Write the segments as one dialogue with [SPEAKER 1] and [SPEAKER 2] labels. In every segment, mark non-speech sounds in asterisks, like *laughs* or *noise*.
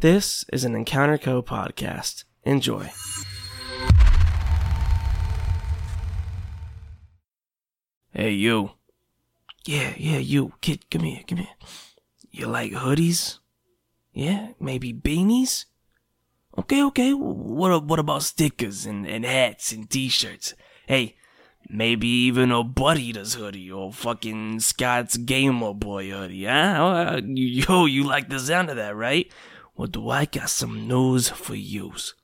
[SPEAKER 1] This is an Encounter Co podcast. Enjoy. Hey, you. Yeah, yeah, you. Kid, come here, come here. You like hoodies? Yeah, maybe beanies? Okay, okay. What, a- what about stickers and, and hats and t shirts? Hey, maybe even a Bud Eaters hoodie or fucking Scott's Gamer Boy hoodie, huh? Oh, uh, Yo, you *laughs* like the sound of that, right? Well, do I got some news for yous?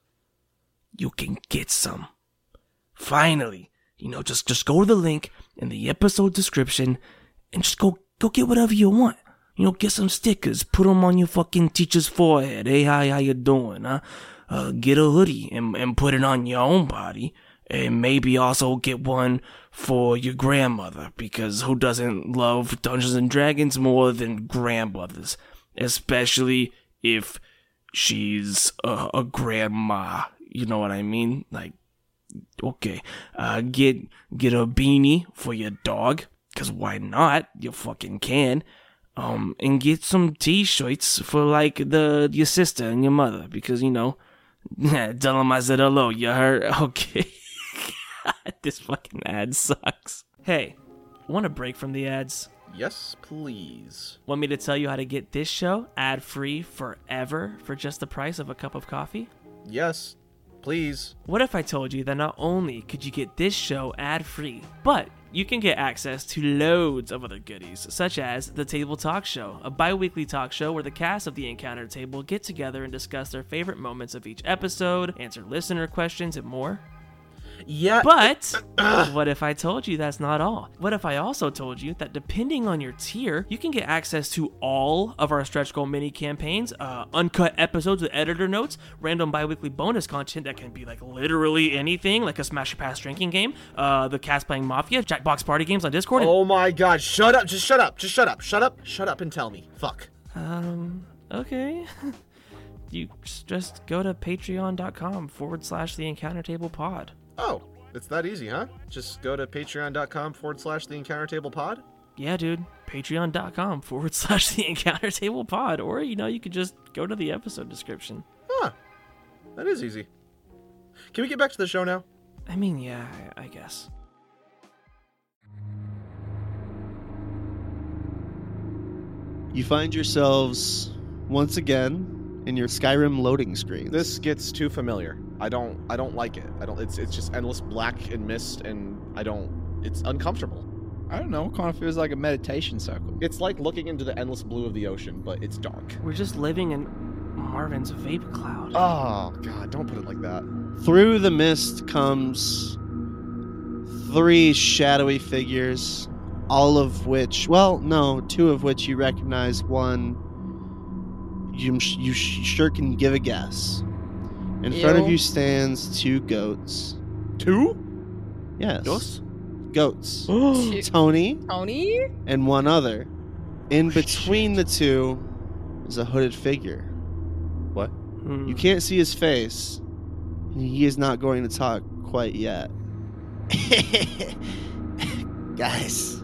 [SPEAKER 1] You can get some. Finally, you know, just just go to the link in the episode description and just go go get whatever you want. You know, get some stickers, put them on your fucking teacher's forehead. Hey, hi, how you doing, huh? Uh, get a hoodie and, and put it on your own body. And maybe also get one for your grandmother, because who doesn't love Dungeons and Dragons more than grandmothers? Especially if she's a, a grandma. You know what I mean? Like, okay, uh, get get a beanie for your dog, cause why not? You fucking can. Um, and get some t-shirts for like the your sister and your mother, because you know, *laughs* tell them I said hello. You heard? *laughs* Okay. this fucking ad sucks. Hey, want a break from the ads?
[SPEAKER 2] Yes, please.
[SPEAKER 1] Want me to tell you how to get this show ad free forever for just the price of a cup of coffee?
[SPEAKER 2] Yes, please.
[SPEAKER 1] What if I told you that not only could you get this show ad free, but you can get access to loads of other goodies, such as The Table Talk Show, a bi weekly talk show where the cast of the Encounter Table get together and discuss their favorite moments of each episode, answer listener questions, and more.
[SPEAKER 2] Yeah.
[SPEAKER 1] But what if I told you that's not all? What if I also told you that depending on your tier, you can get access to all of our stretch goal mini campaigns, uh, uncut episodes with editor notes, random bi-weekly bonus content that can be like literally anything, like a Smash or Pass drinking game, uh, the cast playing Mafia, Jackbox party games on Discord. and-
[SPEAKER 2] oh my god, shut up, just shut up, just shut up, shut up, shut up and tell me. Fuck.
[SPEAKER 1] Um, okay. *laughs* you s- just go to patreon.com forward slash the encounter table pod.
[SPEAKER 2] Oh, it's that easy, huh? Just go to patreon.com forward slash the encounter table pod.
[SPEAKER 1] yeah, dude, patreon.com forward slash the encounter table pod, or you know, you could just go to the episode description.
[SPEAKER 2] Huh. That is easy. Can we get back to the show now?
[SPEAKER 1] I mean, yeah, I, I guess.
[SPEAKER 3] You find yourselves once again in your Skyrim loading screen.
[SPEAKER 2] This gets too familiar. I don't I don't like it. I don't it's it's just endless black and mist and I don't it's uncomfortable.
[SPEAKER 4] I don't know. It kind of feels like a meditation circle.
[SPEAKER 2] It's like looking into the endless blue of the ocean, but it's dark.
[SPEAKER 1] We're just living in Marvin's vape cloud.
[SPEAKER 2] Oh god, don't put it like that.
[SPEAKER 3] Through the mist comes three shadowy figures, all of which, well, no, two of which you recognize. One, you, you sure can give a guess. In front of
[SPEAKER 4] Ew.
[SPEAKER 3] you stands two goats.
[SPEAKER 2] Two?
[SPEAKER 3] Yes.
[SPEAKER 1] Dos?
[SPEAKER 3] Goats.
[SPEAKER 4] Two-
[SPEAKER 3] Tony
[SPEAKER 5] Tony?
[SPEAKER 3] and one other. In between the two is a hooded figure.
[SPEAKER 1] Hmm.
[SPEAKER 3] You can't see his face. and He is not going to talk quite yet. Guys,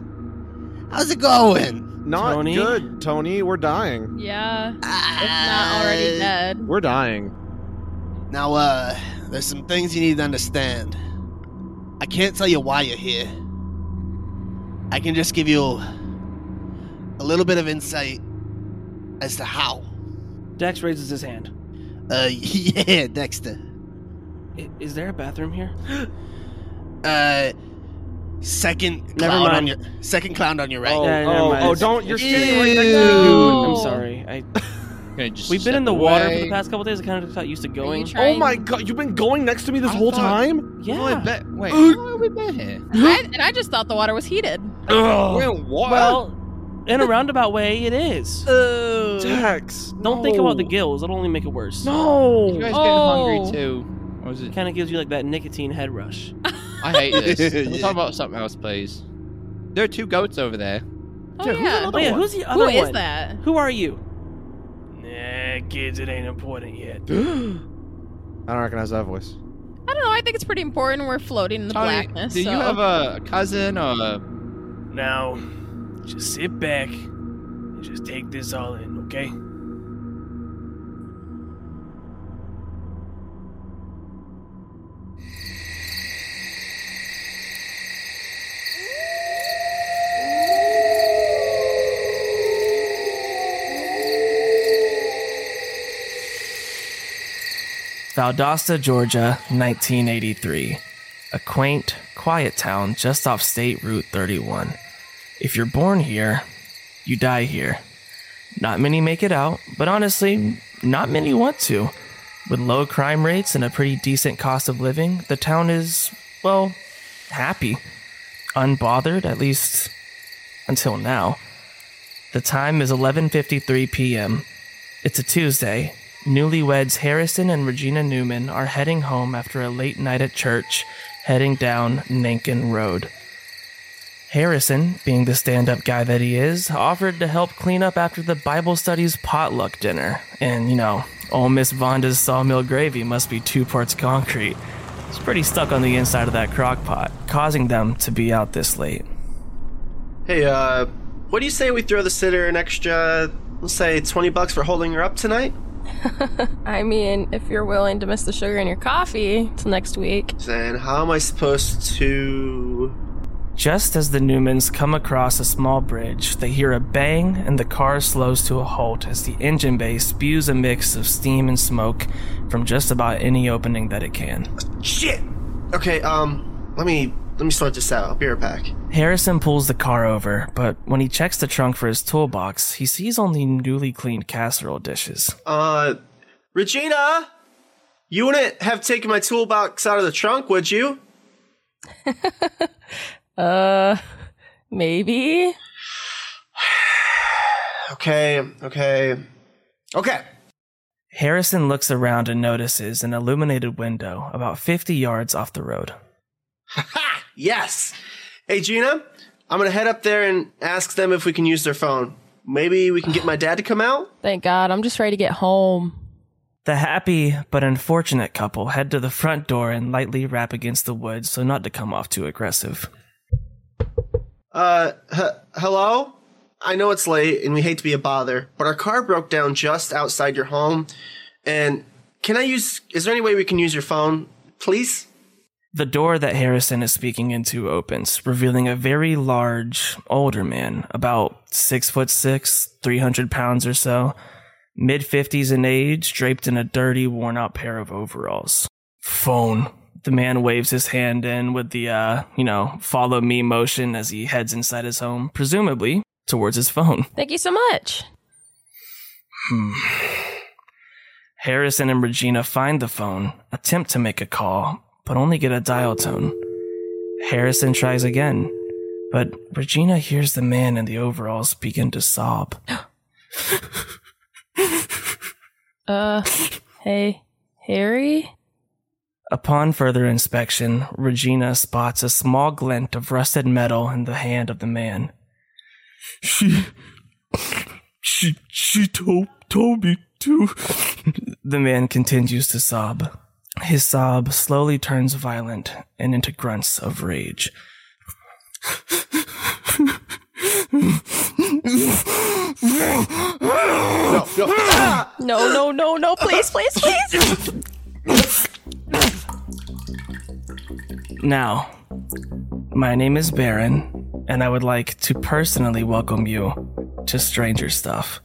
[SPEAKER 3] how's it going?
[SPEAKER 2] Not
[SPEAKER 1] Tony?
[SPEAKER 2] good, Tony. We're dying.
[SPEAKER 5] Yeah. It's not already dead.
[SPEAKER 2] We're dying.
[SPEAKER 3] Now, uh, there's some things you need to understand. I can't tell you why you're here. I can just give you a little bit of insight as to *laughs* how.
[SPEAKER 1] Dex raises his hand.
[SPEAKER 3] Uh, yeah, Dexter.
[SPEAKER 1] I- is there a bathroom here? *gasps*
[SPEAKER 3] Uh, second
[SPEAKER 1] Never
[SPEAKER 3] clown
[SPEAKER 1] mind.
[SPEAKER 3] on your second clown on your right.
[SPEAKER 2] Oh,
[SPEAKER 1] Yeah, never
[SPEAKER 2] oh,
[SPEAKER 1] mind.
[SPEAKER 2] oh, don't! You're sitting right next to me.
[SPEAKER 5] Ew.
[SPEAKER 1] I'm
[SPEAKER 5] Oh.
[SPEAKER 1] sorry. I,
[SPEAKER 4] Okay, just
[SPEAKER 1] we've been in the
[SPEAKER 4] step
[SPEAKER 1] water for
[SPEAKER 4] away.
[SPEAKER 1] the past couple days. I kind of got used to going.
[SPEAKER 5] trying-
[SPEAKER 2] Oh my god! You've been going next to me this
[SPEAKER 4] I
[SPEAKER 2] whole
[SPEAKER 4] thought-
[SPEAKER 2] time.
[SPEAKER 1] yeah.
[SPEAKER 4] Well, I bet- wait, how have we been here?
[SPEAKER 5] I, and I just thought the water was heated.
[SPEAKER 2] Ugh.
[SPEAKER 4] Well, what?
[SPEAKER 1] well, in a roundabout way, it is.
[SPEAKER 2] Dex,
[SPEAKER 1] Don't think about the
[SPEAKER 2] no.
[SPEAKER 1] gills. That'll only make it worse.
[SPEAKER 4] you
[SPEAKER 2] No.
[SPEAKER 4] guys getting
[SPEAKER 5] Oh.
[SPEAKER 4] hungry too? Or is it?
[SPEAKER 1] Kind of gives you like that nicotine head rush.
[SPEAKER 4] I hate this.
[SPEAKER 3] Yeah.
[SPEAKER 4] Let's talk about something else, please. There are two goats over there.
[SPEAKER 5] Oh
[SPEAKER 2] Yeah, who's
[SPEAKER 5] yeah.
[SPEAKER 2] another-
[SPEAKER 1] Oh yeah,
[SPEAKER 2] one.
[SPEAKER 1] who's the
[SPEAKER 5] Who
[SPEAKER 1] other
[SPEAKER 5] is
[SPEAKER 1] one?
[SPEAKER 5] that?
[SPEAKER 1] Who are you? Nah, kids, it ain't important yet.
[SPEAKER 6] Uh,
[SPEAKER 2] I don't recognize that voice.
[SPEAKER 5] I don't know. I think it's pretty important. We're floating in the
[SPEAKER 4] Tony,
[SPEAKER 5] blackness.
[SPEAKER 4] Do
[SPEAKER 5] so.
[SPEAKER 4] you have a
[SPEAKER 1] *laughs*
[SPEAKER 4] cousin or? A...
[SPEAKER 1] Now, just sit back and just take this all in, okay? Valdosta, Georgia, 1983. A quaint, quiet town just off State Route 31. If you're born here, you die here. Not many make it out, but honestly, not many want to. With low crime rates and a pretty decent cost of living, the town is, well, happy. Unbothered, at least until now. The time is 11:53 p.m. It's a Tuesday. Newlyweds Harrison and Regina Newman are heading home after a late night at church, heading down Nankin Road. Harrison, being the stand up guy that he is, offered to help clean up after the Bible studies potluck dinner. And, you know, old Miss Vonda's sawmill gravy must be two parts concrete. It's pretty stuck on the inside of that crock pot, causing them to be out this late.
[SPEAKER 3] Hey, uh, what do you say we throw the sitter an extra, let's say, 20 bucks for holding her up tonight?
[SPEAKER 5] *laughs* I mean, if you're willing to miss the sugar in your coffee till next week.
[SPEAKER 3] Then how am I supposed to.
[SPEAKER 1] Just as the Newmans come across a small bridge, they hear a bang and the car slows to a halt as the engine bay spews a mix of steam and smoke from just about any opening that it can.
[SPEAKER 3] Shit! Okay, um, let me. Let me sort this out. I'll be right back.
[SPEAKER 1] Harrison pulls the car over, but when he checks the trunk for his toolbox, he sees only newly cleaned casserole dishes.
[SPEAKER 3] Uh, Regina, you wouldn't have taken my toolbox out of the trunk, would you?
[SPEAKER 5] Uh, maybe.
[SPEAKER 3] Okay, okay, okay.
[SPEAKER 1] Harrison looks around and notices an illuminated window about 50 yards off the road.
[SPEAKER 3] Ha! Yes. Hey, Gina, I'm gonna head up there and ask them if we can use their phone. Maybe we can get my dad to come out.
[SPEAKER 5] Thank God. I'm just ready to get home.
[SPEAKER 1] The happy but unfortunate couple head to the front door and lightly rap against the wood so not to come off too aggressive.
[SPEAKER 3] Uh, h- hello. I know it's late and we hate to be a bother, but our car broke down just outside your home. And can I use? Is there any way we can use your phone, please?
[SPEAKER 1] The door that Harrison is speaking into opens, revealing a very large, older man, about six foot six, 300 pounds or so, mid 50s in age, draped in a dirty, worn out pair of overalls. Phone. The man waves his hand in with the, uh, you know, follow me motion as he heads inside his home, presumably towards his phone.
[SPEAKER 5] Thank you so much.
[SPEAKER 1] Hmm. Harrison and Regina find the phone, attempt to make a call, but only get a dial tone. Harrison tries again, but Regina hears the man in the overalls begin to sob. *laughs*
[SPEAKER 5] Uh, hey, Harry?
[SPEAKER 1] Upon further inspection, Regina spots a small glint of rusted metal in the hand of the man. She, she, she told told me to. The man continues to sob. His sob slowly turns violent and into grunts of rage.
[SPEAKER 2] No, no.
[SPEAKER 5] No, no, no, no, please, please,
[SPEAKER 1] *laughs*
[SPEAKER 5] please.
[SPEAKER 1] Now, my name is Baron, and I would like to personally welcome you to Stranger Stuff.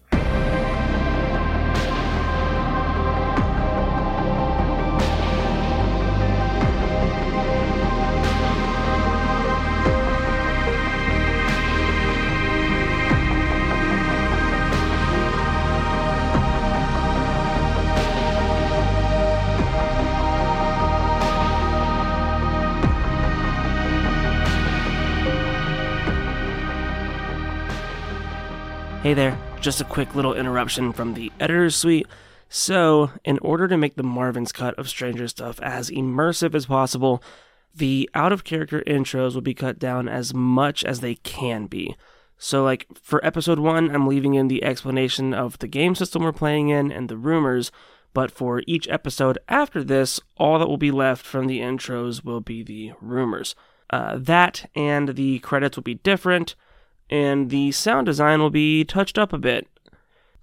[SPEAKER 1] Hey there, just a quick little interruption from the editor's suite. So, in order to make the Marvin's cut of Stranger Stuff as immersive as possible, the out of character intros will be cut down as much as they can be. So, like for episode one, I'm leaving in the explanation of the game system we're playing in and the rumors, but for each episode after this, all that will be left from the intros will be the rumors. Uh, that and the credits will be different and the sound design will be touched up a bit.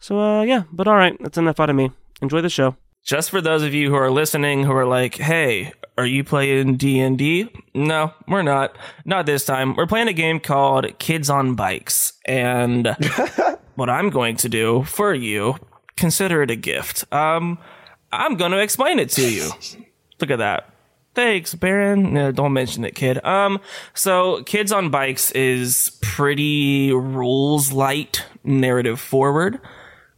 [SPEAKER 1] So, uh, yeah, but alright, that's enough out of me. Enjoy the show. Just for those of you who are listening who are like, hey, are you playing D&D? No, we're not. Not this time. We're playing a game called Kids on Bikes. And what I'm going to do for you, consider it a gift. Um, I'm going to explain it to you. Look at that. Thanks, Baron. No, don't mention it, kid. Um, so Kids on Bikes is pretty rules light, narrative forward.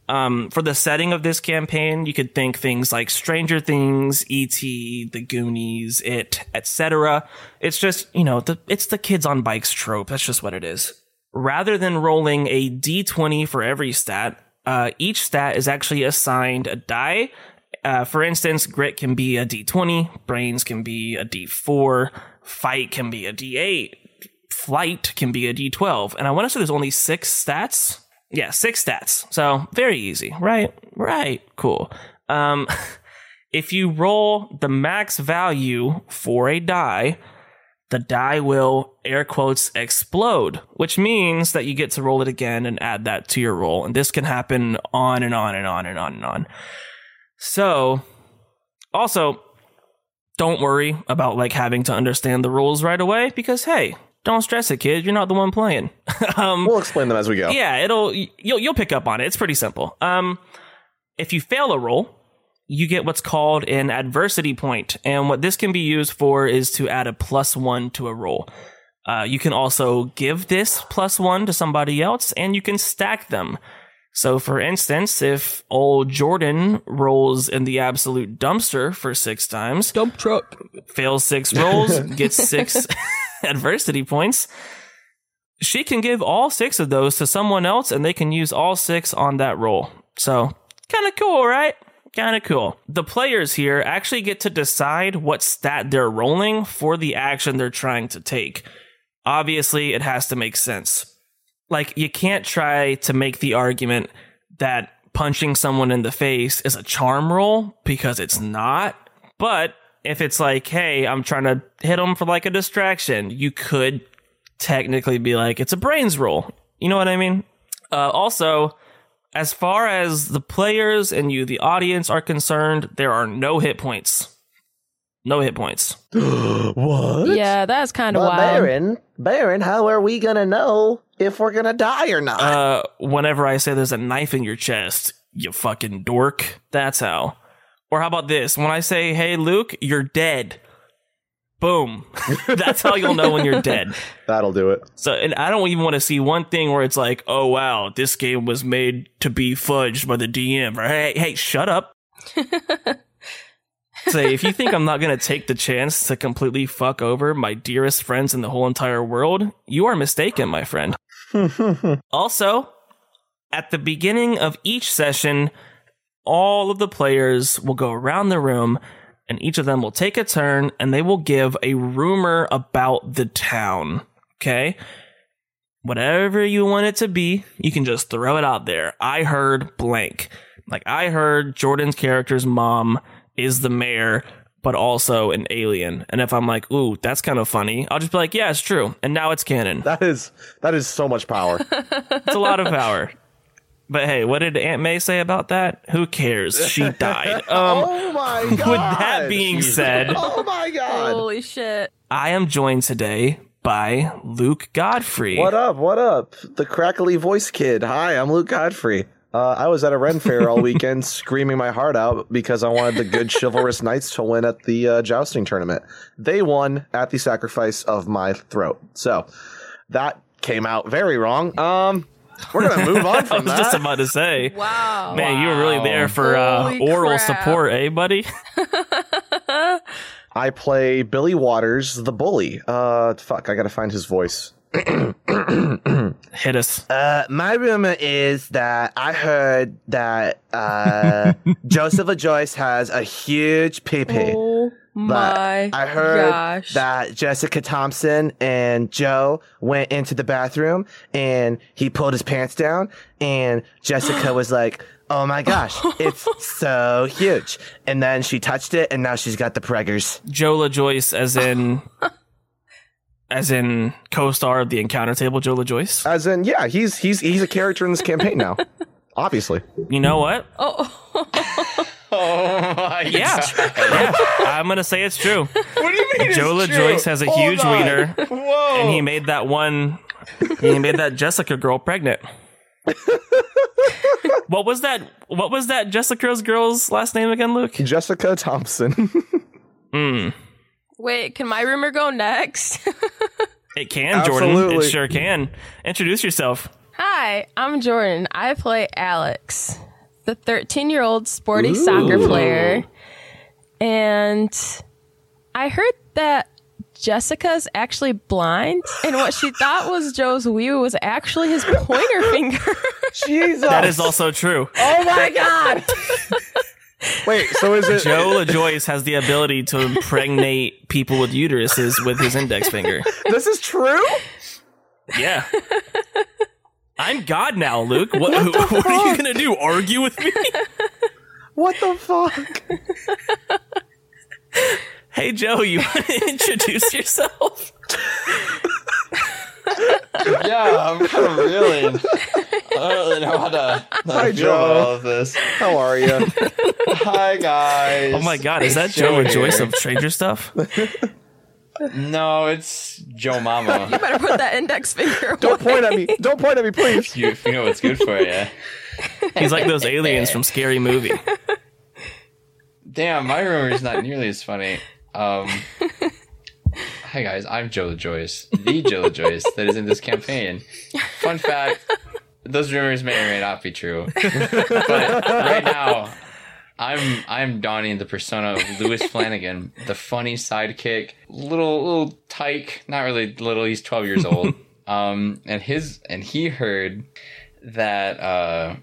[SPEAKER 1] Um, for the setting of this campaign, you could think things like Stranger Things, E.T., The Goonies, It, etc. It's just, you know, the, it's the kids on bikes trope. That's just what it is. Rather than rolling a d20 for every stat, uh, each stat is actually assigned a die. Uh, for instance, grit can be a d20, brains can be a d4, fight can be a d8, flight can be a d12. And I want to say there's only six stats. Yeah, six stats. So very easy, right? Right. Cool. Um, *laughs* if you roll the max value for a die, the die will air quotes explode, which means that you get to roll it again and add that to your roll. And this can happen on and on and on and on and on. So, also, don't worry about like having to understand the rules right away because hey, don't stress it, kid. You're not the one playing. *laughs* um,
[SPEAKER 2] We'll explain them as we go.
[SPEAKER 1] yeah, it'll you'll you'll pick up on it. It's pretty simple. Um, if you fail a roll, you get what's called an adversity point, and what this can be used for is to add a plus one to a roll. Uh, you can also give this plus one to somebody else, and you can stack them. So, for instance, if old Jordan rolls in the absolute dumpster for six times,
[SPEAKER 4] Dump truck.
[SPEAKER 1] fails six
[SPEAKER 4] *laughs*
[SPEAKER 1] rolls, gets six *laughs* adversity points. She can give all six of those to someone else and they can use all six on that roll. So, kind of cool, right? Kind of cool. The players here actually get to decide what stat they're rolling for the action they're trying to take. Obviously, it has to make sense. Like, you can't try to make the argument that punching someone in the face is a charm roll because it's not. But if it's like, hey, I'm trying to hit them for like a distraction, you could technically be like, it's a brains roll. You know what I mean? Uh, also, as far as the players and you, the audience, are concerned, there are no hit points. No hit points.
[SPEAKER 2] what?
[SPEAKER 5] Yeah, that's kind of
[SPEAKER 6] But
[SPEAKER 5] wild.
[SPEAKER 6] Baron, Baron, how are we gonna know if we're gonna die
[SPEAKER 3] *laughs*
[SPEAKER 6] or not?
[SPEAKER 1] Uh, whenever I say there's a knife in your chest, you fucking dork. That's how. Or how about this? When I say, hey, Luke, you're dead. Boom. *laughs* That's how you'll know when you're dead.
[SPEAKER 2] *laughs* That'll do it.
[SPEAKER 1] So, and I don't even want to see one thing where it's like, oh wow, this game was made to be fudged by the DM. Or hey, hey, shut up. Say, if you think I'm not going to take the chance to completely fuck over my dearest friends in the whole entire world, you are mistaken, my friend. also, at the beginning of each session, all of the players will go around the room and each of them will take a turn and they will give a rumor about the town. Okay? Whatever you want it to be, you can just throw it out there. I heard blank. Like, I heard Jordan's character's mom is the mayor, but also an alien. And if I'm like, ooh, that's kind of funny, I'll just be like, yeah, it's true. And now it's canon.
[SPEAKER 2] That is that is so much power.
[SPEAKER 1] It's a lot of power. But hey, what did Aunt May say about that? Who cares?
[SPEAKER 2] *laughs*
[SPEAKER 1] She died. Um,
[SPEAKER 2] oh my
[SPEAKER 1] *laughs*
[SPEAKER 2] god.
[SPEAKER 1] with that being said,
[SPEAKER 2] Oh my god.
[SPEAKER 5] Holy shit.
[SPEAKER 1] I am joined today by Luke Godfrey.
[SPEAKER 6] What
[SPEAKER 2] What up? What up? The crackly voice kid. Hi, I'm Luke Godfrey. Uh, I was at a Ren fair *laughs* all weekend screaming my heart out because I wanted the good chivalrous knights to win at the uh, jousting tournament. They won at the sacrifice of my throat. So that came out very wrong. Um, we're gonna *laughs* move
[SPEAKER 1] *laughs*
[SPEAKER 2] on
[SPEAKER 1] I
[SPEAKER 2] from
[SPEAKER 1] was
[SPEAKER 2] that.
[SPEAKER 1] just about to say.
[SPEAKER 5] Wow.
[SPEAKER 1] Man, you were really there for uh,
[SPEAKER 5] Holy
[SPEAKER 1] oral
[SPEAKER 5] crap.
[SPEAKER 1] support, eh, buddy? *laughs*
[SPEAKER 2] I play Billy Waters, the bully. Uh, fuck, I gotta find his voice.
[SPEAKER 1] *gasps* Hit us.
[SPEAKER 6] Uh, my rumor is that I heard that
[SPEAKER 1] *laughs*
[SPEAKER 6] uh, Joseph Joyce has a huge pee pee.
[SPEAKER 5] Oh my
[SPEAKER 6] I heard
[SPEAKER 5] gosh.
[SPEAKER 6] that Jessica Thompson and Joe went into the bathroom and he pulled his pants down and
[SPEAKER 1] *gasps*
[SPEAKER 6] Jessica was like, "Oh my gosh,
[SPEAKER 1] *laughs*
[SPEAKER 6] it's so huge." And then she touched it and now she's got
[SPEAKER 1] *laughs*
[SPEAKER 6] the preggers.
[SPEAKER 1] Jola Joyce,
[SPEAKER 5] *laughs*
[SPEAKER 1] as in, as in co-star of the Encounter Table, Jola Joyce.
[SPEAKER 2] As in, yeah, he's he's he's a character in this
[SPEAKER 5] *laughs*
[SPEAKER 2] campaign now. Obviously,
[SPEAKER 1] You know what?
[SPEAKER 5] oh. *laughs*
[SPEAKER 1] Oh, Yeah, yeah. I'm gonna say it's true. What do you mean? Jola Joyce has a
[SPEAKER 5] *laughs*
[SPEAKER 1] huge *laughs* wiener, and
[SPEAKER 2] Oh.
[SPEAKER 1] he made that one. He made that Jessica girl pregnant. What was that? What was that Jessica's girl's last name again, Luke? *laughs*
[SPEAKER 2] Jessica Thompson.
[SPEAKER 1] Mm.
[SPEAKER 5] Wait, can my rumor go next? *laughs*
[SPEAKER 1] It can, Jordan.
[SPEAKER 2] Absolutely.
[SPEAKER 1] It sure can. Introduce yourself.
[SPEAKER 5] Hi, I'm Jordan. I play Alex, the 13 year old sporty soccer player. And I heard that Jessica's actually blind, and what she thought was Joe's wee was actually his
[SPEAKER 2] *laughs*
[SPEAKER 5] pointer finger.
[SPEAKER 2] Jesus.
[SPEAKER 1] That is also true.
[SPEAKER 5] *laughs*
[SPEAKER 2] Oh my god. *laughs* Wait, so is it
[SPEAKER 1] Joe LaJoyce has the ability to impregnate people with uteruses with his index finger.
[SPEAKER 2] this is
[SPEAKER 4] *laughs*
[SPEAKER 2] true?
[SPEAKER 1] Yeah. I'm God now, Luke. What, who- what, are you going to do? Argue with me?
[SPEAKER 2] What the fuck?
[SPEAKER 1] Hey, Joe, you want to *laughs* introduce yourself?
[SPEAKER 4] Yeah, I'm kind
[SPEAKER 5] *laughs*
[SPEAKER 4] of reeling. I don't really know how to, how
[SPEAKER 2] *laughs* Hi,
[SPEAKER 4] to feel
[SPEAKER 2] Joe.
[SPEAKER 4] about all of this.
[SPEAKER 2] How are you?
[SPEAKER 4] Hi, guys.
[SPEAKER 1] Oh my God, is that Joe
[SPEAKER 4] Joe
[SPEAKER 1] LaJoyce
[SPEAKER 4] here.
[SPEAKER 1] of Stranger Stuff?
[SPEAKER 4] *laughs* No, it's
[SPEAKER 1] *laughs*
[SPEAKER 4] Joe Mama.
[SPEAKER 5] Better put that index finger
[SPEAKER 2] Don't
[SPEAKER 5] away.
[SPEAKER 2] point at me. Don't point at me, please.
[SPEAKER 4] you, you know what's good for you.
[SPEAKER 1] He's like those aliens from Scary Movie.
[SPEAKER 4] Damn, my rumor is not nearly as funny. Um, hi guys, I'm Joe LaJoyce, the Joe LaJoyce that is in this campaign. Fun fact: those rumors may or may not be true, but right now, I'm I'm donning the persona of Lewis Flanagan, the funny sidekick, little little tyke, not really little. He's 12 years old, um, and his and he heard that. Uh,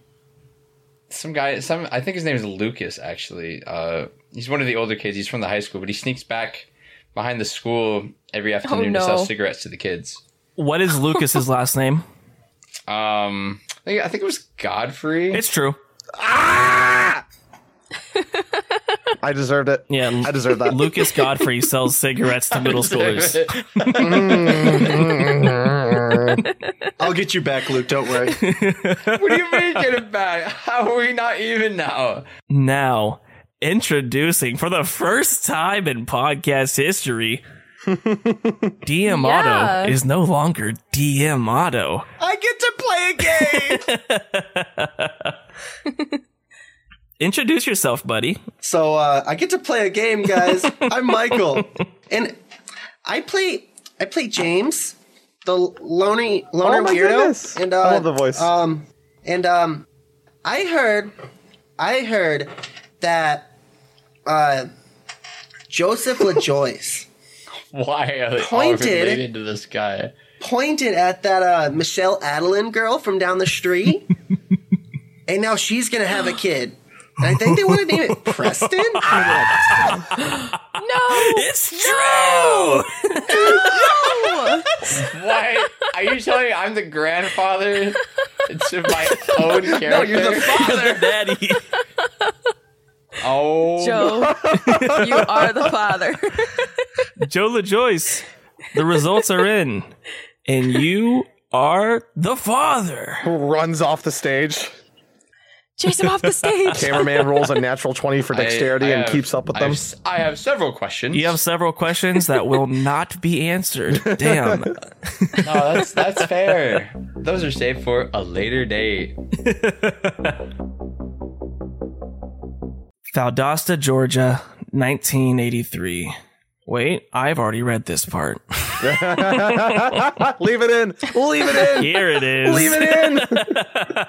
[SPEAKER 4] some guy some i think his name is lucas actually uh he's one of the older kids he's from the high school but he sneaks back behind the school every afternoon to
[SPEAKER 5] no.
[SPEAKER 4] sell cigarettes to the kids
[SPEAKER 1] What is Lucas's last name?
[SPEAKER 4] um i think, I think it was godfrey
[SPEAKER 1] It's true.
[SPEAKER 2] I deserved it.
[SPEAKER 1] Yeah.
[SPEAKER 2] I deserve that.
[SPEAKER 1] Lucas Godfrey sells cigarettes to middle schoolers.
[SPEAKER 5] Mm-hmm.
[SPEAKER 3] I'll get you back, Luke. Don't worry.
[SPEAKER 4] *laughs* what do you mean get it back how are we not even now
[SPEAKER 1] Now, introducing for the first time in
[SPEAKER 5] *laughs*
[SPEAKER 1] podcast history, DM
[SPEAKER 5] Yeah.
[SPEAKER 1] Otto is no longer DM Otto.
[SPEAKER 3] I get to play a game.
[SPEAKER 1] Introduce yourself, buddy.
[SPEAKER 3] So uh, I get to play a game,
[SPEAKER 2] *laughs*
[SPEAKER 3] guys. I'm Michael, and I play I play James, the lonely loner
[SPEAKER 2] Oh my
[SPEAKER 3] weirdo.
[SPEAKER 2] goodness.
[SPEAKER 3] And uh,
[SPEAKER 2] I love the voice.
[SPEAKER 3] Um, and um, I heard, I heard that uh, Joseph LaJoyce
[SPEAKER 4] why are they all
[SPEAKER 3] Pointed.
[SPEAKER 4] related to this guy
[SPEAKER 3] pointed at that uh, Michelle Adeline girl from down the street, and now she's gonna have a kid. And I think they want to name it Preston.
[SPEAKER 5] No,
[SPEAKER 1] It's true.
[SPEAKER 4] *laughs* why are you telling me i'm the grandfather
[SPEAKER 1] *laughs*
[SPEAKER 4] to my own character *laughs* no, you're the father
[SPEAKER 1] Daddy.
[SPEAKER 4] oh
[SPEAKER 1] *laughs*
[SPEAKER 5] Joe, you are the father.
[SPEAKER 1] Joe LaJoyce, the results are in, and you are the father.
[SPEAKER 2] Runs off the stage.
[SPEAKER 5] Chase him off
[SPEAKER 2] *laughs*
[SPEAKER 5] the stage.
[SPEAKER 2] Cameraman rolls a natural 20 for
[SPEAKER 4] I-
[SPEAKER 2] dexterity
[SPEAKER 4] I
[SPEAKER 2] and
[SPEAKER 4] have-
[SPEAKER 2] keeps up with
[SPEAKER 4] I
[SPEAKER 2] them.
[SPEAKER 4] have s- I have *laughs* several
[SPEAKER 1] *laughs*
[SPEAKER 4] questions.
[SPEAKER 1] You have several questions that will not be
[SPEAKER 2] *laughs*
[SPEAKER 1] answered. Damn.
[SPEAKER 4] No, that's that's fair. Those are saved for a later date.
[SPEAKER 1] Valdosta, Georgia, 1983. Wait, I've already read this part.
[SPEAKER 2] *laughs* Leave it in. Leave it in.
[SPEAKER 1] Here it is.
[SPEAKER 2] Leave it in.
[SPEAKER 5] *laughs*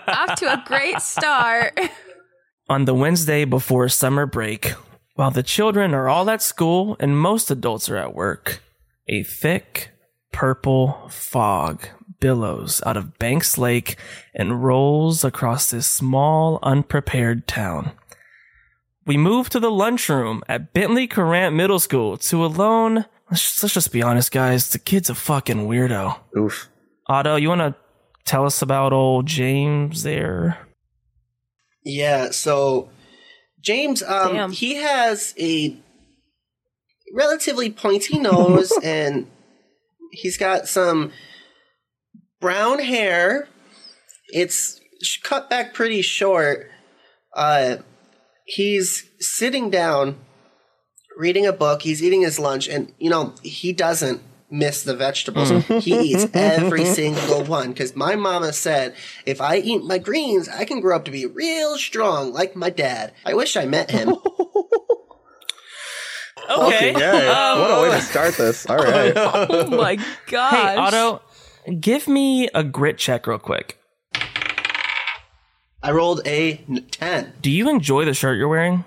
[SPEAKER 5] off to a great start.
[SPEAKER 2] Oof.
[SPEAKER 1] Otto, you want to tell us about old James there?
[SPEAKER 3] Yeah, so James, um,
[SPEAKER 5] Damn.
[SPEAKER 3] he has a relatively pointy nose and he's got some brown hair. It's sh- cut back pretty short. Uh, he's sitting down reading a book, he's eating his lunch, and you know, he doesn't miss the vegetables.
[SPEAKER 1] Mm.
[SPEAKER 3] he eats every single one because my mama said, if I eat my greens, I can grow up to be real strong like my dad. I wish I met him.
[SPEAKER 2] Okay, yeah. what a way
[SPEAKER 1] *laughs*
[SPEAKER 2] to start this. All right.
[SPEAKER 5] Oh my gosh.
[SPEAKER 1] Hey, Otto, give me a grit check real quick.
[SPEAKER 3] I rolled a n- 10.
[SPEAKER 1] Do you enjoy the shirt you're wearing?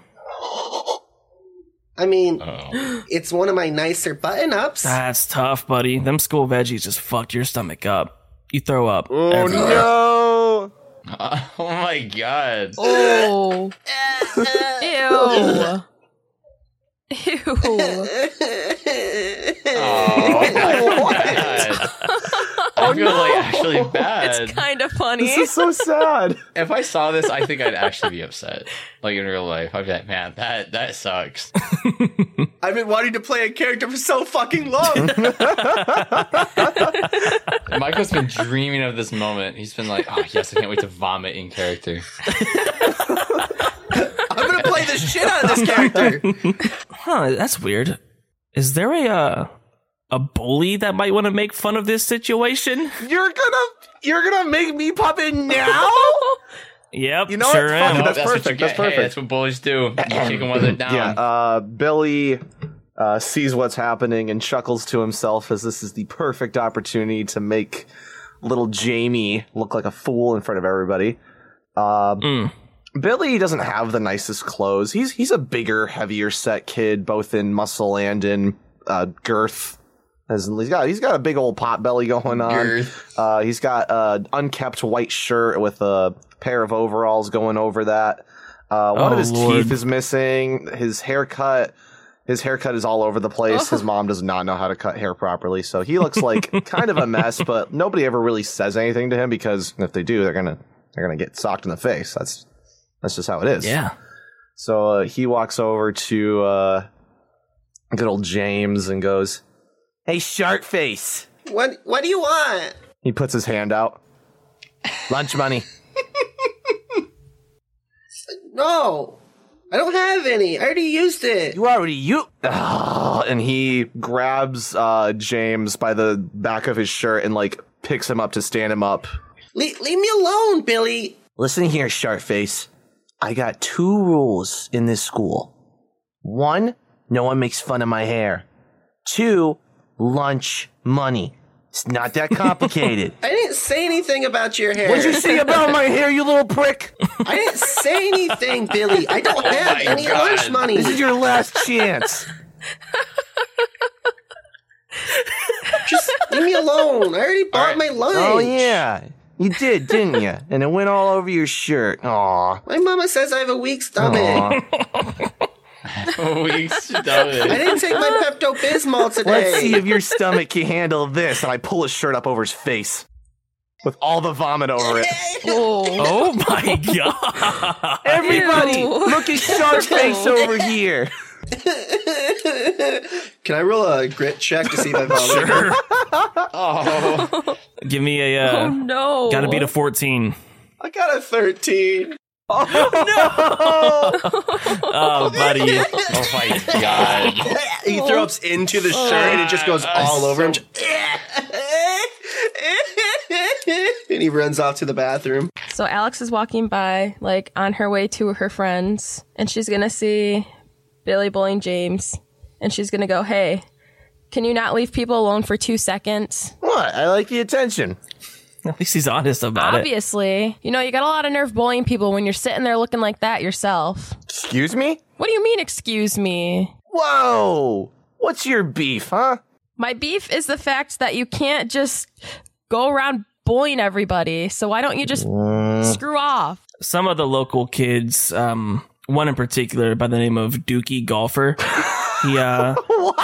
[SPEAKER 3] I mean,
[SPEAKER 4] Oh.
[SPEAKER 3] it's one of my nicer button ups.
[SPEAKER 1] That's tough, buddy. Them school veggies just fucked your stomach up. You throw up.
[SPEAKER 2] Oh,
[SPEAKER 1] everywhere.
[SPEAKER 2] *laughs* no.
[SPEAKER 4] oh my god.
[SPEAKER 5] Oh. Ew. Ew.
[SPEAKER 4] Oh my god. I feel like actually bad.
[SPEAKER 5] It's kind of funny.
[SPEAKER 2] This is so sad.
[SPEAKER 4] if I saw this, I think I'd actually be upset. Like in real life, I'd be like, man, that that sucks. *laughs*
[SPEAKER 3] I've been wanting to play a character for so fucking
[SPEAKER 1] *laughs*
[SPEAKER 3] long.
[SPEAKER 4] Michael's been dreaming of this moment. He's been like, oh yes, I can't wait to vomit in character.
[SPEAKER 3] I'm gonna play the shit out of this character.
[SPEAKER 1] *laughs* Huh, that's weird. Is there a uh, a bully that might want to make fun of this situation?
[SPEAKER 2] You're gonna you're gonna make me pop in now?
[SPEAKER 1] *laughs* Yep.
[SPEAKER 2] You know what?
[SPEAKER 1] sure
[SPEAKER 2] Fuck
[SPEAKER 1] am.
[SPEAKER 2] it, that's
[SPEAKER 4] what you
[SPEAKER 2] perfect, that's
[SPEAKER 4] get. Hey,
[SPEAKER 2] perfect.
[SPEAKER 4] that's what bullies do. You kick them while they're down.
[SPEAKER 2] Yeah, uh, Billy uh, sees what's happening and chuckles to himself as this is the perfect opportunity to make little Jamie look like a fool in front of everybody. Uh,
[SPEAKER 1] Mm.
[SPEAKER 2] Billy doesn't have the nicest clothes. He's he's a bigger, heavier set kid, both in muscle and in uh, girth. As in- he's got he's got a big old pot belly going on.
[SPEAKER 4] Girth.
[SPEAKER 2] Uh, he's got an unkept white shirt with a pair of overalls going over that. Uh, one
[SPEAKER 1] Oh,
[SPEAKER 2] of his
[SPEAKER 1] Lord.
[SPEAKER 2] teeth is missing. His haircut, his haircut is all over the place. His mom does not know how to cut hair properly, so he looks like kind of a mess. But nobody ever really says anything to him because if they do, they're gonna they're gonna get socked in the face. That's that's just how it is.
[SPEAKER 1] Yeah.
[SPEAKER 2] So uh, he walks over to uh, good old James and goes.
[SPEAKER 6] Hey, shark face.
[SPEAKER 3] *laughs* What What do you want?
[SPEAKER 2] He puts his hand out.
[SPEAKER 6] Lunch money.
[SPEAKER 3] No, I don't have any. I already used it.
[SPEAKER 6] You already you. *sighs*
[SPEAKER 2] "Ah," and he grabs uh, James by the back of his shirt and like picks him up to stand him up.
[SPEAKER 3] Le- leave me alone, Billy.
[SPEAKER 6] Listen here, shark face. I got two rules in this school. One, no one makes fun of my hair. Two, lunch money. It's not
[SPEAKER 3] *laughs*
[SPEAKER 6] that complicated.
[SPEAKER 3] I didn't say anything about your hair.
[SPEAKER 6] What'd you say about my hair, you little prick?
[SPEAKER 3] *laughs* I didn't say anything, Billy. I don't have
[SPEAKER 4] Oh my
[SPEAKER 3] any
[SPEAKER 4] God.
[SPEAKER 3] lunch money.
[SPEAKER 6] This is your
[SPEAKER 3] *laughs*
[SPEAKER 6] last chance.
[SPEAKER 3] Just leave me alone. I already bought
[SPEAKER 4] right.
[SPEAKER 3] my lunch.
[SPEAKER 6] Oh yeah, you did, didn't you? And it went all over your shirt. Aw.
[SPEAKER 3] My mama says I have a weak stomach.
[SPEAKER 6] Aw.
[SPEAKER 4] *laughs* we stop
[SPEAKER 3] I
[SPEAKER 4] it.
[SPEAKER 3] didn't take my Pepto Bismol today.
[SPEAKER 6] Let's see if your stomach can handle this. And I pull his shirt up over his face with all the vomit over it.
[SPEAKER 5] Oh.
[SPEAKER 1] *laughs* Oh my god.
[SPEAKER 6] Everybody,
[SPEAKER 5] Ew.
[SPEAKER 6] look at shark
[SPEAKER 3] *laughs*
[SPEAKER 6] face over here.
[SPEAKER 3] Can I roll a grit check to see if
[SPEAKER 1] *laughs*
[SPEAKER 3] I vomit?
[SPEAKER 4] Oh,
[SPEAKER 1] Give me a. Uh,
[SPEAKER 5] Oh, no.
[SPEAKER 1] Gotta beat
[SPEAKER 5] *laughs*
[SPEAKER 1] a 14.
[SPEAKER 3] I got
[SPEAKER 1] *laughs*
[SPEAKER 3] a 13.
[SPEAKER 1] Oh,
[SPEAKER 2] *laughs*
[SPEAKER 1] buddy.
[SPEAKER 4] oh my god.
[SPEAKER 3] *laughs* He throws into the shirt and it just
[SPEAKER 1] Oh,
[SPEAKER 3] goes all over him.
[SPEAKER 5] *laughs*
[SPEAKER 3] and he runs off to the bathroom.
[SPEAKER 5] So Alex is walking by, like on her way to her friends, and she's gonna see Billy bullying James, and she's gonna go, "Hey, can you not leave people alone for two seconds?"
[SPEAKER 6] What? I like the attention.
[SPEAKER 1] At least he's honest about it.
[SPEAKER 5] Obviously, you know you got a lot of nerve bullying people when you're sitting there looking like that yourself.
[SPEAKER 6] Excuse me?
[SPEAKER 5] What do you mean, excuse me?
[SPEAKER 6] Whoa! What's your beef, huh?
[SPEAKER 5] My beef is the fact that you can't just go around bullying everybody. So why don't you just screw off?
[SPEAKER 1] Some of the local kids, um, one in particular by the name of Dookie Golfer, he *laughs* uh,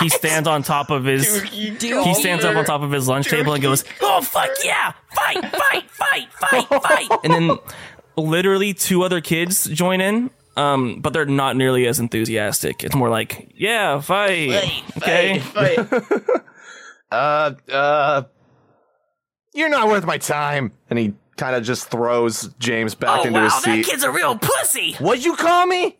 [SPEAKER 1] he stands on top of his he stands up on top of his lunch table and goes, "Oh fuck yeah! Fight! Fight! Fight! Fight! Fight!" And then literally two other kids join in. Um, but they're not nearly as enthusiastic. It's more like, yeah, fight. okay.
[SPEAKER 6] *laughs*
[SPEAKER 2] Uh, uh,
[SPEAKER 6] You're not worth my time.
[SPEAKER 2] and he kind of just throws James back into his seat.
[SPEAKER 1] Oh, kid's a real pussy. Uh,
[SPEAKER 6] What'd you call me?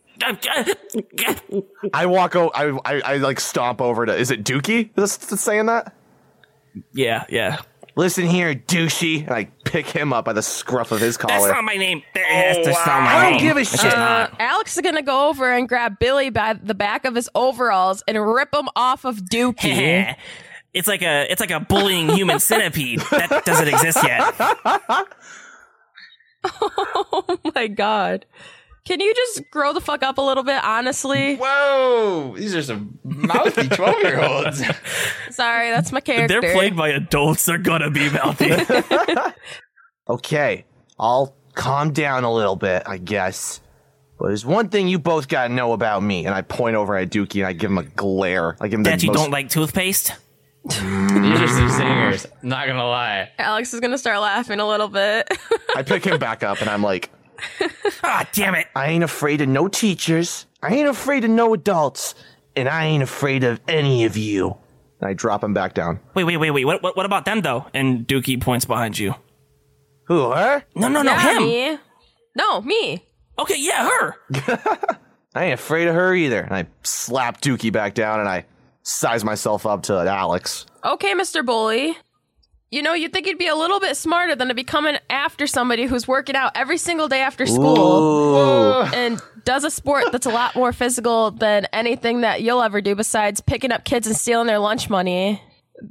[SPEAKER 2] I walk. O- I, I I like stomp over to. Is it Dookie? That's, that's saying that.
[SPEAKER 1] Yeah, yeah.
[SPEAKER 2] Listen here, douchey. And I pick him up by the scruff of his
[SPEAKER 1] That's
[SPEAKER 2] collar.
[SPEAKER 1] not my name. That's
[SPEAKER 2] *laughs* Oh,
[SPEAKER 1] just not my
[SPEAKER 2] I don't
[SPEAKER 1] name.
[SPEAKER 2] give a
[SPEAKER 1] That's
[SPEAKER 2] shit.
[SPEAKER 1] just
[SPEAKER 5] Uh,
[SPEAKER 1] not.
[SPEAKER 5] Alex is gonna go over and grab Billy by the back of his overalls and rip him off of
[SPEAKER 1] *laughs*
[SPEAKER 5] Dookie.
[SPEAKER 1] It's like a it's like a bullying human centipede that doesn't exist
[SPEAKER 2] *laughs*
[SPEAKER 1] yet.
[SPEAKER 5] oh my god! Can you just grow the fuck up a little bit? Honestly,
[SPEAKER 4] Whoa! These are some
[SPEAKER 1] *laughs*
[SPEAKER 4] mouthy 12 year olds.
[SPEAKER 5] sorry, that's my character.
[SPEAKER 1] They're played by adults. They're gonna be mouthy.
[SPEAKER 2] *laughs* okay, I'll calm down a little bit, I guess. But there's one thing you both gotta know about me. And I point over at Dookie and I give him a glare. I give him
[SPEAKER 1] that
[SPEAKER 2] the
[SPEAKER 1] you
[SPEAKER 2] most-
[SPEAKER 1] don't like toothpaste.
[SPEAKER 4] These are some singers. Not gonna lie.
[SPEAKER 5] Alex is gonna start laughing a little bit.
[SPEAKER 2] I pick him back up and I'm like,
[SPEAKER 1] Ah, damn it!
[SPEAKER 2] I ain't afraid of no teachers. I ain't afraid of no adults. And I ain't afraid of any of you. And I drop him back down.
[SPEAKER 1] Wait, wait, wait, wait. What what, what about them though? And Dookie points behind you.
[SPEAKER 2] Who, her?
[SPEAKER 1] Oh, No, no, no,
[SPEAKER 5] Yeah,
[SPEAKER 1] him.
[SPEAKER 5] me. No, me.
[SPEAKER 1] Okay, yeah, her.
[SPEAKER 2] I ain't afraid of her either. And I slap Dookie back down and I size myself up to Alex.
[SPEAKER 5] Okay, Mr. Bully. You know, you'd think you'd be a little bit smarter than to be coming after somebody who's working out every single day after school
[SPEAKER 2] Ooh.
[SPEAKER 5] and does a sport that's a lot more physical than anything that you'll ever do besides picking up kids and stealing their lunch money.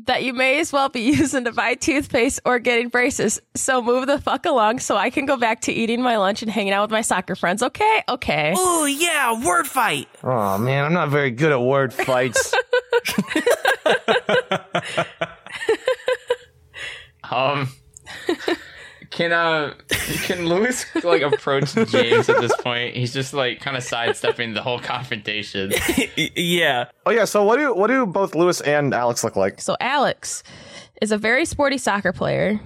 [SPEAKER 5] That you may as well be *laughs* using to buy toothpaste or getting braces. So move the fuck along so I can go back to eating my lunch and hanging out with my soccer friends. Okay, okay.
[SPEAKER 1] Ooh, yeah, word fight.
[SPEAKER 2] Oh, man, I'm not very good at word
[SPEAKER 1] *laughs*
[SPEAKER 2] fights.
[SPEAKER 4] Um, *laughs* can uh, can Lewis like approach James at this point? He's just like kind of sidestepping the whole *laughs* confrontation.
[SPEAKER 1] Y- yeah.
[SPEAKER 2] oh, yeah, so what do what do both Lewis and Alex look like?
[SPEAKER 5] So Alex is a very sporty soccer player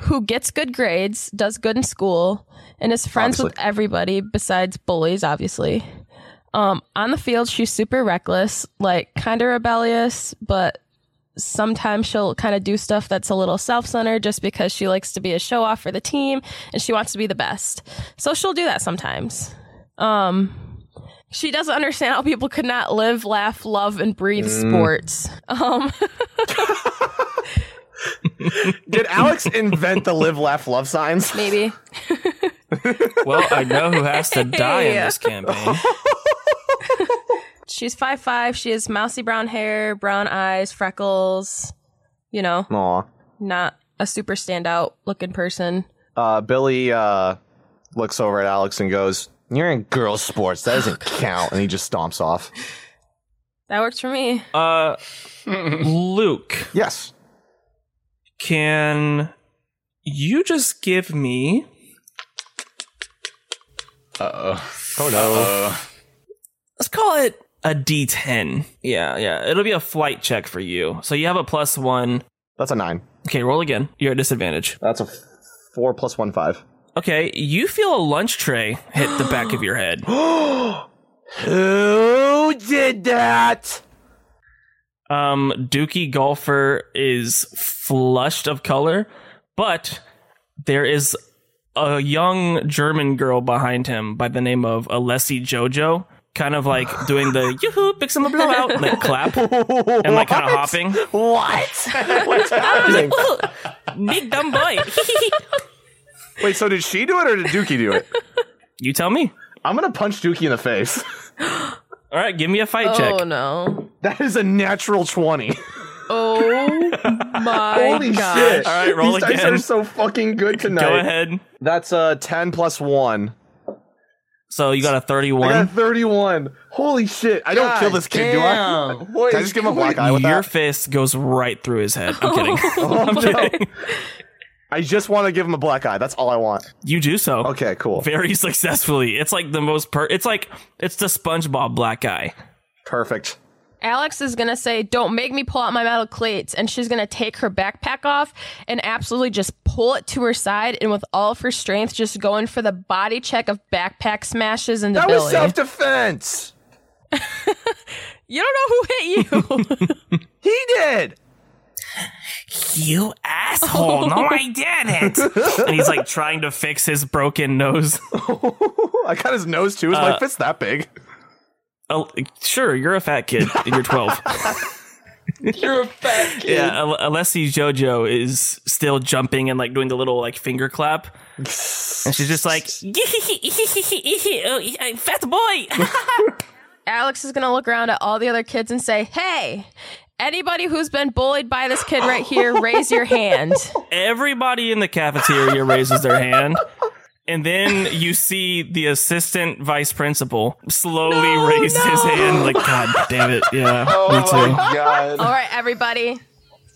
[SPEAKER 5] who gets good grades, does good in school, and is friends with everybody besides bullies, obviously. Um, on the field, she's super reckless, like kind of rebellious, but sometimes she'll kind of do stuff that's a little self-centered just because she likes to be a show off for the team and she wants to be the best. So she'll do that sometimes. Um, she doesn't understand how people could not live, laugh, love, and breathe sports. *laughs* Um,
[SPEAKER 2] Did Alex invent the live, laugh, love
[SPEAKER 5] *laughs*
[SPEAKER 2] signs?
[SPEAKER 5] Maybe.
[SPEAKER 1] Well, I know who has to die in
[SPEAKER 5] Hey.
[SPEAKER 1] this campaign.
[SPEAKER 5] She's five five. She has mousy brown hair, brown eyes, freckles. You know,
[SPEAKER 2] Aw.
[SPEAKER 5] not a super standout looking person.
[SPEAKER 2] Uh, Billy uh, looks over at Alex and goes, You're in girls' sports.
[SPEAKER 1] *laughs*
[SPEAKER 2] That doesn't count. And he just stomps off.
[SPEAKER 5] That works for me.
[SPEAKER 1] Uh, Luke,
[SPEAKER 2] Yes.
[SPEAKER 1] can you just give me
[SPEAKER 4] Uh oh.
[SPEAKER 2] Oh, no.
[SPEAKER 1] let's call it a D10. Yeah, yeah. It'll be a flight check for you. So you have a plus one.
[SPEAKER 2] That's a nine.
[SPEAKER 1] Okay, roll again. You're at disadvantage.
[SPEAKER 2] That's a f- four plus one, five.
[SPEAKER 1] Okay, you feel a lunch tray hit the back of your head.
[SPEAKER 2] *gasps* Who did that?
[SPEAKER 1] Um, Dookie Golfer is flushed of color, but there is a young German girl behind him by the name of Alessi Jojo, kind of like doing the
[SPEAKER 2] *laughs*
[SPEAKER 1] yoo-hoo, big summer blowout, like
[SPEAKER 3] *laughs*
[SPEAKER 1] clap, and like kind of hopping.
[SPEAKER 2] What?
[SPEAKER 1] *laughs*
[SPEAKER 2] What's happening?
[SPEAKER 1] Big dumb boy. *laughs*
[SPEAKER 2] Wait, so did she do it or did Dookie do it?
[SPEAKER 1] *laughs* you tell me.
[SPEAKER 2] I'm gonna punch Dookie in the face.
[SPEAKER 1] *laughs* All right, give me a fight
[SPEAKER 5] Oh
[SPEAKER 1] check.
[SPEAKER 5] no!
[SPEAKER 2] That is a natural 20.
[SPEAKER 5] *laughs*
[SPEAKER 2] *laughs*
[SPEAKER 5] Oh my
[SPEAKER 2] Holy
[SPEAKER 5] god!
[SPEAKER 2] shit.
[SPEAKER 1] All right, roll
[SPEAKER 2] These dice
[SPEAKER 1] again.
[SPEAKER 2] are so fucking good tonight.
[SPEAKER 1] Go ahead.
[SPEAKER 2] That's a 10 plus 1.
[SPEAKER 1] So you got a
[SPEAKER 2] I got a
[SPEAKER 1] thirty-one.
[SPEAKER 2] 31. Holy shit. I don't kill this kid, do I? Can I just give him a black eye with
[SPEAKER 1] Your
[SPEAKER 2] that?
[SPEAKER 1] fist goes right through his
[SPEAKER 4] *laughs*
[SPEAKER 1] head. I'm kidding. I'm kidding.
[SPEAKER 2] I just want to give him a black eye. That's all I want.
[SPEAKER 1] You do so.
[SPEAKER 2] Okay, cool.
[SPEAKER 1] very successfully. It's like the most per. It's like it's the SpongeBob black guy.
[SPEAKER 2] Perfect.
[SPEAKER 5] Alex is gonna say, "Don't make me pull out my metal cleats," and she's gonna take her backpack off and absolutely just pull it to her side, and with all of her strength, just going for the body check of backpack smashes into
[SPEAKER 2] That
[SPEAKER 5] Billy.
[SPEAKER 2] was self defense.
[SPEAKER 5] you don't know who hit you. *laughs*
[SPEAKER 2] He did.
[SPEAKER 1] You asshole! No, *laughs* I
[SPEAKER 2] *laughs*
[SPEAKER 1] didn't. and he's like trying to fix his broken nose. Uh,
[SPEAKER 2] I got his nose too. Is my fist that big? *laughs*
[SPEAKER 1] oh, sure, you're a fat kid. and You're twelve.
[SPEAKER 4] *laughs* You're a fat kid.
[SPEAKER 1] Yeah, Al- Alessi Jojo is still jumping and like doing the little like finger clap, and she's just like, "Oh, I'm fat boy."
[SPEAKER 5] Alex is going to look around at all the other kids and say, Hey, anybody who's been bullied by this kid right here, raise your hand.
[SPEAKER 1] *laughs* Everybody in the cafeteria raises their hand. And then you see the assistant vice principal slowly raise his hand, like, God damn it. Yeah,
[SPEAKER 2] Oh
[SPEAKER 1] me too.
[SPEAKER 5] All right, everybody,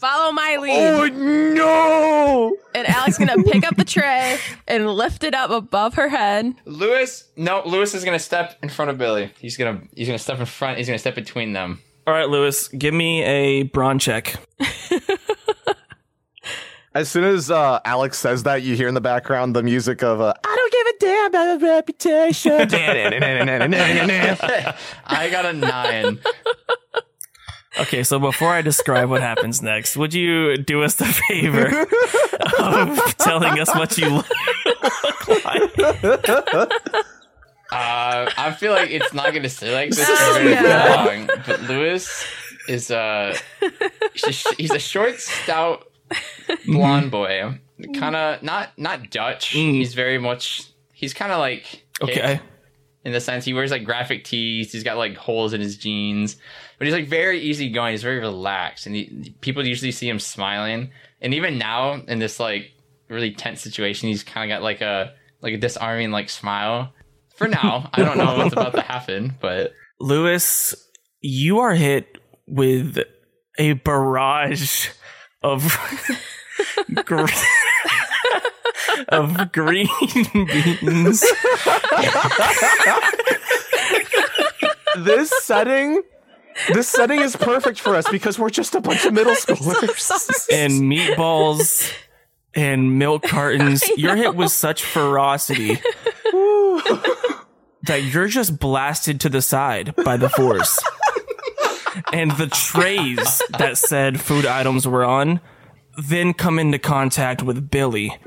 [SPEAKER 5] follow my lead. Oh, no. And Alex going to pick up the tray and lift it up above her head.
[SPEAKER 4] Lewis, no, Lewis is gonna step in front of Billy. He's gonna he's gonna step in front. He's gonna step between *laughs* them.
[SPEAKER 1] All right, Lewis, give me a brawn check.
[SPEAKER 2] As soon as uh, Alex says that, you hear in the background the music of uh, *laughs* "I don't give a damn about a reputation."
[SPEAKER 4] I got a nine.
[SPEAKER 1] Okay, so before I describe what happens next, would you do us the favor of telling us what you look like?
[SPEAKER 4] Uh, I feel like it's not gonna stay like this
[SPEAKER 5] Oh,
[SPEAKER 4] for very
[SPEAKER 5] yeah.
[SPEAKER 4] long. But Lewis is uh, he's a- he's a short, stout, blonde boy. Kind of not not Dutch. He's very much. He's kind of like hick
[SPEAKER 1] Okay.
[SPEAKER 4] in the sense he wears like graphic tees. He's got like holes in his jeans, but he's like very easygoing. He's very relaxed, and he, people usually see him smiling. And even now in this like really tense situation, he's kind of got like a like a disarming like smile. For now, I don't know what's about to happen, but
[SPEAKER 1] Lewis, you are hit with a barrage of gr- of green *laughs* beans.
[SPEAKER 2] this setting, this setting is perfect for us because we're just a bunch of middle schoolers.
[SPEAKER 1] and meatballs and milk cartons. You're hit with such ferocity that you're just blasted to the side by the force. and the trays that said food items were on then come into contact with Billy.
[SPEAKER 5] *laughs*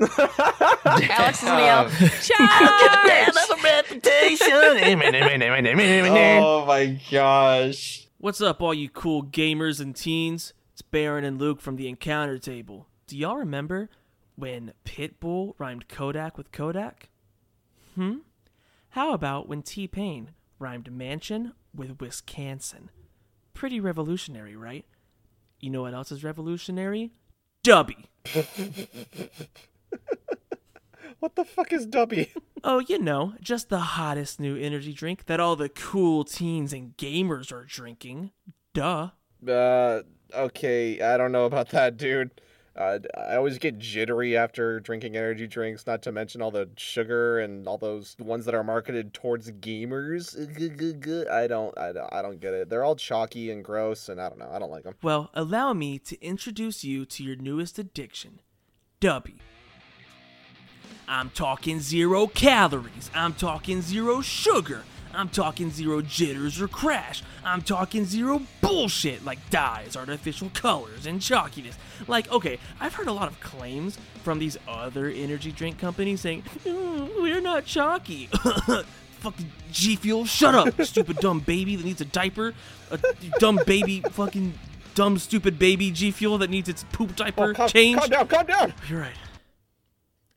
[SPEAKER 5] Alex is going to
[SPEAKER 3] *laughs*
[SPEAKER 5] yell, Charge!
[SPEAKER 4] *laughs*
[SPEAKER 5] *laughs*
[SPEAKER 4] oh my gosh,
[SPEAKER 1] What's up, all you cool gamers and teens? It's Baron and Luke from the Encounter Table. Do y'all remember when Pitbull rhymed Kodak with Kodak? Hmm? How about when T Pain rhymed mansion with Wisconsin? Pretty revolutionary, right? You know what else is revolutionary? Dubby.
[SPEAKER 2] *laughs* What the fuck is Dubby?
[SPEAKER 1] Oh, you know, just the hottest new energy drink that all the cool teens and gamers are drinking. Duh.
[SPEAKER 2] Uh, okay, I don't know about that, dude. Uh, I always get jittery after drinking energy drinks, not to mention all the sugar and all those ones that are marketed towards gamers. *laughs* Ugh, I don't, I don't, I don't get it. They're all chalky and gross, and I don't know. I don't like them.
[SPEAKER 1] Well, allow me to introduce you to your newest addiction, Dubby. I'm talking zero calories. I'm talking zero sugar. I'm talking zero jitters or crash. I'm talking zero bullshit like dyes, artificial colors, and chalkiness. Like, okay, I've heard a lot of claims from these other energy drink companies saying, "Mm, we're not chalky. *laughs* fucking G Fuel, shut up, *laughs* stupid dumb baby that needs a diaper. A dumb baby, fucking dumb, stupid baby G Fuel that needs its poop diaper changed.
[SPEAKER 2] Oh, Calm down, calm down.
[SPEAKER 1] You're right.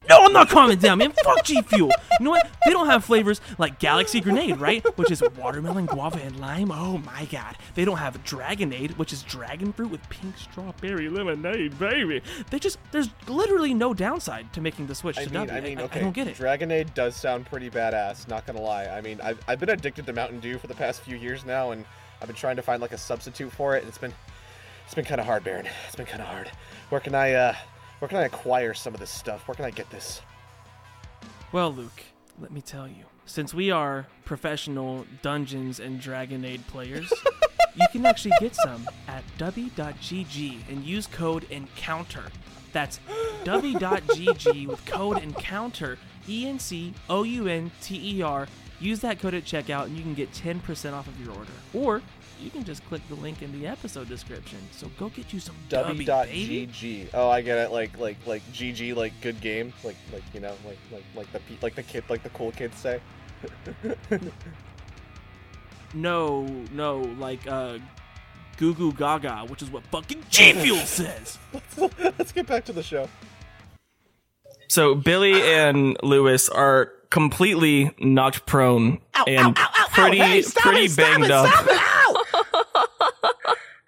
[SPEAKER 1] No, I'm not calming down, man. Fuck G Fuel. You know what? They don't have flavors like Galaxy Grenade, right? Which is watermelon, guava, and lime. Oh my god. They don't have Dragonade, which is dragon fruit with pink strawberry lemonade, baby. They just there's literally no downside to making the switch
[SPEAKER 2] I
[SPEAKER 1] to
[SPEAKER 2] mean,
[SPEAKER 1] Nubby.
[SPEAKER 2] I mean,
[SPEAKER 1] I,
[SPEAKER 2] okay.
[SPEAKER 1] don't get it.
[SPEAKER 2] Dragonade does sound pretty badass. Not gonna lie. I mean, I've I've been addicted to Mountain Dew for the past few years now, and I've been trying to find like a substitute for it, and it's been it's been kind of hard, Baron. It's been kind of hard. Where can I uh where can I acquire some of this stuff? Where can I get this?
[SPEAKER 1] Well, Luke, let me tell you. Since we are professional Dungeons and Dragonade
[SPEAKER 2] *laughs*
[SPEAKER 1] players, you can actually get some at w.gg and use code ENCOUNTER. That's *gasps* w.gg with code ENCOUNTER, E N C O U N T E R. Use that code at checkout and you can get 10% off of your order. Or you can just click the link in the episode description. So go get you some W, baby.
[SPEAKER 2] W.GG. Oh, I get it. Like like like GG like good game. Like like you know like like like the pe- like the kid like the cool kids say. *laughs*
[SPEAKER 1] No, no, like uh goo goo gaga, which is what fucking G Fuel says.
[SPEAKER 2] Let's get back to the show.
[SPEAKER 1] So Billy and Lewis are completely knocked prone and pretty pretty banged up. *laughs*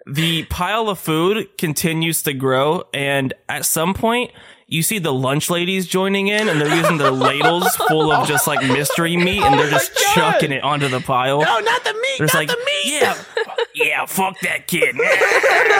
[SPEAKER 1] the pile of food continues to grow, and at some point, you see the lunch ladies joining in, and they're using their ladles full of just like mystery meat, and they're just chucking it onto the pile.
[SPEAKER 6] Oh, not the meat!
[SPEAKER 1] They're just
[SPEAKER 6] not
[SPEAKER 1] like,
[SPEAKER 6] the meat!
[SPEAKER 1] yeah, fu- yeah, fuck that kid.
[SPEAKER 2] *laughs*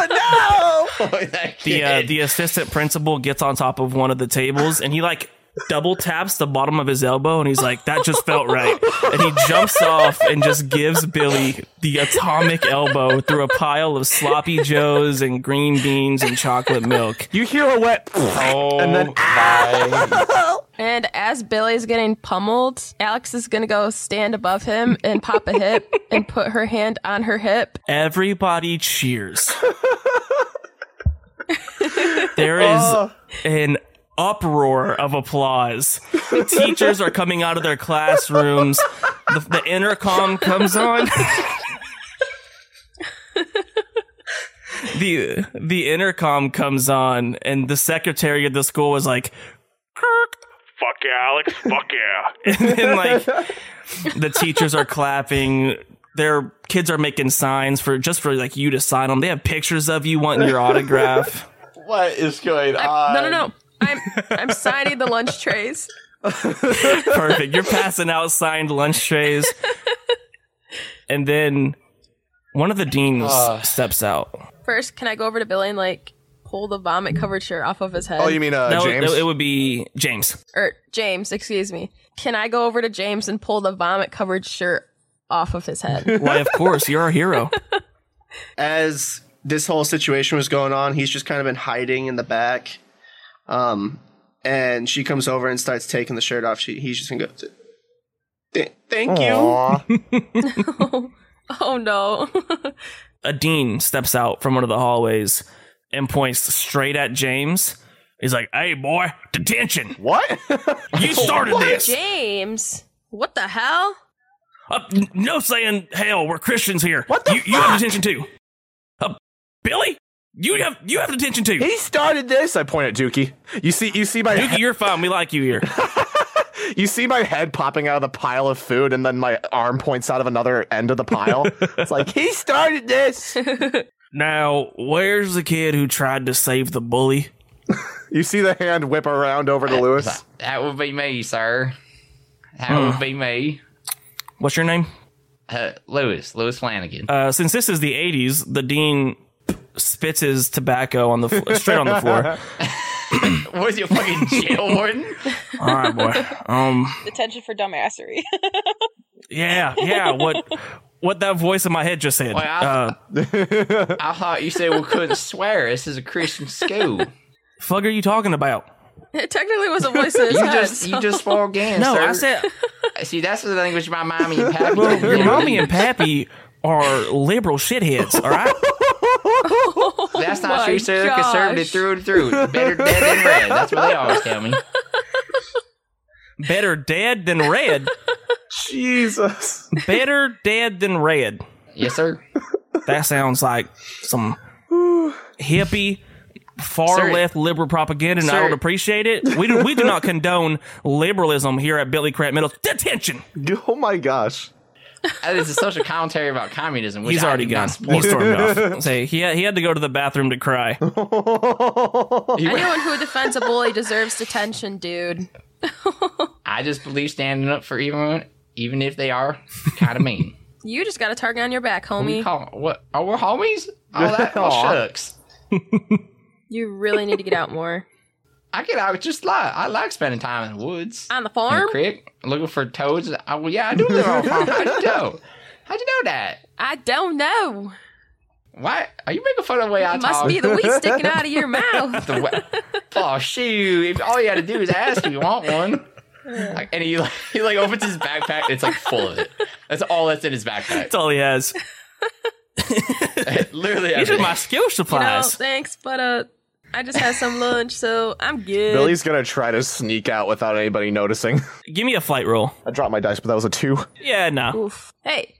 [SPEAKER 6] No!
[SPEAKER 1] *laughs* the uh, the assistant principal gets on top of one of the tables and he like double taps the bottom of his elbow and he's like that just felt right and he jumps off and just gives billy the atomic elbow through a pile of sloppy joes and green beans and chocolate milk
[SPEAKER 2] You hear a wet.
[SPEAKER 4] oh
[SPEAKER 2] And then-
[SPEAKER 4] my!
[SPEAKER 5] And as Billy's getting pummeled, Alex is gonna go stand above him and pop a hip and put her hand on her hip.
[SPEAKER 1] everybody cheers there is an uproar of applause. The teachers are coming out of their classrooms. The, the intercom comes on. the the intercom comes on, and the secretary of the school was like, "Kirk,
[SPEAKER 7] Fuck yeah, Alex. Fuck yeah.
[SPEAKER 1] *laughs* and then like the teachers are clapping their kids are making signs for just for like you to sign them they have pictures of you wanting your autograph
[SPEAKER 4] *laughs* What is going
[SPEAKER 5] I'm,
[SPEAKER 4] on?
[SPEAKER 5] no, no,
[SPEAKER 2] Um.
[SPEAKER 5] no. I'm I'm signing the lunch trays.
[SPEAKER 1] *laughs* perfect you're passing out signed lunch trays and then one of the deans
[SPEAKER 4] Ah.
[SPEAKER 1] steps out
[SPEAKER 5] First, can I go over to Billy and like pull the vomit covered shirt off of his head?
[SPEAKER 2] Oh, you mean uh,
[SPEAKER 1] That would-
[SPEAKER 2] James?
[SPEAKER 1] it would be james
[SPEAKER 5] or James, excuse me. Can I go over to James and pull the vomit covered shirt off of his head?
[SPEAKER 1] why of course you're our hero
[SPEAKER 3] *laughs* As this whole situation was going on, he's just kind of been hiding in the back. Um, and she comes over and starts taking the shirt off. She, he's just gonna go. "Th- *laughs* Thank you.
[SPEAKER 2] Aw.
[SPEAKER 5] oh no.
[SPEAKER 1] a dean steps out from one of the hallways and points straight at james he's like hey boy detention
[SPEAKER 2] What?
[SPEAKER 1] *laughs* you started this
[SPEAKER 5] James, what the hell?
[SPEAKER 1] Uh, n- no saying hell. We're Christians here. What the you, you have detention too. Uh, Billy, you have you have detention too.
[SPEAKER 2] he started this. I point at Dookie. You see, you see my
[SPEAKER 1] Dookie, you're fine. We like you here.
[SPEAKER 2] You see my head popping out of the pile of food, and then my arm points out of another end of the
[SPEAKER 4] *laughs*
[SPEAKER 2] pile. it's like he started this.
[SPEAKER 1] *laughs* Now, where's the kid who tried to save the bully?
[SPEAKER 2] You see the hand whip around over to Lewis.
[SPEAKER 4] That would be me, sir. That would be me.
[SPEAKER 1] What's your name?
[SPEAKER 4] Uh, Lewis, Lewis Flanagan.
[SPEAKER 1] Uh, since this is the '80s, the dean spits his tobacco on the fl- straight on the floor.
[SPEAKER 4] *laughs* Where's your fucking jail warden?
[SPEAKER 1] All right, boy. Um,
[SPEAKER 8] Detention for dumbassery.
[SPEAKER 1] yeah, yeah. What what that voice in my head just said?
[SPEAKER 4] Wait, I-
[SPEAKER 1] Uh,
[SPEAKER 4] *laughs* I thought you said we couldn't swear. This is a Christian school.
[SPEAKER 1] fuck, are you talking about?
[SPEAKER 5] *laughs* It technically was a
[SPEAKER 7] *laughs*
[SPEAKER 5] voice in his
[SPEAKER 4] You
[SPEAKER 5] head,
[SPEAKER 4] just
[SPEAKER 5] so-
[SPEAKER 4] you
[SPEAKER 5] *laughs*
[SPEAKER 4] just fall again.
[SPEAKER 1] No,
[SPEAKER 4] sir. Uh,
[SPEAKER 1] I said
[SPEAKER 4] See, that's the language my mommy and pappy.
[SPEAKER 1] Well, your mommy and pappy are liberal shitheads, all right?
[SPEAKER 5] Oh
[SPEAKER 4] That's
[SPEAKER 5] my *laughs*
[SPEAKER 4] not true, sir. They're Conservative
[SPEAKER 5] gosh.
[SPEAKER 4] through and through. Better dead than red. That's what they always tell me.
[SPEAKER 1] Better dead than red.
[SPEAKER 2] Jesus.
[SPEAKER 1] Better dead than red.
[SPEAKER 4] Yes, sir.
[SPEAKER 1] That sounds like some hippie, far
[SPEAKER 4] Sir-
[SPEAKER 1] left liberal propaganda, and I
[SPEAKER 4] Sir-
[SPEAKER 1] would appreciate it. We do, we do not condone liberalism here at Billy Crap Middle. Detention!
[SPEAKER 2] Oh my gosh.
[SPEAKER 4] That is a social commentary about communism. Which
[SPEAKER 1] He's
[SPEAKER 4] I
[SPEAKER 1] already
[SPEAKER 4] do not
[SPEAKER 1] gone.
[SPEAKER 4] support.
[SPEAKER 1] He stormed
[SPEAKER 5] *laughs*
[SPEAKER 1] off. Say he had, he had to go to the bathroom to
[SPEAKER 2] *laughs*
[SPEAKER 1] cry.
[SPEAKER 5] Anyone who defends a bully deserves detention, dude.
[SPEAKER 4] I just believe standing up for everyone, even if they are kind
[SPEAKER 5] *laughs*
[SPEAKER 4] of mean.
[SPEAKER 5] You just got a target on your back,
[SPEAKER 4] we
[SPEAKER 5] homie.
[SPEAKER 4] call what? Oh, we're homies. Oh,
[SPEAKER 7] *laughs*
[SPEAKER 5] *laughs*
[SPEAKER 4] that oh,
[SPEAKER 2] Aw.
[SPEAKER 4] shucks.
[SPEAKER 5] You really need to get out more.
[SPEAKER 4] I could. I would just lie. I like spending time in the woods,
[SPEAKER 5] On the
[SPEAKER 4] in the
[SPEAKER 5] farm?
[SPEAKER 4] creek, looking for toads. I, well, yeah, I do live on a farm. How'd you
[SPEAKER 5] *laughs*
[SPEAKER 4] know? How'd you know that?
[SPEAKER 5] I don't know.
[SPEAKER 4] Why are you making fun of the way I
[SPEAKER 5] It must
[SPEAKER 4] talk?
[SPEAKER 5] be the
[SPEAKER 4] *laughs*
[SPEAKER 5] wheat sticking out of your mouth.
[SPEAKER 4] the way- oh shoot! If all you had to do is ask if you want
[SPEAKER 7] *laughs*
[SPEAKER 4] one, like, and he like, he like opens his backpack. It's like full of it. That's all that's in his backpack.
[SPEAKER 1] That's all he has.
[SPEAKER 4] *laughs* Literally,
[SPEAKER 1] These are
[SPEAKER 4] everything.
[SPEAKER 1] my skill
[SPEAKER 5] You know,
[SPEAKER 1] supplies.
[SPEAKER 5] thanks, but uh, I just had some lunch, so I'm good.
[SPEAKER 2] Billy's gonna try to sneak out without anybody noticing.
[SPEAKER 1] Give me a flight roll.
[SPEAKER 2] I dropped my dice, but that was a two.
[SPEAKER 1] Yeah, nah.
[SPEAKER 5] Oof. Hey,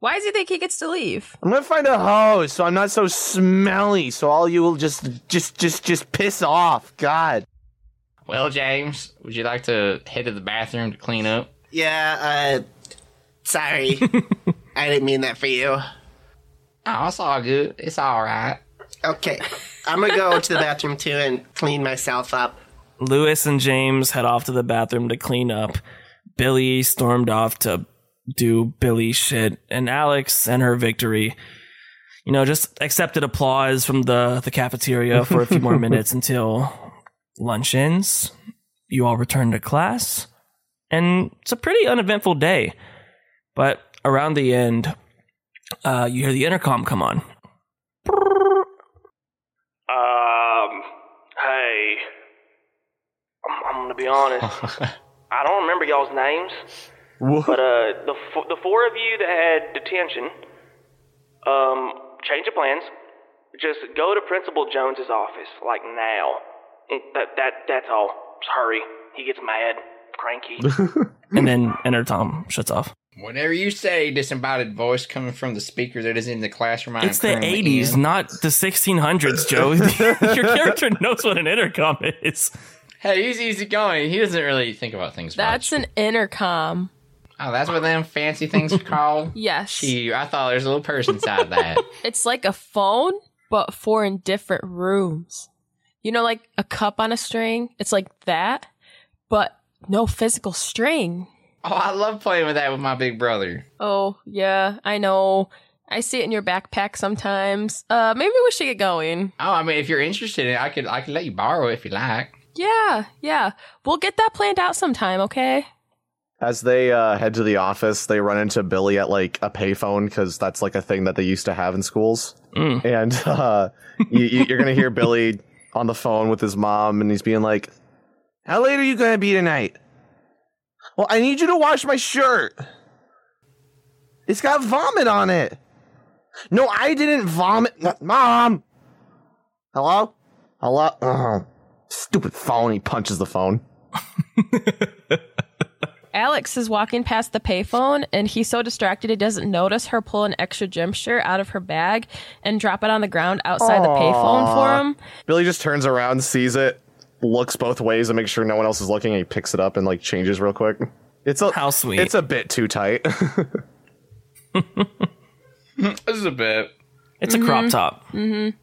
[SPEAKER 5] Why does he think he gets to leave?
[SPEAKER 2] I'm gonna find a hose so I'm not so smelly. So all you will just, just, just, just piss off. God.
[SPEAKER 4] Well, James, would you like to head to the bathroom to clean up?
[SPEAKER 3] Yeah, uh, sorry.
[SPEAKER 1] *laughs*
[SPEAKER 3] I didn't mean that for you.
[SPEAKER 4] Oh, it's all good. It's all right.
[SPEAKER 3] Okay. I'm gonna go to the bathroom too and clean myself up.
[SPEAKER 1] Lewis and James head off to the bathroom to clean up. Billy stormed off to do Billy shit, and Alex and her victory, you know, just accepted applause from the, the cafeteria for a few
[SPEAKER 3] *laughs*
[SPEAKER 1] more minutes until lunch ends. You all return to class, and it's a pretty uneventful day. But around the end, uh, you hear the intercom come on.
[SPEAKER 7] Um, hey, I'm, I'm gonna
[SPEAKER 2] *laughs*
[SPEAKER 7] be honest. I don't remember y'all's names, but uh, the f- the four of you that had detention, um, change of plans. Just go to Principal Jones's office, like now. It, that that that's all. Just hurry. He gets mad, cranky.
[SPEAKER 2] *laughs*
[SPEAKER 1] And then intercom shuts off.
[SPEAKER 4] *laughs* Whenever you say disembodied voice coming from the speaker that is in the classroom, I
[SPEAKER 1] It's
[SPEAKER 4] am
[SPEAKER 1] the
[SPEAKER 4] currently
[SPEAKER 1] 80s,
[SPEAKER 4] in.
[SPEAKER 1] not *laughs* the 1600s, Joe. Your character knows what an intercom is.
[SPEAKER 4] Hey, he's easygoing. He doesn't really think about things
[SPEAKER 5] That's
[SPEAKER 4] much.
[SPEAKER 5] an intercom.
[SPEAKER 4] oh, that's what them
[SPEAKER 5] *laughs*
[SPEAKER 1] *laughs*
[SPEAKER 4] fancy things are called.
[SPEAKER 5] Yes.
[SPEAKER 4] Gee, I thought there's a little person
[SPEAKER 1] *laughs*
[SPEAKER 4] inside that.
[SPEAKER 5] It's like a phone, but for in different rooms. You know, like a cup on a string? It's like that, but no physical string.
[SPEAKER 4] Oh, I love playing with that with my big brother.
[SPEAKER 5] Oh, yeah, I know. I see it in your backpack sometimes. Uh, maybe we should get going.
[SPEAKER 4] Oh, I mean, if you're interested in, it, I could I could let you borrow it if you like.
[SPEAKER 5] Yeah, yeah. We'll get that planned out sometime, okay?
[SPEAKER 2] As they uh, head to the office, they run into Billy at like a payphone because that's like a thing that they used to have in schools.
[SPEAKER 1] Mm.
[SPEAKER 2] And *laughs* uh, you, you- you're gonna hear Billy on the phone with his mom, and he's being like,
[SPEAKER 6] How late are you gonna be tonight?
[SPEAKER 2] "Well, I need you to wash my shirt."
[SPEAKER 6] It's got vomit on it.
[SPEAKER 2] No, I didn't vomit, Not- mom. Hello, hello. Ugh. Stupid phone. He punches the phone.
[SPEAKER 5] Alex is walking past the payphone and he's so distracted he doesn't notice her pull an extra gym shirt out of her bag and drop it on the ground outside the payphone for him.
[SPEAKER 2] Billy just turns around, sees it, looks both ways, and makes sure no one else is looking. And he picks it up and like changes real quick. *laughs* It's a
[SPEAKER 1] How sweet.
[SPEAKER 2] It's a bit too tight. *laughs*
[SPEAKER 4] Hmm, This is a bit. Mm-hmm.
[SPEAKER 1] It's a crop top.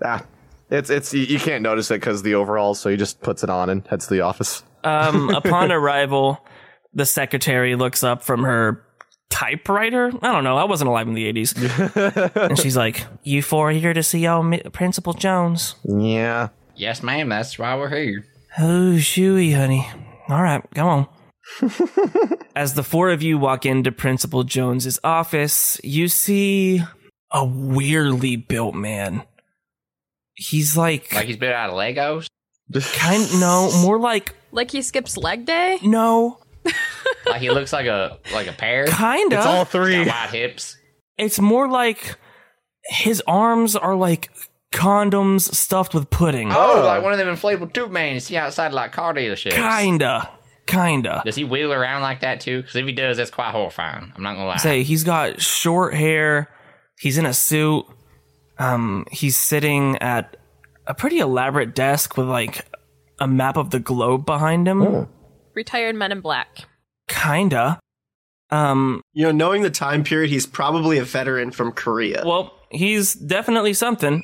[SPEAKER 2] ah, it's it's you, you can't notice it because the overalls. So he just puts it on and heads to the office.
[SPEAKER 1] Um, upon arrival, the secretary looks up from her typewriter. I don't know. I wasn't alive in the 80s. and she's like, You four are here to see old Mi- Principal Jones.
[SPEAKER 2] Yeah.
[SPEAKER 4] Yes, ma'am. That's why we're here.
[SPEAKER 1] Oh, shooey, honey. All right, come on. As the four of you walk into Principal Jones's office, you see a weirdly built man. He's like,
[SPEAKER 4] Like he's built out of Legos.
[SPEAKER 1] kind no, more like
[SPEAKER 5] Like he skips leg day?
[SPEAKER 1] no,
[SPEAKER 4] Like he looks like a like a pear.
[SPEAKER 1] kind of.
[SPEAKER 2] It's all three.
[SPEAKER 4] Got wide hips.
[SPEAKER 1] it's more like his arms are like condoms stuffed with pudding.
[SPEAKER 4] Oh, like one of them inflatable tube men you see outside like car dealerships.
[SPEAKER 1] Kinda. Kinda.
[SPEAKER 4] Does he wheel around like that too? Because if he does, that's quite horrifying. I'm not gonna lie.
[SPEAKER 1] Say he's got short hair, he's in a suit, um, he's sitting at a pretty elaborate desk with like a map of the globe behind him.
[SPEAKER 5] Retired men in black.
[SPEAKER 1] Kinda. Um
[SPEAKER 3] You know, knowing the time period, he's probably a veteran from Korea.
[SPEAKER 1] well, he's definitely something.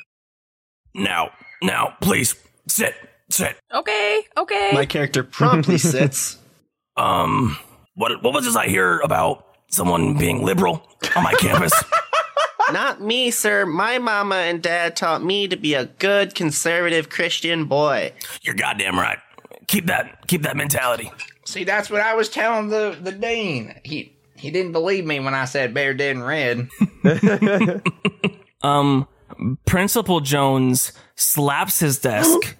[SPEAKER 1] Now, now, please, sit, sit.
[SPEAKER 5] Okay, okay.
[SPEAKER 3] My character promptly sits.
[SPEAKER 1] um what what was this I hear about someone being liberal on my campus?
[SPEAKER 3] *laughs* Not me, sir. My mama and dad taught me to be a good conservative Christian boy.
[SPEAKER 1] You're goddamn right. Keep that keep that mentality.
[SPEAKER 4] See, that's what I was telling the the dean. He he didn't believe me when I said bear dead and red.
[SPEAKER 1] Um Principal Jones slaps his
[SPEAKER 2] *gasps*
[SPEAKER 1] desk,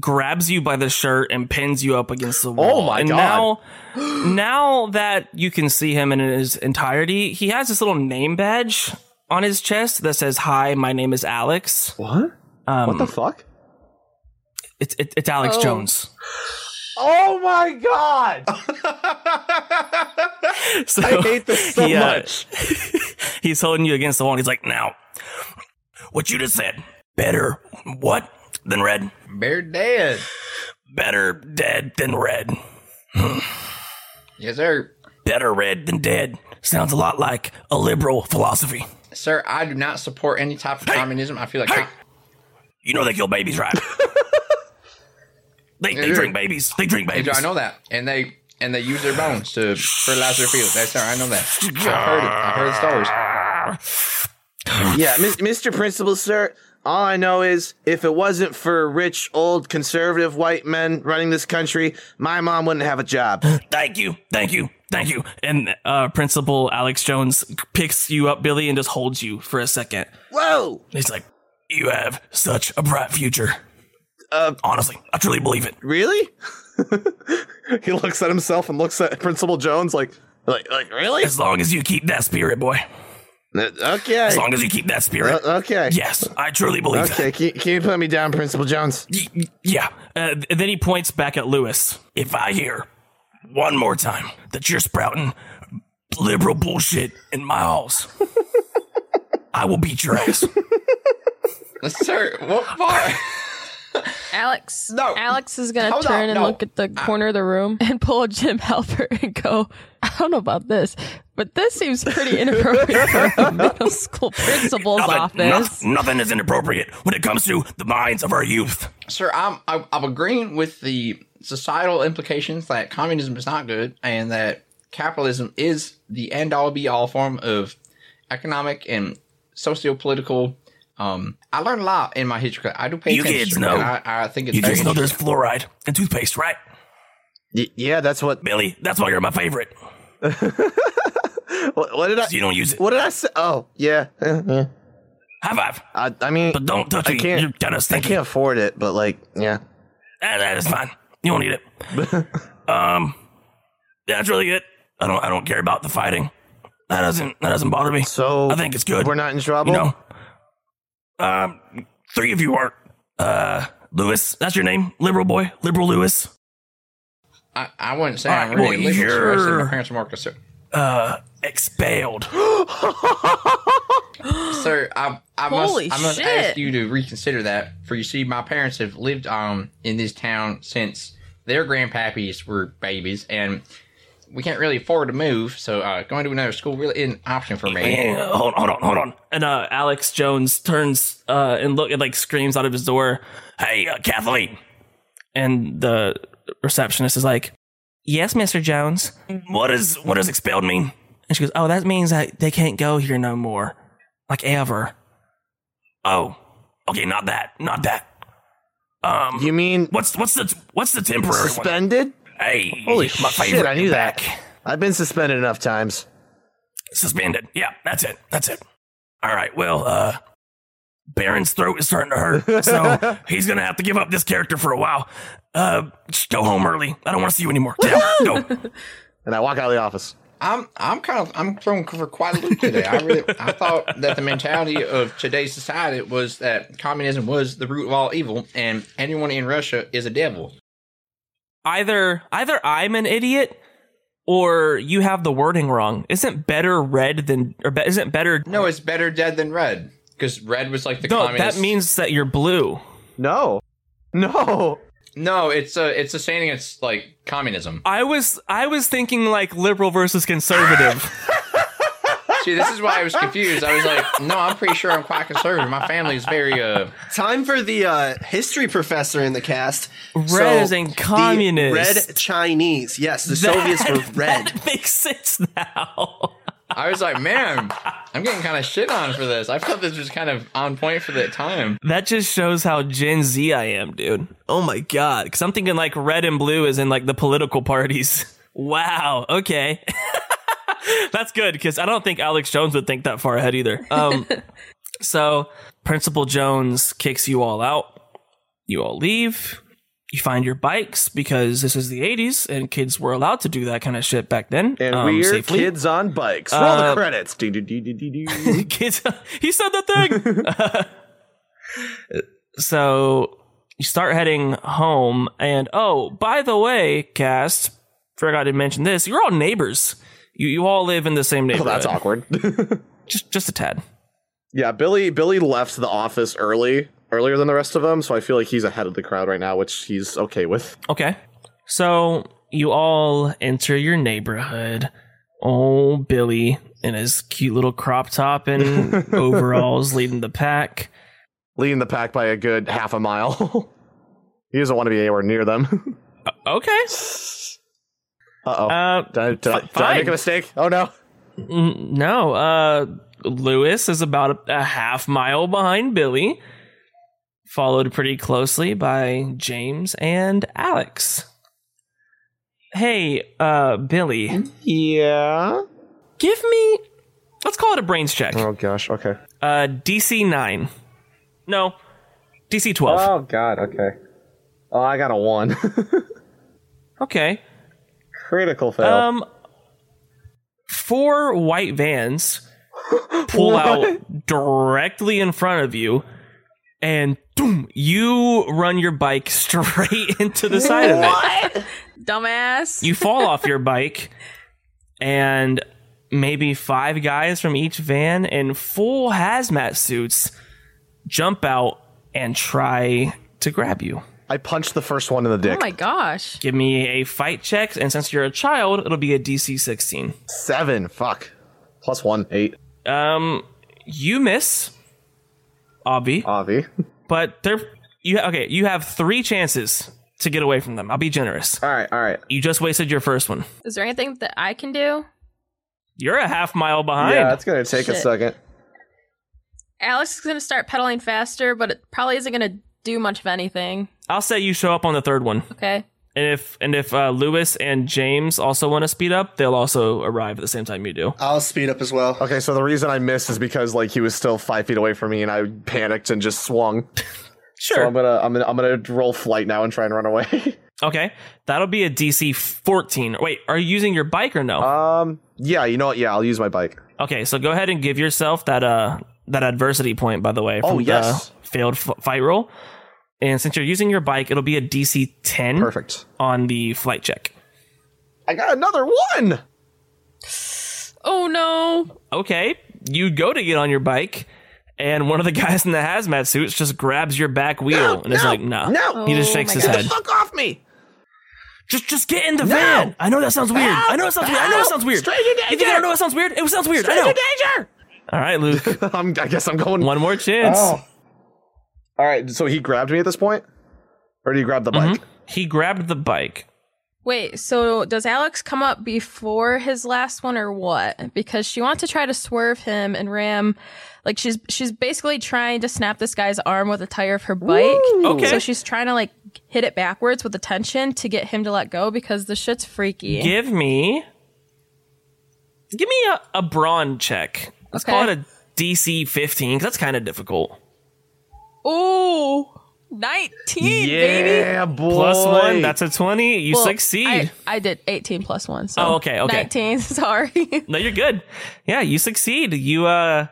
[SPEAKER 1] grabs you by the shirt and pins you up against the wall.
[SPEAKER 2] Oh my
[SPEAKER 1] and
[SPEAKER 2] God. *gasps*
[SPEAKER 1] now now that you can see him in his entirety, he has this little name badge on his chest that says, "Hi, my name is Alex."
[SPEAKER 2] What?
[SPEAKER 1] Um,
[SPEAKER 2] what the fuck?
[SPEAKER 1] it's it, it's Alex
[SPEAKER 5] Oh.
[SPEAKER 1] Jones.
[SPEAKER 2] Oh my god!
[SPEAKER 1] So *laughs*
[SPEAKER 2] I hate this so
[SPEAKER 1] he, uh,
[SPEAKER 2] much.
[SPEAKER 1] *laughs* He's holding you against the wall. And he's like, now, what you just said, better what than red?
[SPEAKER 7] Bear dead.
[SPEAKER 1] Better dead than red.
[SPEAKER 7] Yes, sir.
[SPEAKER 1] Better red than dead. Sounds a lot like a liberal philosophy.
[SPEAKER 7] Sir, I do not support any type of communism. I feel like com-
[SPEAKER 1] You know they kill babies,
[SPEAKER 7] *laughs*
[SPEAKER 1] right? they, they
[SPEAKER 7] Yeah.
[SPEAKER 1] drink babies. They drink
[SPEAKER 7] Hey,
[SPEAKER 1] babies.
[SPEAKER 7] Joe, I know that, and they and they use their bones to fertilize their fields. That's how I know that. I've heard it. I've heard the stories.
[SPEAKER 6] Yeah, Mis- Mr. Principal, sir. All I know is if it wasn't for rich, old, conservative white men running this country, my mom wouldn't have a job.
[SPEAKER 1] *gasps* Thank you. Thank you. Thank you. And uh, Principal Alex Jones picks you up, Billy, and just holds you for a second.
[SPEAKER 6] Whoa!
[SPEAKER 1] He's like, You have such a bright future.
[SPEAKER 6] Uh,
[SPEAKER 1] Honestly, I truly believe it.
[SPEAKER 2] *laughs*
[SPEAKER 6] Really? he looks at himself and looks at Principal Jones like, like, like really? Uh,
[SPEAKER 1] As long as you keep that spirit, boy.
[SPEAKER 6] Okay.
[SPEAKER 1] As long as you keep that
[SPEAKER 6] Uh,
[SPEAKER 1] spirit.
[SPEAKER 6] okay.
[SPEAKER 1] Yes, I truly believe that.
[SPEAKER 6] Okay. Can, can you put me down, Principal Jones?
[SPEAKER 1] Y- y- Yeah. Uh, th- then he points back at Lewis. If I hear one more time that you're sprouting liberal bullshit in my house, I will beat your ass.
[SPEAKER 7] *laughs* Sir, what part?
[SPEAKER 5] *laughs* Alex.
[SPEAKER 7] No.
[SPEAKER 5] Alex is gonna
[SPEAKER 7] Hold on,
[SPEAKER 5] turn and
[SPEAKER 7] no.
[SPEAKER 5] look at the corner of the room and pull a Jim *laughs* Halpert and go. I don't know about this, but this seems pretty inappropriate for a middle school principal's
[SPEAKER 1] nothing,
[SPEAKER 5] office.
[SPEAKER 1] no- nothing is inappropriate when it comes to the minds of our youth.
[SPEAKER 7] Sir, I'm I, I'm agreeing with the societal implications that communism is not good, and that capitalism is the end all be all form of economic and socio political. Um, I learned a lot in my history class. I do pay
[SPEAKER 1] You
[SPEAKER 7] attention.
[SPEAKER 1] kids
[SPEAKER 7] and
[SPEAKER 1] know.
[SPEAKER 7] I, I think it's
[SPEAKER 1] You
[SPEAKER 7] very
[SPEAKER 1] just know there's
[SPEAKER 7] interesting.
[SPEAKER 1] fluoride and toothpaste, right?
[SPEAKER 6] Y- yeah, that's what.
[SPEAKER 1] Billy, that's why you're my
[SPEAKER 6] *laughs*
[SPEAKER 1] favorite. 'cause
[SPEAKER 6] What, what did I?
[SPEAKER 1] You don't use it.
[SPEAKER 6] What did I say? Oh, yeah. I,
[SPEAKER 1] High five.
[SPEAKER 6] I mean,
[SPEAKER 1] But don't touch
[SPEAKER 6] I
[SPEAKER 1] it.
[SPEAKER 6] can't-
[SPEAKER 1] You're kind of
[SPEAKER 6] I
[SPEAKER 1] stinky.
[SPEAKER 6] can't afford it, but like,
[SPEAKER 1] *laughs*
[SPEAKER 6] yeah.
[SPEAKER 1] Ah, that is fine. You won't need
[SPEAKER 2] *laughs*
[SPEAKER 1] it. um, that's really good. I don't. I don't care about the fighting. That doesn't. That doesn't bother me.
[SPEAKER 6] So
[SPEAKER 1] I think it's good.
[SPEAKER 6] we're not in trouble.
[SPEAKER 1] You know. Um, three of you are. Uh, Lewis. That's your name, liberal boy, liberal Lewis.
[SPEAKER 7] I, I wouldn't say
[SPEAKER 1] All
[SPEAKER 7] I'm
[SPEAKER 1] right,
[SPEAKER 7] really
[SPEAKER 1] well,
[SPEAKER 7] liberal, sir. I said
[SPEAKER 1] you're-
[SPEAKER 7] my parents were more conservative.
[SPEAKER 1] Uh, expelled. *gasps*
[SPEAKER 7] Sir, I, I must,
[SPEAKER 5] Holy
[SPEAKER 7] I must
[SPEAKER 5] shit.
[SPEAKER 7] ask you to reconsider that. For you see, my parents have lived um in this town since their grandpappies were babies, and we can't really afford to move. So uh, going to another school really isn't an option for me.
[SPEAKER 1] Yeah, hold, hold on, hold on. And uh, Alex Jones turns uh, and look and like screams out of his door, "Hey, uh, Kathleen!" And the receptionist is like, "Yes, Mister Jones. What is what does expelled mean?" And she goes, "Oh, that means that they can't go here no more, like ever." Oh, okay, not that, not that. Um,
[SPEAKER 6] You mean
[SPEAKER 1] what's what's the what's the temporary one?
[SPEAKER 6] suspended?
[SPEAKER 1] Hey,
[SPEAKER 6] Holy
[SPEAKER 1] my
[SPEAKER 6] shit,
[SPEAKER 1] favorite,
[SPEAKER 6] I knew
[SPEAKER 1] you're
[SPEAKER 6] that.
[SPEAKER 1] back
[SPEAKER 6] I've been suspended enough times.
[SPEAKER 1] suspended. Yeah, that's it. That's it. All right. Well, uh, Baron's throat is starting to hurt, so
[SPEAKER 6] *laughs*
[SPEAKER 1] he's gonna have to give up this character for a while. Uh, just go home early. I don't want to see you anymore. Get out. Go.
[SPEAKER 6] *laughs* And I walk out of the office.
[SPEAKER 7] I'm I'm kind of I'm thrown for quite a loop today. I really I thought that the mentality of today's society was that communism was the root of all evil, and anyone in Russia is a devil.
[SPEAKER 1] Either either I'm an idiot. Or you have the wording wrong. Isn't better red than, or be, isn't better?
[SPEAKER 7] No, it's better dead than red because red was like the
[SPEAKER 1] No,
[SPEAKER 7] communist.
[SPEAKER 1] that means that you're blue.
[SPEAKER 6] No. No.
[SPEAKER 7] no. It's a it's a saying against like communism.
[SPEAKER 1] I was, I was thinking like liberal versus conservative.
[SPEAKER 7] See, this is why I was confused. I was like, no, I'm pretty sure I'm quite conservative. My family is very uh
[SPEAKER 3] Time for the uh, history professor in the cast.
[SPEAKER 1] Red
[SPEAKER 3] So,
[SPEAKER 1] is in
[SPEAKER 3] the
[SPEAKER 1] communist.
[SPEAKER 3] Red Chinese. Yes,
[SPEAKER 1] *laughs*
[SPEAKER 3] the Soviets were red.
[SPEAKER 1] That makes sense now.
[SPEAKER 7] I was like, man, I'm getting kind of shit on for this. I felt this was kind of on point for the time.
[SPEAKER 1] That just shows how Gen Z I am, dude. Oh my god. Because I'm thinking like red and blue is in like the political parties. *laughs* Wow. Okay. *laughs* That's good because I don't think Alex Jones would think that far ahead either. Um, so Principal Jones kicks you all out. You all leave. You find your bikes because this is the 80s and kids were allowed to do that kind of shit back then.
[SPEAKER 6] And
[SPEAKER 1] um,
[SPEAKER 6] we're
[SPEAKER 1] safely.
[SPEAKER 6] kids on bikes. Roll
[SPEAKER 1] Uh,
[SPEAKER 6] the credits. Do, do, do, do, do, do.
[SPEAKER 1] kids *laughs* he said the thing so you start heading home and oh by the way cast forgot to mention this you're all neighbors you, you all live in the same
[SPEAKER 6] Well,
[SPEAKER 1] neighborhood
[SPEAKER 6] that's awkward.
[SPEAKER 1] Just just a tad.
[SPEAKER 2] *laughs* Yeah, Billy Billy left the office early, earlier than the rest of them, so I feel like he's ahead of the crowd right now, which he's okay with.
[SPEAKER 1] Okay. So you all enter your neighborhood. Oh, Billy in his cute little crop top
[SPEAKER 2] *laughs*
[SPEAKER 1] and overalls leading the pack.
[SPEAKER 2] Leading the pack by a good half a mile. *laughs* he doesn't want to be anywhere near them.
[SPEAKER 1] Uh, Okay.
[SPEAKER 2] Uh-oh.
[SPEAKER 1] Uh,
[SPEAKER 2] did I, did I-
[SPEAKER 1] fi-
[SPEAKER 2] did I make
[SPEAKER 1] fine.
[SPEAKER 2] a mistake? Oh no.
[SPEAKER 1] n- no, uh Lewis is about a, a half mile behind Billy, followed pretty closely by James and Alex. Hey, uh Billy,
[SPEAKER 2] Yeah.
[SPEAKER 1] give me let's call it a brains check.
[SPEAKER 2] Oh gosh, okay.
[SPEAKER 1] Uh, DC nine. No, DC twelve.
[SPEAKER 2] Oh god, okay. Oh, I got a one. *laughs*
[SPEAKER 1] okay.
[SPEAKER 2] Critical fail.
[SPEAKER 1] Um, four white vans pull out directly in front of you, and boom, you run your bike straight *laughs* into the side of it.
[SPEAKER 5] Dumbass.
[SPEAKER 1] You fall off your bike, and maybe five guys from each van in full hazmat suits jump out and try to grab you.
[SPEAKER 2] I punched the first one in the
[SPEAKER 5] oh
[SPEAKER 2] dick.
[SPEAKER 5] my gosh.
[SPEAKER 1] Give me a fight check, and since you're a child, it'll be a DC 16.
[SPEAKER 2] Seven. Fuck. Plus one, eight.
[SPEAKER 1] Um, you miss, Obby,
[SPEAKER 2] Avi. *laughs*
[SPEAKER 1] but they're you. Okay, you have three chances to get away from them. I'll be generous.
[SPEAKER 2] All right, all right.
[SPEAKER 1] You just wasted your first one.
[SPEAKER 5] Is there anything that I can do?
[SPEAKER 1] You're a half mile behind.
[SPEAKER 2] Yeah, that's gonna take a
[SPEAKER 5] Shit.
[SPEAKER 2] second.
[SPEAKER 5] Alex is going to start pedaling faster, but it probably isn't going to do much of anything.
[SPEAKER 1] I'll say you show up on the third one,
[SPEAKER 5] Okay.
[SPEAKER 1] and if and if uh, Lewis and James also want to speed up, they'll also arrive at the same time you do.
[SPEAKER 3] I'll speed up as well.
[SPEAKER 2] Okay, so the reason I missed is because like he was still five feet away from me, and I panicked and just swung. So
[SPEAKER 1] *laughs* Sure.
[SPEAKER 2] I'm gonna I'm gonna I'm gonna roll flight now and try and run away.
[SPEAKER 1] okay, that'll be a DC 14. Wait, are you using your bike or no?
[SPEAKER 2] um. Yeah. You know what? Yeah. I'll use my bike.
[SPEAKER 1] Okay, so go ahead and give yourself that uh that adversity point by the way from
[SPEAKER 2] Oh, yes.
[SPEAKER 1] the failed f- fight roll. And since you're using your bike, it'll be a DC 10
[SPEAKER 2] Perfect.
[SPEAKER 1] on the flight check.
[SPEAKER 2] I got another one.
[SPEAKER 5] Oh no.
[SPEAKER 1] Okay, you go to get on your bike and one of the *laughs* guys in the hazmat suits just grabs your back wheel and is like, "Nah."
[SPEAKER 2] No.
[SPEAKER 1] He just
[SPEAKER 5] Oh
[SPEAKER 1] shakes
[SPEAKER 5] my
[SPEAKER 1] his
[SPEAKER 5] God.
[SPEAKER 1] head.
[SPEAKER 2] Fuck off me.
[SPEAKER 1] Just just get in the van. I know that sounds weird. I know it sounds weird. I know it sounds weird.
[SPEAKER 2] Stranger danger.
[SPEAKER 1] You think I don't know it sounds weird? It sounds weird. I know.
[SPEAKER 2] danger.
[SPEAKER 1] All right, Luke.
[SPEAKER 2] *laughs* I'm, I guess I'm going.
[SPEAKER 1] One more chance.
[SPEAKER 2] Oh. All right. So he grabbed me at this point, or did he grab the bike?
[SPEAKER 1] Mm-hmm. He grabbed the bike.
[SPEAKER 5] Wait, so does Alex come up before his last one or what? Because she wants to try to swerve him and ram like she's she's basically trying to snap this guy's arm with the tire of her bike.
[SPEAKER 1] Okay.
[SPEAKER 5] So she's trying to like hit it backwards with the tension to get him to let go because the shit's freaky.
[SPEAKER 1] Give me. Give me a, a brawn check. Let's
[SPEAKER 5] Okay.
[SPEAKER 1] call it a DC 15, because that's kind of difficult.
[SPEAKER 5] Ooh. 19, baby.
[SPEAKER 2] Yeah, boy.
[SPEAKER 1] Plus one, that's a 20. You
[SPEAKER 5] Well,
[SPEAKER 1] succeed.
[SPEAKER 5] I, I did 18 plus 1, so
[SPEAKER 1] Oh, okay, okay.
[SPEAKER 5] 19, *laughs* sorry.
[SPEAKER 1] No, you're good. Yeah, you succeed. You uh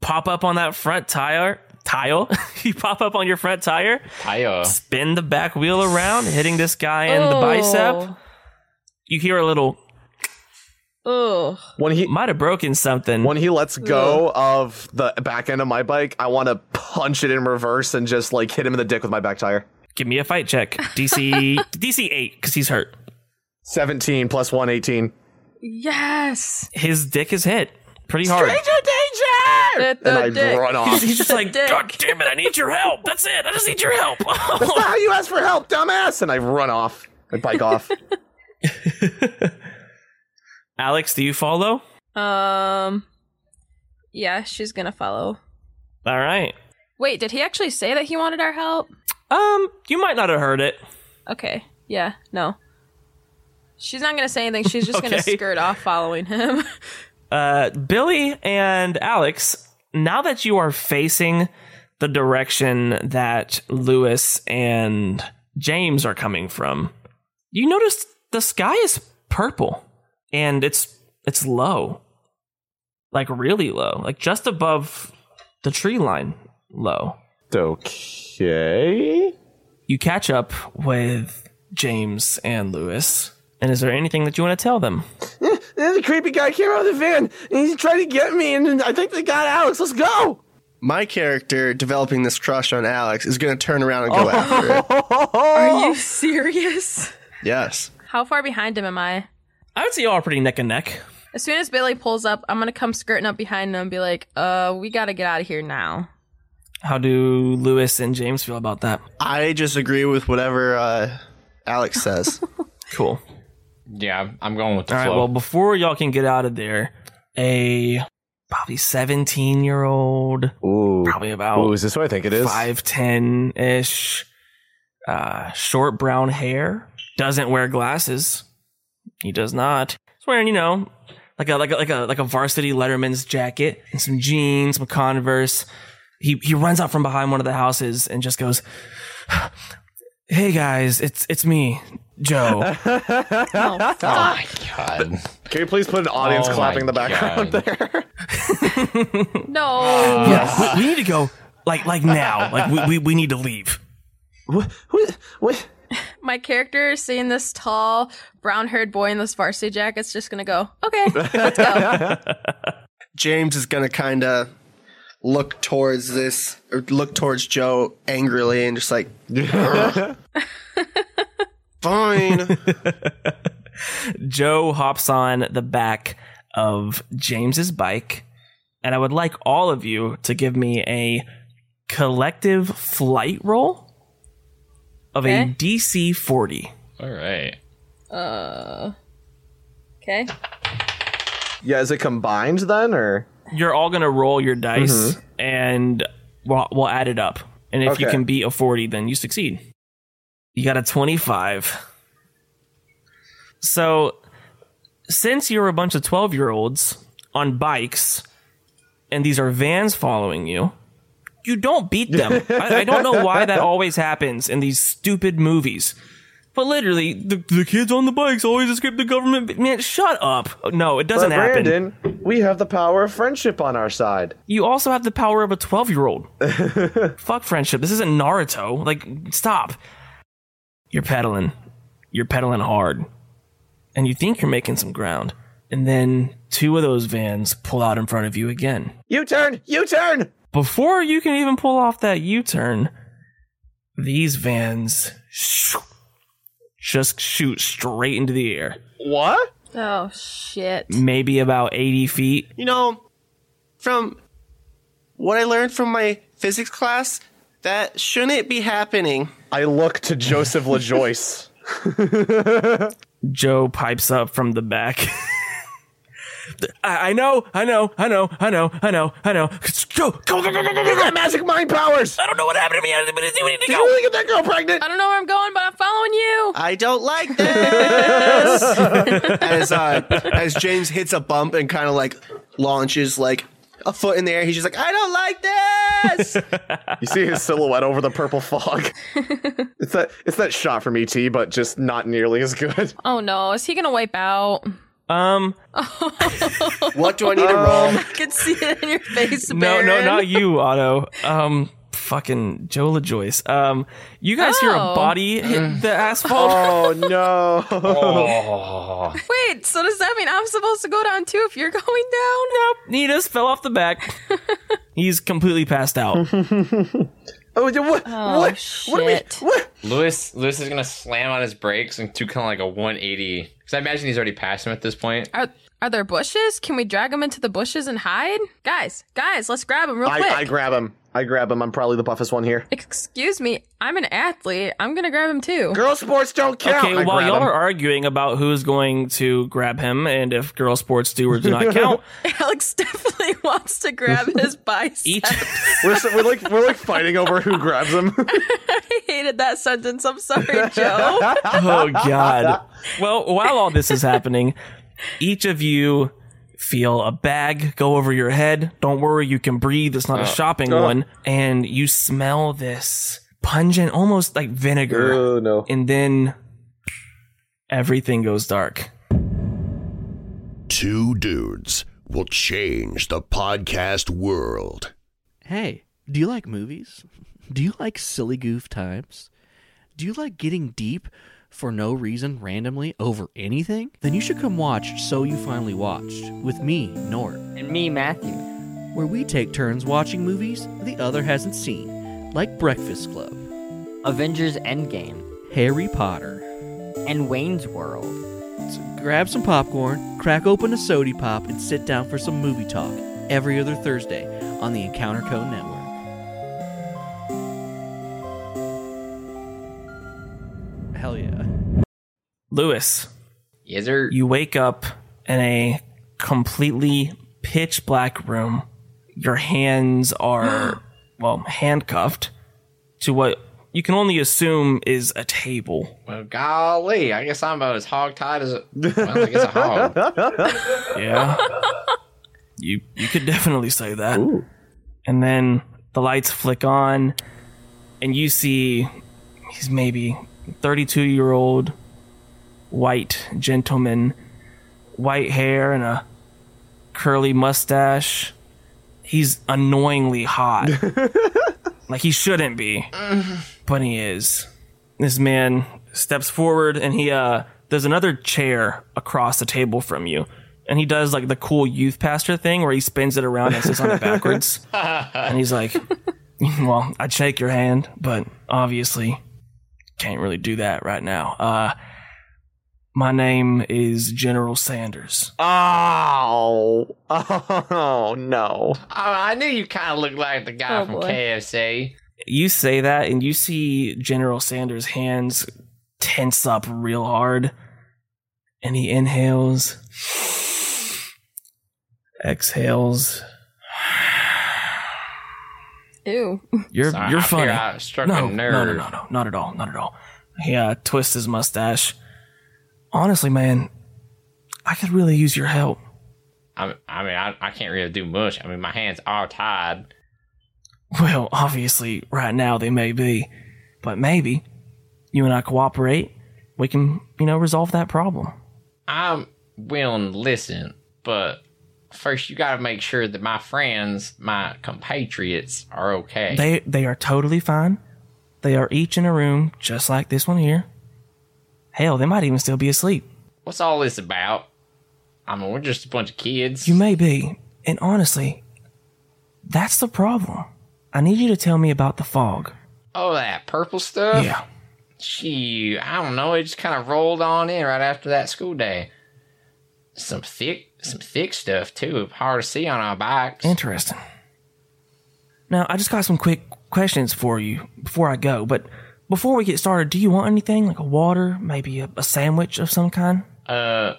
[SPEAKER 1] pop up on that front tire. Tile. *laughs* you pop up on your front tire,
[SPEAKER 4] Io.
[SPEAKER 1] spin the back wheel around, hitting this guy in the bicep. You hear a little,
[SPEAKER 5] Oh.
[SPEAKER 2] when he
[SPEAKER 1] might have broken something.
[SPEAKER 2] when he lets go of the back end of my bike, I want to punch it in reverse and just like hit him in the dick with my back tire.
[SPEAKER 1] Give me a fight check. *laughs* DC DC 8, because he's hurt.
[SPEAKER 2] 17 plus 1, 18.
[SPEAKER 5] Yes.
[SPEAKER 1] His dick is hit pretty hard.
[SPEAKER 5] Hit
[SPEAKER 2] And
[SPEAKER 5] the
[SPEAKER 2] I
[SPEAKER 5] dick.
[SPEAKER 2] run off.
[SPEAKER 1] He's just like,
[SPEAKER 5] Dick.
[SPEAKER 1] God damn it, I need your help. That's it. I just need your help.
[SPEAKER 2] *laughs* That's not how you ask for help, dumbass. And I run off. I bike off.
[SPEAKER 1] *laughs* Alex, do you follow?
[SPEAKER 5] Um. Yeah, she's gonna follow.
[SPEAKER 1] All right.
[SPEAKER 5] Wait, did he actually say that he wanted our help?
[SPEAKER 1] Um, you might not have heard it.
[SPEAKER 5] Okay. Yeah. No. She's not gonna say anything. She's
[SPEAKER 1] *laughs*
[SPEAKER 5] just gonna
[SPEAKER 1] Okay.
[SPEAKER 5] skirt off following him.
[SPEAKER 1] Uh, Billy and Alex, now that you are facing the direction that Lewis and James are coming from, you notice the sky is purple and it's it's low. Like really low. Like just above the tree line low.
[SPEAKER 2] okay.
[SPEAKER 1] you catch up with James and Lewis. And is there anything that you want to tell them?
[SPEAKER 2] then the creepy guy came out of the van and he tried to get me, and then I think they got Alex. Let's go.
[SPEAKER 3] My character developing this crush on Alex is going to turn
[SPEAKER 1] *laughs*
[SPEAKER 3] around and go after it.
[SPEAKER 5] *laughs* Are *laughs* you serious?
[SPEAKER 3] Yes.
[SPEAKER 5] How far behind him am I?
[SPEAKER 1] I would say y'all are pretty neck and neck.
[SPEAKER 5] As soon as Billy pulls up, I'm gonna come skirting up behind him and be like, "Uh, we gotta get out of here now."
[SPEAKER 1] How do Lewis and James feel about that?
[SPEAKER 3] I just agree with whatever uh,
[SPEAKER 1] *laughs*
[SPEAKER 3] Alex says.
[SPEAKER 1] Cool.
[SPEAKER 4] *laughs* Yeah, I'm- I'm going with the
[SPEAKER 1] All right.
[SPEAKER 4] flow.
[SPEAKER 1] Well, before y'all can get out of there, a probably 17 year old,
[SPEAKER 2] Ooh.
[SPEAKER 1] probably
[SPEAKER 2] Ooh,
[SPEAKER 1] about
[SPEAKER 2] is this what I think it is?
[SPEAKER 1] five ten ish, uh, short brown hair, doesn't wear glasses. He does not. He's wearing, you know, like a like a like a like a varsity Letterman's jacket and some jeans, some Converse. He he runs out from behind one of the houses and just goes, *sighs* "Hey guys, it's it's me, *laughs* Joe."
[SPEAKER 5] Oh,
[SPEAKER 4] oh my god.
[SPEAKER 2] Can you please put an audience
[SPEAKER 4] Oh
[SPEAKER 2] clapping in
[SPEAKER 4] my
[SPEAKER 2] the background
[SPEAKER 4] God.
[SPEAKER 2] there?
[SPEAKER 5] no.
[SPEAKER 1] yeah, we, we need to go like like now. Like we we, we need to leave.
[SPEAKER 2] What? What? what?
[SPEAKER 5] My character is seeing this tall, brown-haired boy in this varsity jacket's just gonna go,
[SPEAKER 1] *laughs*
[SPEAKER 5] "Okay, let's go."
[SPEAKER 3] James is going to kind of look towards this, or look towards Joe angrily and just like, "Grr." fine.
[SPEAKER 1] Joe hops on the back of James's bike, and I would like all of you to give me a collective flight roll of a
[SPEAKER 5] Okay.
[SPEAKER 1] DC 40.
[SPEAKER 4] All right.
[SPEAKER 5] Uh, okay.
[SPEAKER 2] Yeah, is it combined then, or
[SPEAKER 1] You're all going to roll your dice and we'll, we'll add it up. And if you
[SPEAKER 2] Mm-hmm. Okay.
[SPEAKER 1] can beat a 40, then you succeed. You got a 25. So, since you're a bunch of 12 year olds on bikes, and these are vans following you, you don't beat
[SPEAKER 2] *laughs*
[SPEAKER 1] them. I, I don't know why that always happens in these stupid movies. But literally, the, the kids on the bikes always escape the government. Man, shut up. No, it doesn't
[SPEAKER 2] But
[SPEAKER 1] happen.
[SPEAKER 2] Brandon? We have the power of friendship on our side.
[SPEAKER 1] You also have the power of a 12 year old. Fuck friendship. This isn't Naruto. Like, stop. You're pedaling. You're pedaling hard. And you think you're making some ground. And then two of those vans pull out in front of you again.
[SPEAKER 2] U turn, U turn.
[SPEAKER 1] Before you can even pull off that U turn, these vans shoo- just shoot straight into the air.
[SPEAKER 2] What?
[SPEAKER 5] Oh shit.
[SPEAKER 1] Maybe about 80 feet.
[SPEAKER 3] You know, from what I learned from my physics class, that shouldn't be happening.
[SPEAKER 2] I look to Joseph LaJoyce.
[SPEAKER 1] *laughs* Joe pipes up from the back. *laughs* I, I know, I know, I know, I know, I know, I know. Joe, go, go, go, go, go, go, go.
[SPEAKER 2] Magic mind powers.
[SPEAKER 1] I don't know what happened to me, but it's- we need to
[SPEAKER 2] Did you
[SPEAKER 1] go.
[SPEAKER 2] really get that girl pregnant?
[SPEAKER 5] I don't know where I'm going, but I'm following you.
[SPEAKER 3] I don't like this. *laughs* as uh, as James hits a bump and kind of like launches like a foot in the air, he's just like, I don't like this.
[SPEAKER 2] You see his silhouette over the
[SPEAKER 5] *laughs*
[SPEAKER 2] purple fog. it's that it's that shot from ET, but just not nearly as good.
[SPEAKER 5] Oh no, is he gonna wipe out?
[SPEAKER 1] Um,
[SPEAKER 3] what do I need to
[SPEAKER 5] *laughs*
[SPEAKER 3] roll?
[SPEAKER 5] I can see it in your face,
[SPEAKER 1] *laughs* no,
[SPEAKER 5] Baron.
[SPEAKER 1] no, not you, Otto. Um, fucking Joe LaJoyce. Um, you guys hear a
[SPEAKER 5] Oh.
[SPEAKER 1] body hit the asphalt?
[SPEAKER 2] Mm. Oh no!
[SPEAKER 4] Oh.
[SPEAKER 5] Wait, so does that mean I'm supposed to go down too if you're going down?
[SPEAKER 1] Nita's fell off the back. *laughs* He's completely passed
[SPEAKER 2] *laughs*
[SPEAKER 1] out.
[SPEAKER 2] Oh, d- what?
[SPEAKER 5] Oh,
[SPEAKER 2] what? What? Are we,
[SPEAKER 5] shit.
[SPEAKER 2] what?
[SPEAKER 4] Lewis Lewis is gonna slam on his brakes and do kind of like a 180. Because I imagine he's already past him at this point.
[SPEAKER 5] Are are there bushes? Can we drag him into the bushes and hide? Guys, guys, let's grab him real quick.
[SPEAKER 2] I, I grab him. I grab him. I'm probably the buffest one here.
[SPEAKER 5] Excuse me, I'm an athlete. I'm gonna grab him too.
[SPEAKER 2] Girl sports don't count.
[SPEAKER 1] Okay,
[SPEAKER 2] I
[SPEAKER 1] while
[SPEAKER 2] grab
[SPEAKER 1] y'all
[SPEAKER 2] him.
[SPEAKER 1] are arguing about who's going to grab him and if girl sports do or do not count,
[SPEAKER 5] Alex *laughs* definitely wants to grab
[SPEAKER 1] *laughs*
[SPEAKER 5] his bicep. *laughs*
[SPEAKER 1] each
[SPEAKER 2] *laughs* we're, so, we're like we're like fighting over who grabs him.
[SPEAKER 5] I hated that sentence. I'm sorry, Joe.
[SPEAKER 1] oh
[SPEAKER 2] *laughs*
[SPEAKER 1] god well while all this is happening each of you feel a bag go over your head don't worry you can breathe it's not a shopping one and you smell this pungent almost like vinegar
[SPEAKER 2] no!
[SPEAKER 1] and then everything goes dark
[SPEAKER 8] Two dudes will change the podcast world.
[SPEAKER 9] Hey, do you like movies? Do you like silly goof times? Do you like getting deep for no reason randomly over anything? Then you should come watch So You Finally Watched with me, Nort,
[SPEAKER 10] And me, Matthew.
[SPEAKER 9] where we take turns watching movies the other hasn't seen, like Breakfast Club,
[SPEAKER 10] Avengers Endgame.
[SPEAKER 9] Harry Potter.
[SPEAKER 10] And Wayne's World.
[SPEAKER 9] So grab some popcorn, crack open a sody pop, and sit down for some movie talk every other Thursday on the Encounter Code Network. Hell yeah.
[SPEAKER 1] Lewis,
[SPEAKER 11] Yes, sir.
[SPEAKER 1] you wake up in a completely pitch black room. Your hands
[SPEAKER 11] *gasps*
[SPEAKER 1] are, well, handcuffed to what you can only assume is a table.
[SPEAKER 11] Well, golly, I guess I'm about as hog tied as a, well, I guess a
[SPEAKER 1] *laughs*
[SPEAKER 11] hog.
[SPEAKER 1] Yeah. you you could definitely say that. And then the lights flick on and you see he's maybe 32-year-old white gentleman, white hair and a curly mustache. He's annoyingly hot. like he shouldn't be, but he is. This man steps forward and he uh there's another chair across the table from you. And he does like the cool youth pastor thing where he spins it around and sits on it backwards. and he's like, *laughs* Well, I'd shake your hand, but obviously can't really do that right now. Uh my name is General Sanders.
[SPEAKER 2] Oh, oh no!
[SPEAKER 11] Oh, I knew you kind of looked like the guy
[SPEAKER 5] Oh,
[SPEAKER 11] from
[SPEAKER 5] boy.
[SPEAKER 11] KFC.
[SPEAKER 1] You say that, and you see General Sanders' hands tense up real hard, and he inhales, exhales.
[SPEAKER 5] Ew. *laughs*
[SPEAKER 1] You're
[SPEAKER 11] Sorry,
[SPEAKER 1] you're
[SPEAKER 11] I figure
[SPEAKER 1] funny.
[SPEAKER 11] I struck
[SPEAKER 1] no,
[SPEAKER 11] a
[SPEAKER 1] no, no,
[SPEAKER 11] nerve.
[SPEAKER 1] no, no, not at all, not at all. He uh, twists his mustache. Honestly, man, I could really use your help. *laughs*
[SPEAKER 11] I, I mean, I, I can't really do much. I mean, my hands are tied.
[SPEAKER 1] Well, obviously, right now they may be, but maybe you and I cooperate. We can, you know, resolve that problem.
[SPEAKER 11] I'm willing to listen, but first you got to make sure that my friends, my compatriots, are okay.
[SPEAKER 1] They they are totally fine. They are each in a room just like this one here. Hell, they might even still be asleep.
[SPEAKER 11] What's all this about? I mean, we're just a bunch of kids.
[SPEAKER 1] You may be, and honestly, that's the problem. I need you to tell me about the fog.
[SPEAKER 11] oh, that purple stuff.
[SPEAKER 1] Yeah.
[SPEAKER 11] Gee, I don't know. It just kind of rolled on in right after that school day. Some thick, some thick stuff too. Hard to see on our bikes.
[SPEAKER 1] Interesting. Now, I just got some quick questions for you before I go, but before we get started, do you want anything like a water, maybe a, a sandwich of some kind?
[SPEAKER 11] Uh,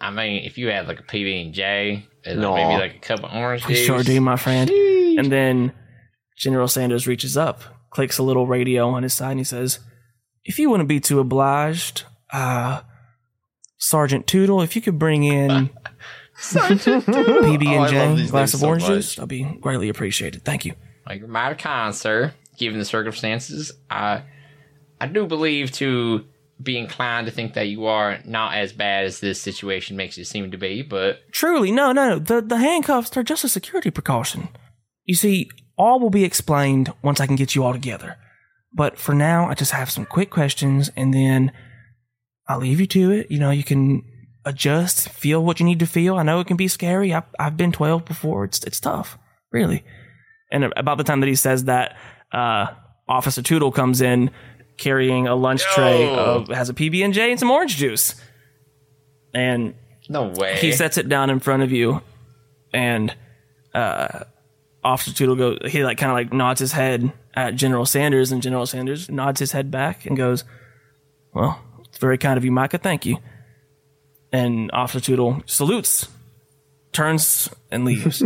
[SPEAKER 11] I mean, if you had like a PB and J, and
[SPEAKER 2] No.
[SPEAKER 11] like maybe like a cup of orange
[SPEAKER 1] We
[SPEAKER 11] juice.
[SPEAKER 1] sure do, my friend. And then General Sanders reaches up, clicks a little radio on his side, and he says, If you wouldn't be too obliged, uh, Sergeant Toodle, if you could bring in
[SPEAKER 11] *laughs*
[SPEAKER 1] *laughs*
[SPEAKER 11] Sergeant Doodle. Oh, I love
[SPEAKER 1] PB&J,
[SPEAKER 11] these
[SPEAKER 1] glass
[SPEAKER 11] names
[SPEAKER 1] of
[SPEAKER 11] so
[SPEAKER 1] orange
[SPEAKER 11] much.
[SPEAKER 1] juice, that'd be greatly appreciated. Thank you.
[SPEAKER 11] Like you're mighty kind, sir. Given the circumstances, I I do believe to be inclined to think that you are not as bad as this situation makes you seem to be, but
[SPEAKER 1] Truly, no, no, no. The, the handcuffs, they're just a security precaution. You see, all will be explained once I can get you all together. But for now, I just have some quick questions and then I'll leave you to it. You know, you can adjust, feel what you need to feel. I know it can be scary. I've, I've been 12 before. It's, it's tough, really. And about the time that he says that, uh, Officer Toodle comes in carrying a lunch tray
[SPEAKER 11] Yo.
[SPEAKER 1] of has a PB and J and some orange juice, and
[SPEAKER 11] no way.
[SPEAKER 1] he sets it down in front of you, and uh, Officer Toodle goes. He like kind of like nods his head at General Sanders, and General Sanders nods his head back and goes, "Well, it's very kind of you, Micah. Thank you." And Officer Toodle salutes, turns, and
[SPEAKER 2] *laughs*
[SPEAKER 1] leaves.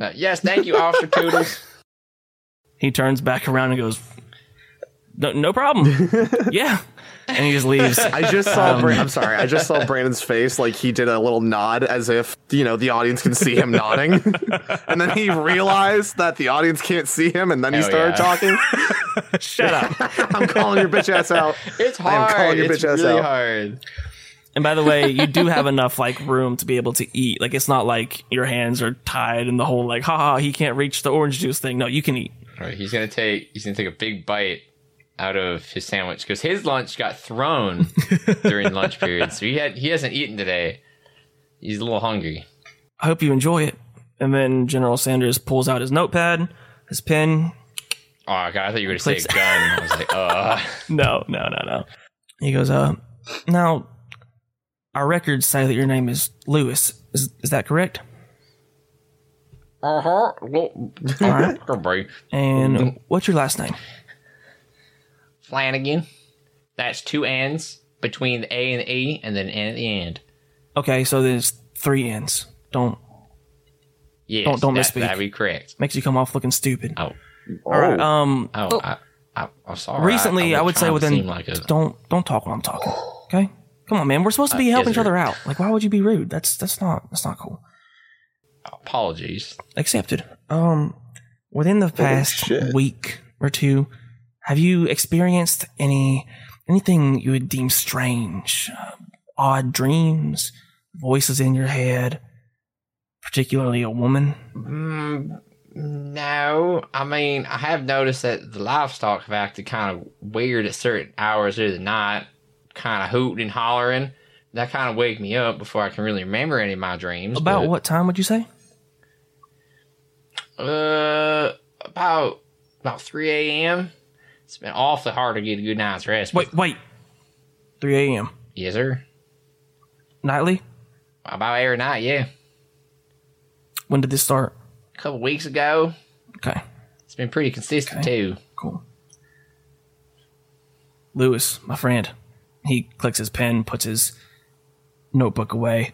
[SPEAKER 11] Uh, yes, thank you, Officer Toodles.
[SPEAKER 1] he turns back around and goes, "No, no
[SPEAKER 2] *laughs*
[SPEAKER 1] problem. yeah," and he just leaves. Um,
[SPEAKER 2] I just saw. Bra- I'm sorry. I just saw Brandon's face. Like he did a little nod, as if you know the audience can see him nodding, *laughs* and then he realized that the audience can't see him, and then he
[SPEAKER 11] Hell
[SPEAKER 2] started
[SPEAKER 1] *laughs*
[SPEAKER 11] yeah.
[SPEAKER 1] Shut up.
[SPEAKER 2] talking. *laughs* I'm calling your bitch ass out.
[SPEAKER 11] It's
[SPEAKER 2] I am
[SPEAKER 11] hard.
[SPEAKER 2] calling your
[SPEAKER 11] it's
[SPEAKER 2] bitch ass
[SPEAKER 11] really
[SPEAKER 2] out.
[SPEAKER 11] hard.
[SPEAKER 1] And by the way, you do have enough like room to be able to eat. Like it's not like your hands are tied and the whole like, haha, he can't reach the orange juice thing. No, you can eat.
[SPEAKER 11] All right, he's gonna take. He's gonna take a big bite out of his sandwich because his lunch got
[SPEAKER 1] *laughs*
[SPEAKER 11] thrown during lunch period, so he had he hasn't eaten today. He's a little hungry.
[SPEAKER 1] I hope you enjoy it. And then General Sanders pulls out his notepad, his pen.
[SPEAKER 11] Oh god, I thought you were gonna say a gun. I
[SPEAKER 1] *laughs*
[SPEAKER 11] was like, uh
[SPEAKER 1] No, no, no, no. He goes, uh, now, our records say that your name is Lewis. Is, is that correct?
[SPEAKER 11] uh huh. Well, *laughs*
[SPEAKER 1] Alright.
[SPEAKER 11] right.
[SPEAKER 1] And what's your last name?
[SPEAKER 11] Flanagan. That's two N's between the A and the E, and then an N at the end.
[SPEAKER 1] Okay, so there's three N's. Don't
[SPEAKER 11] Yes,
[SPEAKER 1] Don't- don't
[SPEAKER 11] that,
[SPEAKER 1] misspeak.
[SPEAKER 11] That'd be correct.
[SPEAKER 1] makes you come off looking stupid.
[SPEAKER 11] Oh,
[SPEAKER 1] All right. Um,
[SPEAKER 11] oh, I, I, I'm sorry.
[SPEAKER 1] recently, I,
[SPEAKER 11] was
[SPEAKER 1] would say
[SPEAKER 11] trying to
[SPEAKER 1] within.
[SPEAKER 11] seem like a-
[SPEAKER 1] don't don't talk while I'm talking. Okay, come on, man. We're supposed to be
[SPEAKER 11] Uh,
[SPEAKER 1] helping
[SPEAKER 11] yes,
[SPEAKER 1] each other
[SPEAKER 11] sir.
[SPEAKER 1] out. Like, why would you be rude? That's that's not that's not cool.
[SPEAKER 11] apologies.
[SPEAKER 1] Accepted. Um, within the past
[SPEAKER 2] shit.
[SPEAKER 1] week or two, have you experienced any anything you would deem strange? Uh, odd dreams, voices in your head, particularly a woman.
[SPEAKER 11] Mm, no, I mean I have noticed that the livestock have acted kind of weird at certain hours of the night, kind of hooting and hollering. That kind of waked me up before I can really remember any of my dreams.
[SPEAKER 1] About
[SPEAKER 11] but-
[SPEAKER 1] what time would you say?
[SPEAKER 11] Uh, about about three a.m. It's been awfully hard to get a good night's rest.
[SPEAKER 1] Wait, wait. 3 a.m.
[SPEAKER 11] yes, sir.
[SPEAKER 1] Nightly?
[SPEAKER 11] About every night, yeah.
[SPEAKER 1] When did this start?
[SPEAKER 11] A couple weeks ago,
[SPEAKER 1] Okay,
[SPEAKER 11] it's been pretty consistent too.
[SPEAKER 1] cool. Lewis, my friend. He clicks his pen, puts his notebook away.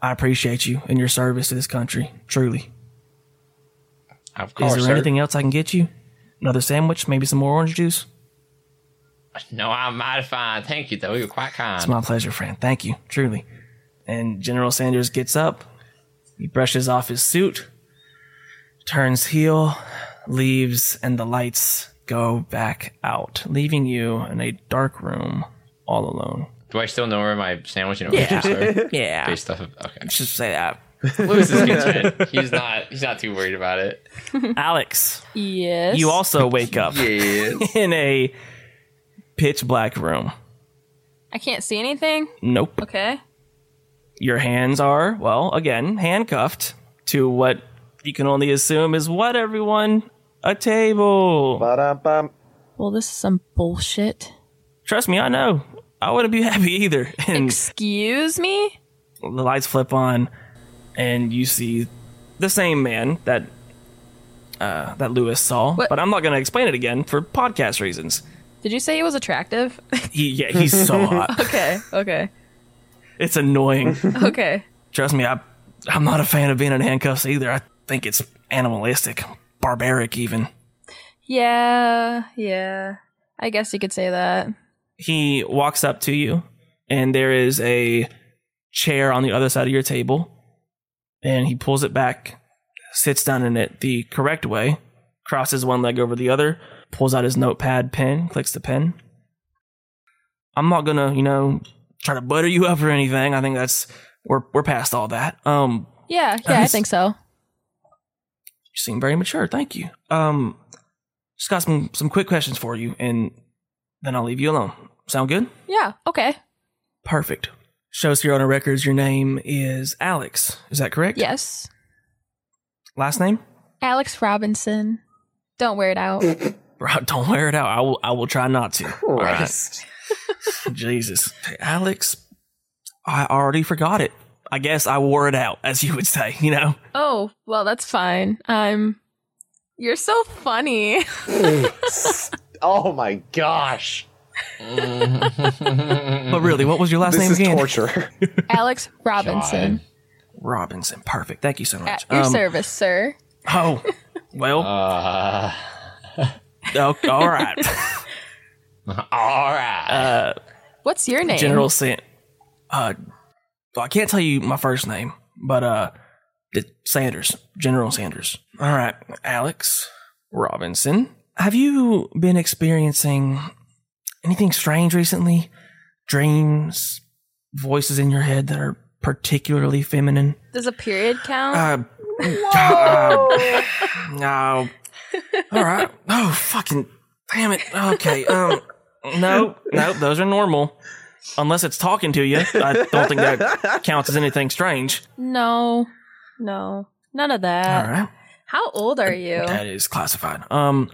[SPEAKER 1] I appreciate you and your service to this country, truly.
[SPEAKER 11] Of
[SPEAKER 1] Is
[SPEAKER 11] course,
[SPEAKER 1] there
[SPEAKER 11] sir.
[SPEAKER 1] anything else I can get you? Another sandwich, maybe some more orange juice?
[SPEAKER 11] No, I'm mighty fine. Thank you, though. You're quite kind.
[SPEAKER 1] It's my pleasure, friend. Thank you, truly. And General Sanders gets up. He brushes off his suit, turns heel, leaves, and the lights go back out, leaving you in a dark room all alone.
[SPEAKER 11] Do I still know where my sandwich and orange juice are?
[SPEAKER 1] *laughs* Yeah.
[SPEAKER 11] Based off of okay.
[SPEAKER 1] Should say that. *laughs*
[SPEAKER 11] Lewis is good. He's not. He's not too worried about it.
[SPEAKER 1] Alex,
[SPEAKER 5] Yes.
[SPEAKER 1] you also wake up *laughs*
[SPEAKER 11] Yes.
[SPEAKER 1] in a pitch black room.
[SPEAKER 5] I can't see anything.
[SPEAKER 1] Nope.
[SPEAKER 5] Okay.
[SPEAKER 1] Your hands are, well, again, handcuffed to what you can only assume is what everyone? A table.
[SPEAKER 2] Ba-dum-bum.
[SPEAKER 5] Well, this is some bullshit.
[SPEAKER 1] Trust me, I know. I wouldn't be *laughs* happy either. And
[SPEAKER 5] Excuse me?
[SPEAKER 1] the lights flip on, and you see the same man that uh, that Lewis saw.
[SPEAKER 5] What?
[SPEAKER 1] But I'm not going to explain it again for podcast reasons.
[SPEAKER 5] Did you say he was attractive?
[SPEAKER 1] *laughs* He, yeah,
[SPEAKER 5] *laughs*
[SPEAKER 1] he's so hot.
[SPEAKER 5] okay. Okay.
[SPEAKER 1] It's annoying.
[SPEAKER 5] Okay.
[SPEAKER 1] Trust me, I I'm not a fan of being in handcuffs either. I think it's animalistic, barbaric, even.
[SPEAKER 5] Yeah. Yeah. I guess you could say that.
[SPEAKER 1] he walks up to you and there is a chair on the other side of your table and he pulls it back sits down in it the correct way crosses one leg over the other pulls out his notepad pen clicks the pen i'm not gonna you know try to butter you up or anything i think that's we're, we're past all that um
[SPEAKER 5] Yeah. Yeah, I
[SPEAKER 1] Nice.
[SPEAKER 5] think so.
[SPEAKER 1] you seem very mature. Thank you. Um, just got some some quick questions for you, and then I'll leave you alone. Sound good?
[SPEAKER 5] Yeah. Okay.
[SPEAKER 1] Perfect. Shows here on our records your name is Alex. Is that correct?
[SPEAKER 5] Yes.
[SPEAKER 1] Last name?
[SPEAKER 5] Alex Robinson. Don't wear it
[SPEAKER 1] *laughs*
[SPEAKER 5] out.
[SPEAKER 1] Bro, Don't wear it out. I will. I will try not to. All right. *laughs* Jesus, Alex. I already forgot it. I guess I wore it out, as you would say. You know.
[SPEAKER 5] Oh, well, that's fine. I'm. You're so
[SPEAKER 1] *laughs*
[SPEAKER 5] funny.
[SPEAKER 2] *laughs* oh my *laughs* gosh.
[SPEAKER 1] But really, what was your last
[SPEAKER 2] This
[SPEAKER 1] name
[SPEAKER 2] *laughs* is
[SPEAKER 1] again?
[SPEAKER 2] torture.
[SPEAKER 5] Alex Robinson. Uh,
[SPEAKER 1] Robinson. Perfect. Thank you so
[SPEAKER 5] At
[SPEAKER 1] much.
[SPEAKER 5] your
[SPEAKER 1] Um,
[SPEAKER 5] service, sir.
[SPEAKER 1] Oh, well.
[SPEAKER 11] Uh,
[SPEAKER 1] oh, all right.
[SPEAKER 11] *laughs*
[SPEAKER 1] Uh,
[SPEAKER 11] all right.
[SPEAKER 5] What's your name?
[SPEAKER 1] General Sand. Uh, well, I can't tell you my first name, but uh, it's Sanders, General Sanders. All right, Alex Robinson. Have you been experiencing anything strange recently? Dreams, voices in your head that are particularly feminine.
[SPEAKER 5] Does a period count?
[SPEAKER 1] Uh, uh, no. All right. Oh, fucking Damn it. Okay. Um. No. No. Those are normal. Unless it's talking to you, I don't think that counts as anything strange.
[SPEAKER 5] No, no, none of
[SPEAKER 1] All
[SPEAKER 5] that.
[SPEAKER 1] right.
[SPEAKER 5] How old are Uh, you?
[SPEAKER 1] That is classified. Um.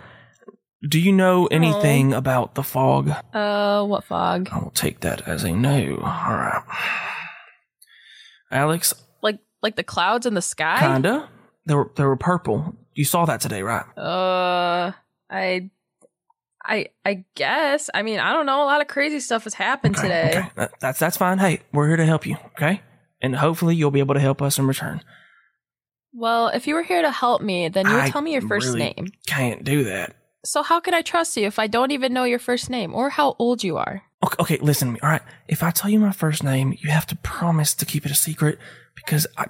[SPEAKER 1] Do you know anything about the fog?
[SPEAKER 5] Uh, what fog?
[SPEAKER 1] I will take that as a no. All right. Alex,
[SPEAKER 5] Like, like the clouds in the sky?
[SPEAKER 1] kinda. They were they were purple. You saw that today, right?
[SPEAKER 5] Uh, I, I, I guess. I mean, I don't know. A lot of crazy stuff has happened
[SPEAKER 1] Okay,
[SPEAKER 5] today.
[SPEAKER 1] okay. That- that's that's fine. Hey, we're here to help you. Okay, and hopefully you'll be able to help us in return.
[SPEAKER 5] Well, if you were here to help me, then you would
[SPEAKER 1] I
[SPEAKER 5] tell me your first
[SPEAKER 1] really
[SPEAKER 5] name.
[SPEAKER 1] Can't do that.
[SPEAKER 5] So how could I trust you if I don't even know your first name or how old you are?
[SPEAKER 1] Okay, okay, listen to me. All right, if I tell you my first name, you have to promise to keep it a secret because I,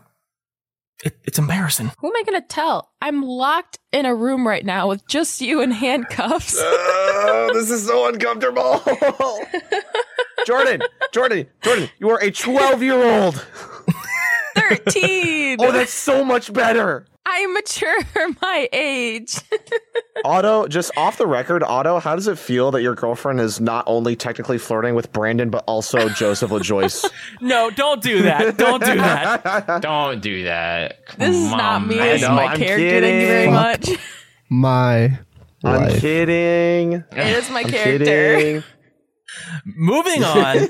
[SPEAKER 1] it, it's embarrassing.
[SPEAKER 5] Who am I gonna tell? I'm locked in a room right now with just you in
[SPEAKER 2] *laughs*
[SPEAKER 5] handcuffs. *laughs*
[SPEAKER 2] Oh, this is so uncomfortable. Jordan, Jordan, Jordan, you are a 12 year old.
[SPEAKER 5] Thirteen.
[SPEAKER 2] Oh, that's so much better.
[SPEAKER 5] I mature *laughs* for my
[SPEAKER 1] *laughs*
[SPEAKER 5] age.
[SPEAKER 2] Otto, just off the record, Otto, how does it feel that your girlfriend is not only technically flirting with Brandon, but also Joseph LaJoyce?
[SPEAKER 1] No, don't do that. Don't do that.
[SPEAKER 4] Don't do that. Come
[SPEAKER 5] This is not
[SPEAKER 4] on,
[SPEAKER 5] me.
[SPEAKER 4] man.
[SPEAKER 5] This is my
[SPEAKER 2] I'm
[SPEAKER 5] character. Thank you very
[SPEAKER 2] kidding.
[SPEAKER 5] much.
[SPEAKER 11] My
[SPEAKER 2] I'm
[SPEAKER 11] life.
[SPEAKER 2] kidding.
[SPEAKER 5] It is my
[SPEAKER 2] I'm
[SPEAKER 5] character.
[SPEAKER 2] kidding.
[SPEAKER 1] Moving
[SPEAKER 4] *laughs*
[SPEAKER 1] on.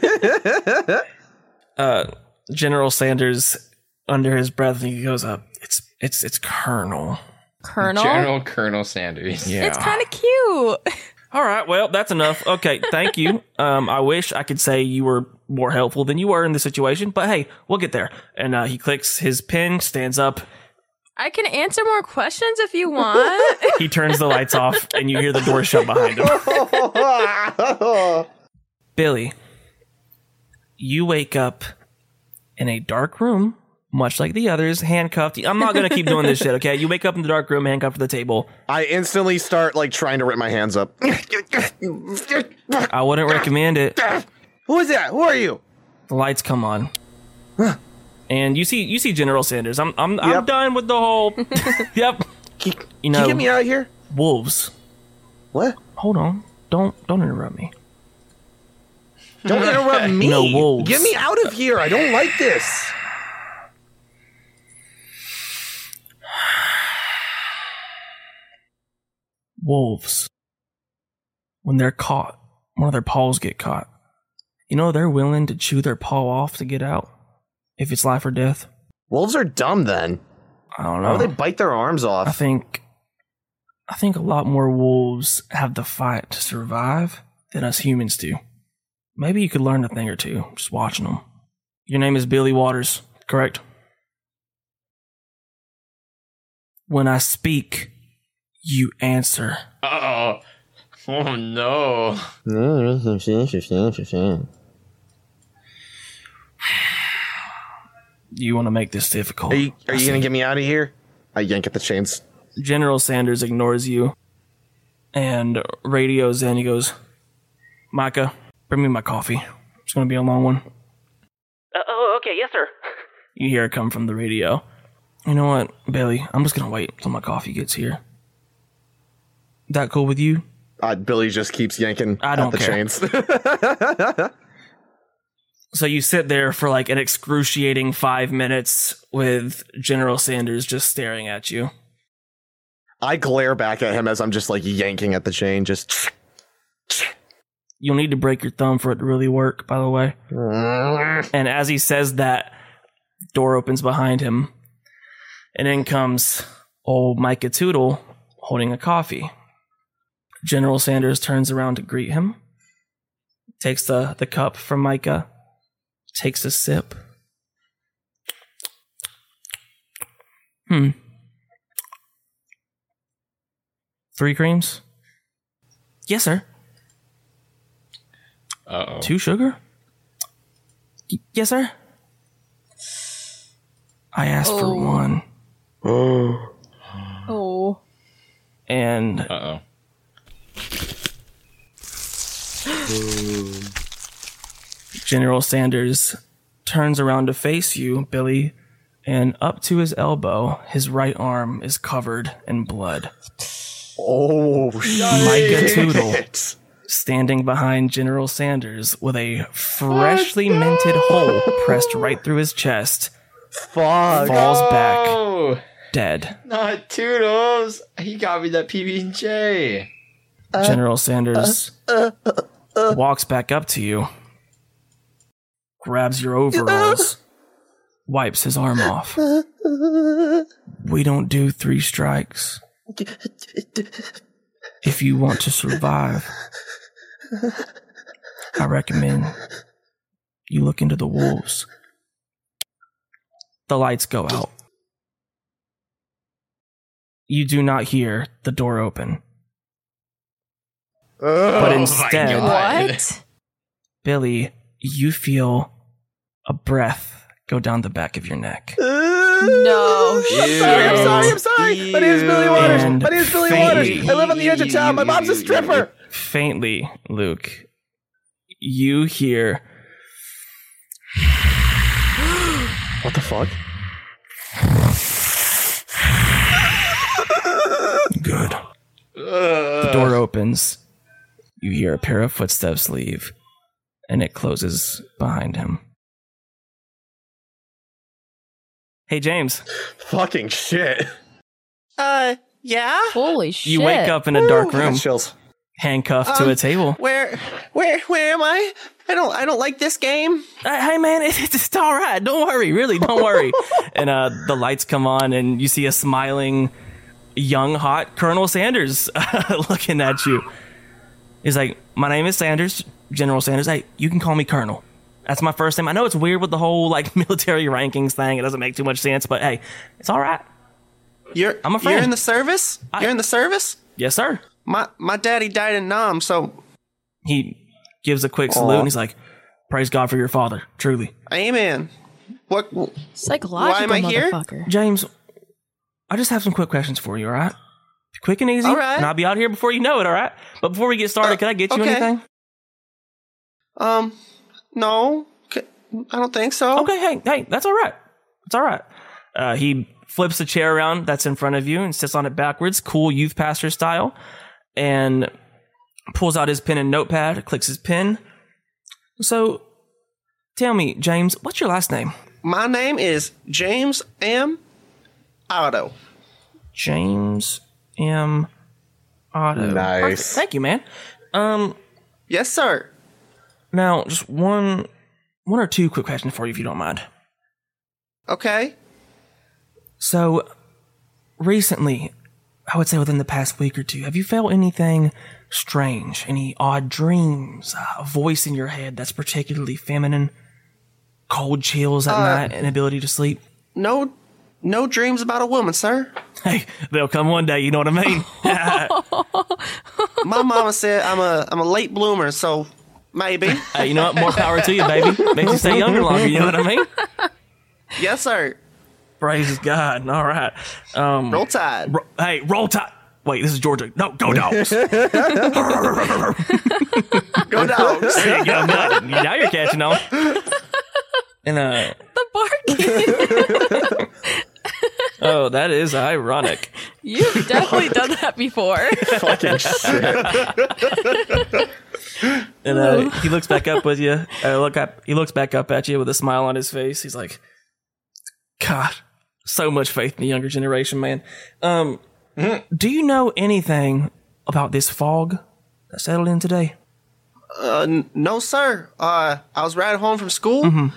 [SPEAKER 1] uh, General Sanders, under his breath, he goes up. It's it's it's Colonel.
[SPEAKER 5] Colonel.
[SPEAKER 4] General Colonel Sanders.
[SPEAKER 5] *laughs*
[SPEAKER 1] Yeah.
[SPEAKER 5] It's kind of cute.
[SPEAKER 1] All right. Well, that's enough. Okay. Thank you. Um, I wish I could say you were more helpful than you were in this situation, but hey, we'll get there. And uh, he clicks his pin, stands up.
[SPEAKER 5] I can answer more questions if you want.
[SPEAKER 1] He turns the lights off, and you hear the door shut behind him. Billy, you wake up in a dark room, much like the others, handcuffed. I'm not going to keep doing this shit, okay? You wake up in the dark room, handcuffed to the table.
[SPEAKER 2] I instantly start like trying to rip my hands up.
[SPEAKER 1] I wouldn't recommend it.
[SPEAKER 2] Who is that? Who are you?
[SPEAKER 1] The lights come on. And you see, you see General Sanders. I'm, I'm, I'm
[SPEAKER 2] Yep.
[SPEAKER 1] done with the whole. *laughs* yep. You
[SPEAKER 2] Can, can
[SPEAKER 1] know,
[SPEAKER 2] you get me out of here?
[SPEAKER 1] wolves.
[SPEAKER 2] What?
[SPEAKER 1] Hold on. Don't, don't interrupt me. *laughs*
[SPEAKER 2] Don't interrupt me.
[SPEAKER 1] No wolves.
[SPEAKER 2] Get me out of here. I don't like this.
[SPEAKER 1] Wolves. When they're caught, one of their paws get caught. You know they're willing to chew their paw off to get out, if it's life or death.
[SPEAKER 2] Wolves are dumb then.
[SPEAKER 1] I don't
[SPEAKER 2] Why
[SPEAKER 1] know.
[SPEAKER 2] would they bite their arms
[SPEAKER 1] I
[SPEAKER 2] off?
[SPEAKER 1] think I think a lot more wolves have the fight to survive than us humans do. Maybe you could learn a thing or two just watching them. Your name is Billy Waters, correct? When I speak, you answer.
[SPEAKER 4] Uh oh. Oh no.
[SPEAKER 1] You want to make this difficult.
[SPEAKER 2] Are you, are you gonna get me out of here? I yank at the chains.
[SPEAKER 1] General Sanders ignores you and radios in. He goes, Micah, bring me my coffee. It's going to be a long one.
[SPEAKER 7] Uh, oh, okay, yes, sir.
[SPEAKER 1] You hear it come from the radio. You know what, Bailey? I'm just going to wait till my coffee gets here. That cool with you?
[SPEAKER 2] Uh, Billy just keeps yanking
[SPEAKER 1] I
[SPEAKER 2] at
[SPEAKER 1] don't
[SPEAKER 2] the
[SPEAKER 1] care. *laughs*
[SPEAKER 2] chains. *laughs*
[SPEAKER 1] So you sit there for like an excruciating five minutes with General Sanders just staring at you.
[SPEAKER 2] I glare back at him as I'm just like yanking at the chain. Just *laughs*
[SPEAKER 1] You'll need to break your thumb for it to really work, by the way. And as he says that, door opens behind him. And in comes old Micah Toodle holding a coffee. General Sanders turns around to greet him, takes the, the cup from Micah, takes a sip. *laughs* Hmm. Three creams? Yes, sir.
[SPEAKER 4] Uh oh.
[SPEAKER 1] Two sugar? Y- yes, sir. I asked for
[SPEAKER 5] Oh.
[SPEAKER 1] one,
[SPEAKER 5] oh.
[SPEAKER 1] and
[SPEAKER 4] Uh
[SPEAKER 1] *gasps* General Sanders turns around to face you, Billy, and up to his elbow, his right arm is covered in blood.
[SPEAKER 2] Oh,
[SPEAKER 4] oh.
[SPEAKER 1] Micah
[SPEAKER 2] shit. *laughs*
[SPEAKER 1] Tootle standing behind General Sanders with a freshly minted hole pressed right through his chest,
[SPEAKER 2] Fuck.
[SPEAKER 1] falls back
[SPEAKER 4] Oh,
[SPEAKER 1] dead.
[SPEAKER 4] not Toodles. He got me that PB and J.
[SPEAKER 1] Uh,
[SPEAKER 2] Uh,
[SPEAKER 1] General Sanders walks back up to you, grabs your overalls, wipes his arm off. We don't do three strikes. If you want to survive, I recommend you look into the wolves. The lights go out. You do not hear the door open.
[SPEAKER 5] Oh
[SPEAKER 1] But instead,
[SPEAKER 5] *laughs*
[SPEAKER 4] God.
[SPEAKER 5] What?
[SPEAKER 1] Billy, you feel a breath go down the back of your neck.
[SPEAKER 5] No.
[SPEAKER 4] Ew.
[SPEAKER 2] Sorry, I'm sorry, I'm sorry. My name is Billy Waters.
[SPEAKER 1] And
[SPEAKER 2] My name is Billy
[SPEAKER 1] faintly-
[SPEAKER 2] Waters. I live on the edge of town. My mom's a stripper.
[SPEAKER 1] Faintly, Luke, you hear
[SPEAKER 2] What the fuck?
[SPEAKER 1] good. The
[SPEAKER 11] Uh,
[SPEAKER 1] door opens. You hear a pair of footsteps leave, and it closes behind him. Hey, James,
[SPEAKER 2] Fucking shit.
[SPEAKER 3] *laughs* Uh, yeah.
[SPEAKER 5] Holy shit.
[SPEAKER 1] you wake up in a dark room,
[SPEAKER 2] Chills.
[SPEAKER 1] handcuffed to a table.
[SPEAKER 3] Um, Where, where, where am I? I don't, I don't like this game.
[SPEAKER 1] Uh, hey man, *laughs* it's, it's, it's all right. Don't worry, really, *laughs* don't worry. and uh, the lights come on, and you see a smiling, young, hot Colonel Sanders *laughs* looking at you. He's like, "My name is Sanders, General Sanders. Hey, you can call me Colonel. That's my first name. I know it's weird with the whole like *laughs* military rankings thing. It doesn't make too much sense, but hey, it's all right.
[SPEAKER 3] You're,
[SPEAKER 1] I'm a
[SPEAKER 3] *laughs* You're
[SPEAKER 1] friend.
[SPEAKER 3] in the service. you're in the service.
[SPEAKER 1] Yes, sir."
[SPEAKER 3] My, my daddy died in Nam, so
[SPEAKER 1] He gives a quick salute, and he's like, "Praise God for your father, truly."
[SPEAKER 3] amen. What?
[SPEAKER 5] Psychological
[SPEAKER 3] Why am I here?
[SPEAKER 5] motherfucker.
[SPEAKER 1] James, I just have some quick questions for you, all right? Be Quick and easy.
[SPEAKER 3] All right.
[SPEAKER 1] And I'll be out here before you know it, all right? But before we get started,
[SPEAKER 3] Uh,
[SPEAKER 1] can I get you
[SPEAKER 3] okay.
[SPEAKER 1] anything?
[SPEAKER 3] Um, no, C- I don't think so.
[SPEAKER 1] Okay, hey, hey, that's all right. That's all right. Uh, he flips the chair around that's in front of you and sits on it backwards, cool youth pastor style, and pulls out his pen and notepad, clicks his pen. So tell me, James, what's your last name?
[SPEAKER 3] My name is James M. Otto.
[SPEAKER 1] James M. Otto.
[SPEAKER 2] Nice.
[SPEAKER 1] Perfect. Thank you, man. Um,
[SPEAKER 3] Yes, sir.
[SPEAKER 1] Now, just one, one or two quick questions for you, if you don't mind.
[SPEAKER 3] Okay.
[SPEAKER 1] So, recently, I would say within the past week or two, have you felt anything strange? Any odd dreams? Uh, a voice in your head that's particularly feminine? Cold chills at
[SPEAKER 3] Uh,
[SPEAKER 1] night? Inability to sleep?
[SPEAKER 3] No, no dreams about a woman, sir.
[SPEAKER 1] Hey, they'll come one day. You know what I mean? *laughs*
[SPEAKER 3] My mama said I'm a, I'm a late bloomer, so maybe.
[SPEAKER 1] hey, you know what? More power to you, baby. Makes you stay younger longer. You know what I mean?
[SPEAKER 3] yes, sir.
[SPEAKER 1] Praise God. All right. Um,
[SPEAKER 3] Roll Tide.
[SPEAKER 1] Ro- hey, roll tide. Wait, this is Georgia. No,
[SPEAKER 3] *laughs*
[SPEAKER 5] *laughs*
[SPEAKER 1] go dogs.
[SPEAKER 3] Go
[SPEAKER 1] *laughs*
[SPEAKER 3] dogs.
[SPEAKER 1] There you go. Now- now you're catching
[SPEAKER 3] *laughs*
[SPEAKER 1] on. And uh,
[SPEAKER 5] The barking.
[SPEAKER 1] oh, that is ironic.
[SPEAKER 5] *laughs* You've definitely done that
[SPEAKER 1] *laughs*
[SPEAKER 5] before. *laughs*
[SPEAKER 2] Fucking shit.
[SPEAKER 1] And uh, he looks back up with you. Uh, look up. He looks back up at you with a smile on his face. He's like, "God, so much faith in the younger generation, man." Um, do you know anything about this fog that settled in today?
[SPEAKER 3] Uh, n- no, sir. Uh, I was riding home from
[SPEAKER 1] Mm-hmm.
[SPEAKER 3] school.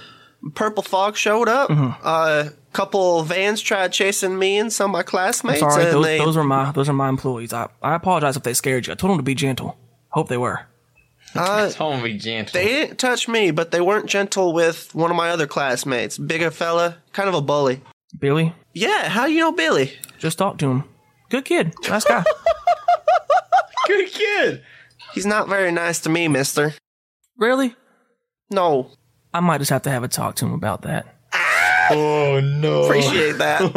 [SPEAKER 3] Purple fog showed up. Uh, couple vans tried chasing me and some of my classmates.
[SPEAKER 1] Sorry,
[SPEAKER 3] and
[SPEAKER 1] those,
[SPEAKER 3] they,
[SPEAKER 1] those are my those are my employees. I, I apologize if they scared you. I told them to be gentle. Hope they were.
[SPEAKER 3] uh,
[SPEAKER 4] It's home be gentle.
[SPEAKER 3] They didn't touch me, but they weren't gentle with one of my other classmates. Bigger fella, kind of a bully.
[SPEAKER 1] Billy,
[SPEAKER 3] Yeah, how do you know Billy?
[SPEAKER 1] just talk to him. Good kid. Nice
[SPEAKER 3] *laughs*
[SPEAKER 1] guy.
[SPEAKER 4] Good kid.
[SPEAKER 3] He's not very nice to me, mister.
[SPEAKER 1] really?
[SPEAKER 3] No.
[SPEAKER 1] I might just have to have a talk to him about that.
[SPEAKER 4] Oh
[SPEAKER 3] *laughs*
[SPEAKER 4] no. Oh,
[SPEAKER 3] Appreciate that.
[SPEAKER 1] No
[SPEAKER 2] *laughs*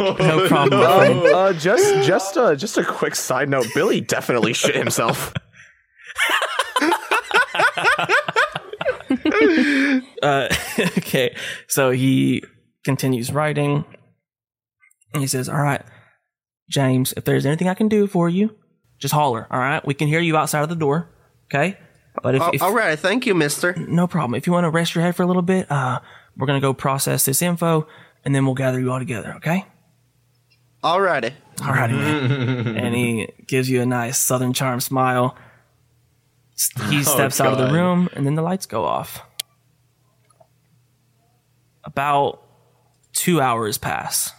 [SPEAKER 1] problem. my friend.
[SPEAKER 2] Uh, just, just, uh, just a quick side note. Billy definitely shit himself.
[SPEAKER 1] Uh, *laughs* okay, so he continues writing. And he says, "All right, James, if there's anything I can do for you, Just holler, all right? We can hear you outside of the door, okay? But if,
[SPEAKER 3] Al-
[SPEAKER 1] if
[SPEAKER 3] all right, thank you, Mister.
[SPEAKER 1] no problem, if you want to rest your head for a little bit, uh, we're gonna go process this info, and then we'll gather you all together, okay?
[SPEAKER 3] All righty.
[SPEAKER 1] Alrighty,
[SPEAKER 4] *laughs*
[SPEAKER 1] man. and he gives you a nice Southern charm smile. S-
[SPEAKER 2] Oh,
[SPEAKER 1] He steps out of the
[SPEAKER 4] God.
[SPEAKER 1] room, and then the lights go off. About two hours pass.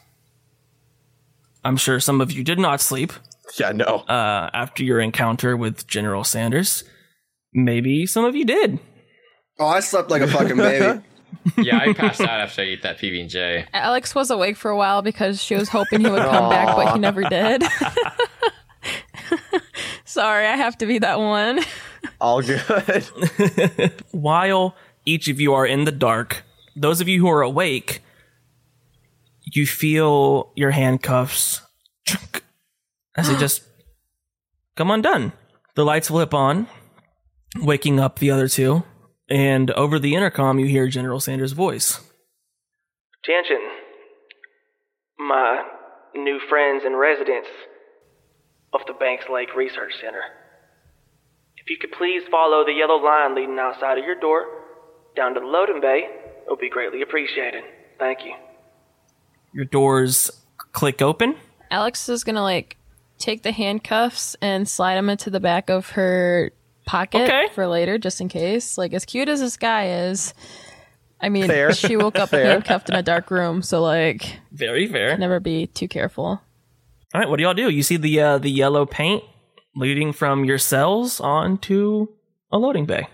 [SPEAKER 1] I'm sure some of you did not sleep
[SPEAKER 2] Yeah, no.
[SPEAKER 1] uh, after your encounter with General Sanders. Maybe some of you did.
[SPEAKER 3] Oh, I slept like a
[SPEAKER 2] *laughs*
[SPEAKER 3] fucking baby.
[SPEAKER 4] Yeah, I passed out after I ate that PB and J.
[SPEAKER 5] Alex was awake for a while because she was hoping he would come back, but he never
[SPEAKER 1] *laughs*
[SPEAKER 5] did. Sorry, I have to be that one.
[SPEAKER 2] All good. *laughs*
[SPEAKER 1] while each of you are in the dark, those of you who are awake, you feel your handcuffs chunk, as they just *gasps* come undone. The lights flip on, waking up the other two, and over the intercom, you hear General Sanders' voice.
[SPEAKER 7] Attention, my new friends and residents of the Banks Lake Research Center. If you could please follow the yellow line leading outside of your door down to the loading bay, it would be greatly appreciated. Thank you.
[SPEAKER 1] Your doors click open.
[SPEAKER 5] Alex is gonna like take the handcuffs and slide them into the back of her pocket
[SPEAKER 1] Okay.
[SPEAKER 5] for later, just in case. Like as cute as this guy is, I mean,
[SPEAKER 2] Fair.
[SPEAKER 5] she woke
[SPEAKER 2] *laughs*
[SPEAKER 5] up
[SPEAKER 2] Fair.
[SPEAKER 5] handcuffed in a dark room, so like
[SPEAKER 1] Very fair.
[SPEAKER 5] never be too careful.
[SPEAKER 1] All right, what do y'all do? You see the uh, the yellow paint leading from your cells onto a loading bay.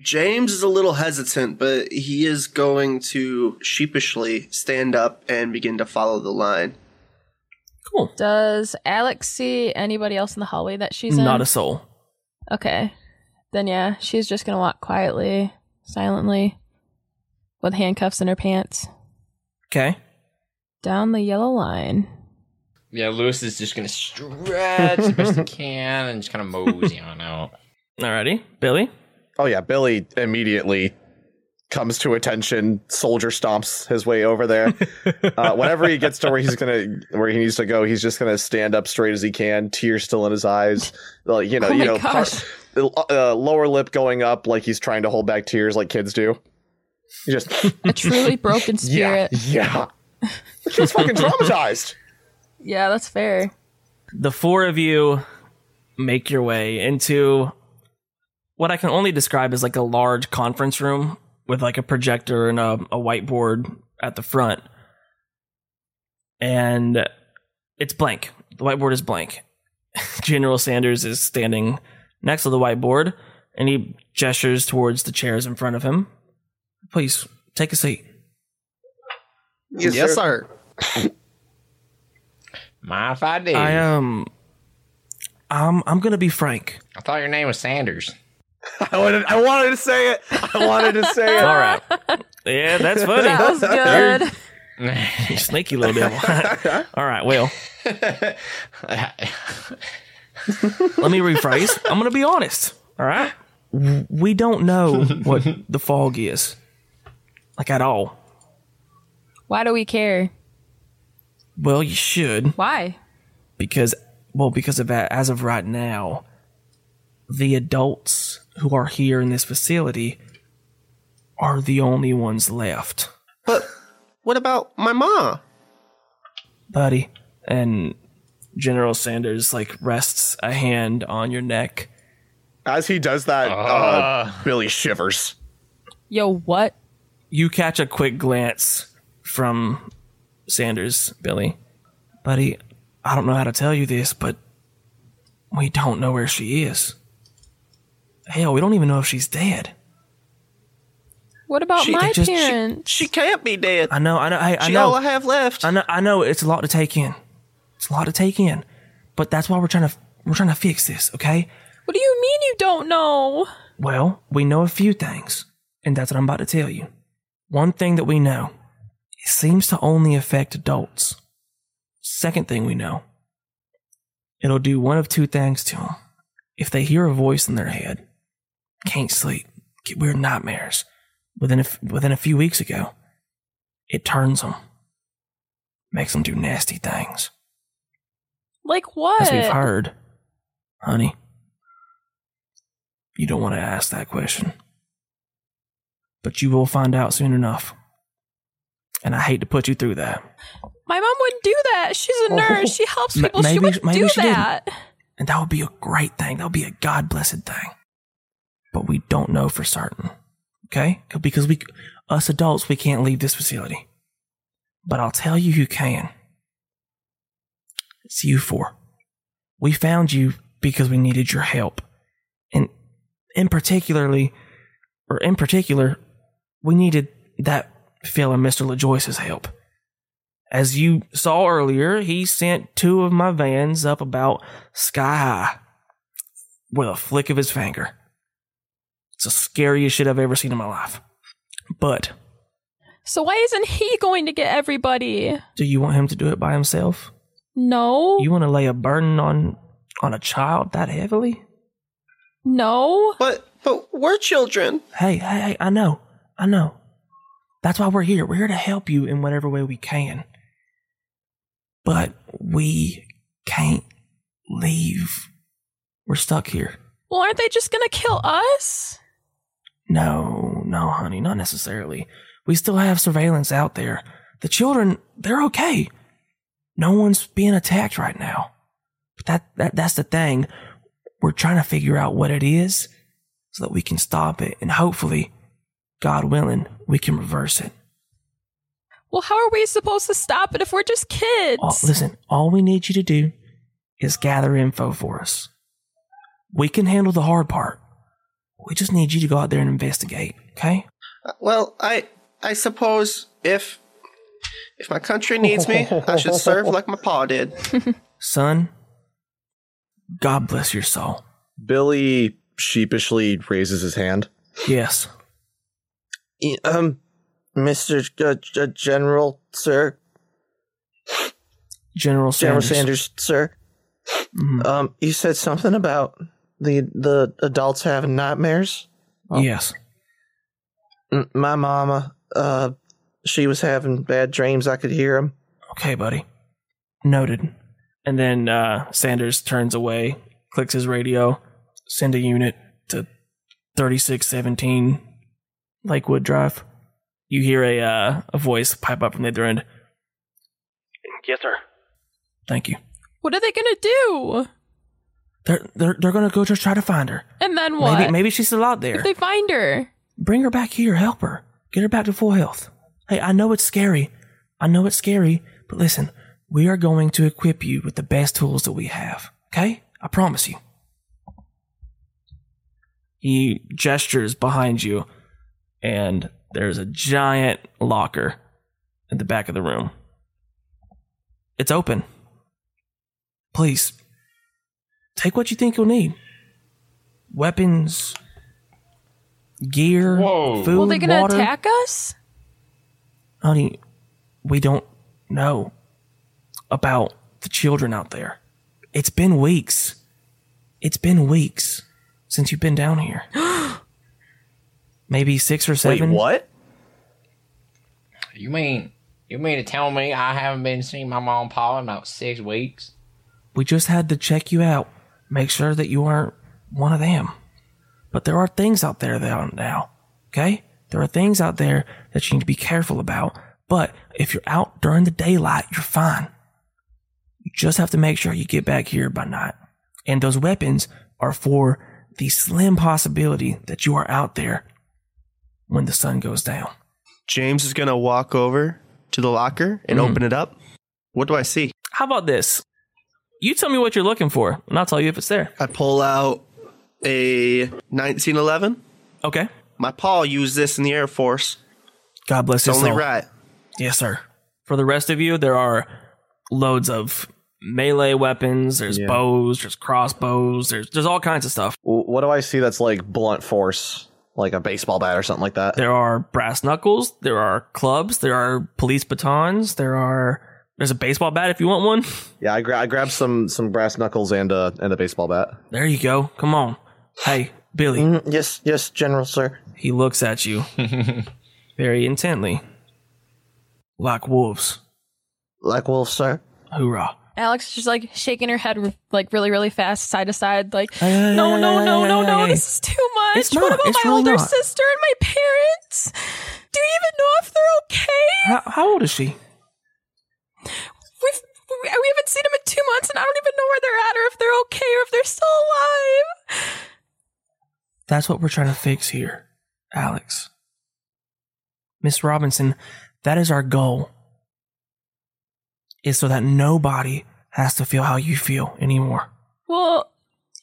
[SPEAKER 3] James is a little hesitant, but he is going to sheepishly stand up and begin to follow the line.
[SPEAKER 1] Cool.
[SPEAKER 5] Does Alex see anybody else in the hallway that she's in?
[SPEAKER 1] Not a soul.
[SPEAKER 5] Okay. Then yeah, she's just gonna walk quietly, silently, with handcuffs in her pants,
[SPEAKER 1] Okay.
[SPEAKER 5] down the yellow line.
[SPEAKER 4] Yeah, Lewis is just gonna stretch the best
[SPEAKER 1] *laughs*
[SPEAKER 4] he can and just kind of mosey on out.
[SPEAKER 1] Alrighty, Billy.
[SPEAKER 2] Oh yeah, Billy immediately comes to attention. Soldier stomps his way over there.
[SPEAKER 1] *laughs*
[SPEAKER 2] uh, whenever he gets to where he's gonna, where he needs to go, he's just gonna stand up straight as he can, tears still in his eyes. Like you know,
[SPEAKER 5] Oh
[SPEAKER 2] you
[SPEAKER 5] my
[SPEAKER 2] know,
[SPEAKER 5] gosh.
[SPEAKER 2] part- uh, lower lip going up, like he's trying to hold back tears, like kids do. He just
[SPEAKER 5] *laughs* A truly
[SPEAKER 1] *laughs*
[SPEAKER 5] broken
[SPEAKER 2] yeah,
[SPEAKER 5] spirit. Yeah,
[SPEAKER 2] yeah. He's fucking
[SPEAKER 4] *laughs*
[SPEAKER 2] traumatized.
[SPEAKER 5] that's fair.
[SPEAKER 1] The four of you make your way into what I can only describe as like a large conference room with like a projector and a, a whiteboard at the front. And it's blank. The whiteboard is blank. *laughs* General Sanders is standing next to the whiteboard and he gestures towards the chairs in front of him. Please take a seat.
[SPEAKER 3] Yes, sir.
[SPEAKER 4] *laughs* My if I did.
[SPEAKER 1] I
[SPEAKER 4] I,
[SPEAKER 1] um I'm I'm gonna be frank.
[SPEAKER 4] thought your name was Sanders.
[SPEAKER 2] *laughs* I wanted, I wanted to say it. I wanted to
[SPEAKER 4] *laughs*
[SPEAKER 2] say it.
[SPEAKER 1] All right. Yeah,
[SPEAKER 5] *laughs*
[SPEAKER 1] that's funny.
[SPEAKER 5] That was good. *laughs*
[SPEAKER 1] You sneaky little devil. *laughs* All right, well, let me rephrase. I'm going to be honest. All right. W- We don't know
[SPEAKER 5] *laughs*
[SPEAKER 1] what the fog is, like at all.
[SPEAKER 5] Why do we care?
[SPEAKER 1] Well, you should,
[SPEAKER 5] Why?
[SPEAKER 1] because, well, because of that, as of right now, the adults who are here in this facility are the only ones left.
[SPEAKER 3] But what about my ma?
[SPEAKER 1] buddy. And General Sanders like rests a hand on your neck.
[SPEAKER 2] As he does that, uh, Billy shivers.
[SPEAKER 5] Yo, what?
[SPEAKER 1] You catch a quick glance from Sanders, Billy. Buddy, I don't know how to tell you this, but we don't know where she is. Hell, we don't even know if she's dead.
[SPEAKER 5] What about
[SPEAKER 1] She-
[SPEAKER 5] my
[SPEAKER 1] just- she-
[SPEAKER 5] parents?
[SPEAKER 3] She can't be dead.
[SPEAKER 1] I know, I know, hey, I
[SPEAKER 3] She
[SPEAKER 1] know.
[SPEAKER 3] all I have left.
[SPEAKER 1] I know, I know it's a lot to take in. It's a lot to take in, but that's why we're trying to we're trying to fix this, okay?
[SPEAKER 5] what do you mean you don't know?
[SPEAKER 1] Well, we know a few things, and that's what I'm about to tell you. One thing that we know it seems to only affect adults. Second thing we know it'll do one of two things to them. If they hear a voice in their head, can't sleep, get weird nightmares, within a, f- within a few weeks ago, it turns them, makes them do nasty things,
[SPEAKER 5] Like what?
[SPEAKER 1] as we've heard. Honey, you don't want to ask that question. But you will find out soon enough. And I hate to put you through that.
[SPEAKER 5] My mom wouldn't do that. She's a nurse. She helps
[SPEAKER 1] Oh. M-
[SPEAKER 5] people. she
[SPEAKER 1] maybe-
[SPEAKER 5] wouldn't
[SPEAKER 1] maybe
[SPEAKER 5] do
[SPEAKER 1] she didn't.
[SPEAKER 5] that.
[SPEAKER 1] And that would be a great thing. That would be a God blessed thing. But we don't know for certain. Okay? Because we, us adults, we can't leave this facility. But I'll tell you who can. It's you four. We found you because we needed your help. And in particularly, or in particular, we needed that fellow Mr. LaJoyce's help. As you saw earlier, he sent two of my vans up about sky high with a flick of his finger. It's the scariest shit I've ever seen in my life. But
[SPEAKER 5] So why isn't he going to get everybody?
[SPEAKER 1] do you want him to do it by himself?
[SPEAKER 5] No.
[SPEAKER 1] You want to lay a burden on on a child that heavily?
[SPEAKER 5] no.
[SPEAKER 3] But but we're children.
[SPEAKER 1] Hey, hey, hey, I know. I know. That's why we're here. We're here to help you in whatever way we can. But we can't leave. We're stuck here.
[SPEAKER 5] Well, aren't they just going to kill us?
[SPEAKER 1] No, no, honey, not necessarily. We still have surveillance out there. The children, they're okay. No one's being attacked right now. But that, that that's the thing. We're trying to figure out what it is so that we can stop it and hopefully, God willing, we can reverse it.
[SPEAKER 5] Well, how are we supposed to stop it if we're just kids?
[SPEAKER 1] All, Oh, listen, all we need you to do is gather info for us. We can handle the hard part. We just need you to go out there and investigate, okay?
[SPEAKER 3] Well, I I suppose if if my country needs me, I should serve like my pa did.
[SPEAKER 1] Son, God bless your soul.
[SPEAKER 2] Billy sheepishly raises his hand.
[SPEAKER 1] Yes.
[SPEAKER 6] E- Um, Mr. G- G- General, sir,
[SPEAKER 1] General
[SPEAKER 6] General
[SPEAKER 1] Sanders.
[SPEAKER 6] Sanders, sir.
[SPEAKER 1] Mhm.
[SPEAKER 6] Um, you said something about the the adults having nightmares.
[SPEAKER 1] Yes.
[SPEAKER 6] M- my mama, uh, she was having bad dreams. I could hear them.
[SPEAKER 1] Okay, buddy. Noted. And then uh, Sanders turns away, clicks his radio, send a unit to 3617 Lakewood Drive. You hear a uh, a voice pipe up from the other end.
[SPEAKER 7] Yes, sir.
[SPEAKER 1] Thank you.
[SPEAKER 5] What are they going to do?
[SPEAKER 1] They're they're they're gonna go just try to find her.
[SPEAKER 5] And then what?
[SPEAKER 1] Maybe maybe she's still out there.
[SPEAKER 5] If they find her.
[SPEAKER 1] Bring her back here. Help her. Get her back to full health. Hey, I know it's scary. I know it's scary, but listen, we are going to equip you with the best tools that we have. Okay? I promise you. He gestures behind you, and there's a giant locker at the back of the room. It's open. Please, take what you think you'll need weapons, gear,
[SPEAKER 4] Whoa.
[SPEAKER 1] food.
[SPEAKER 5] Well, they going to
[SPEAKER 1] water.
[SPEAKER 5] attack us?
[SPEAKER 1] Honey, we don't know about the children out there. It's been weeks. It's been weeks since you've been down here. *gasps* Maybe six or seven.
[SPEAKER 2] what?
[SPEAKER 4] You mean you mean to tell me I haven't been seeing my mom and pa in about six weeks?
[SPEAKER 1] We just had to check you out, make sure that you aren't one of them. But there are things out there that are now, okay? There are things out there that you need to be careful about. But if you're out during the daylight, you're fine. You just have to make sure you get back here by night. And those weapons are for the slim possibility that you are out there when the sun goes down.
[SPEAKER 3] James is gonna walk over to the locker and open it up. What do I see?
[SPEAKER 1] Mm-hmm. How about this? You tell me what you're looking for, and I'll tell you if it's there.
[SPEAKER 3] I pull out a 1911.
[SPEAKER 1] Okay.
[SPEAKER 3] My pa used this in the Air Force.
[SPEAKER 1] God bless
[SPEAKER 3] It's
[SPEAKER 1] you.
[SPEAKER 3] only right.
[SPEAKER 1] Yes, sir. For the rest of you, there are loads of melee weapons. There's bows. There's crossbows. There's there's all kinds of stuff.
[SPEAKER 2] W- What do I see that's like blunt force, like a baseball bat or something like that?
[SPEAKER 1] There are brass knuckles. There are clubs. There are police batons. There are there's a baseball bat if you want one. *laughs*
[SPEAKER 2] Yeah, I, gra- I grab some some brass knuckles and a and a baseball bat.
[SPEAKER 1] There you go. Come on. Hey, Billy.
[SPEAKER 6] Mm, yes, yes, General, sir.
[SPEAKER 1] He looks at
[SPEAKER 6] *laughs*
[SPEAKER 1] you very intently, like wolves.
[SPEAKER 6] Like wolves, sir.
[SPEAKER 1] Hoorah!
[SPEAKER 5] Alex is just like shaking her head like really, really fast, side to side, like no, no, no, no, no, this is too much.
[SPEAKER 1] It's
[SPEAKER 5] what
[SPEAKER 1] not.
[SPEAKER 5] about
[SPEAKER 1] It's
[SPEAKER 5] my
[SPEAKER 1] really
[SPEAKER 5] older
[SPEAKER 1] not.
[SPEAKER 5] sister and my parents? Do you even know if they're okay?
[SPEAKER 1] How, how old is she?
[SPEAKER 5] We've, we we haven't seen them in two months, and I don't even know where they're at, or if they're okay, or if they're still alive.
[SPEAKER 1] That's what we're trying to fix here, Alex. Miss Robinson, that is our goal. Is so that nobody has to feel how you feel anymore.
[SPEAKER 5] Well,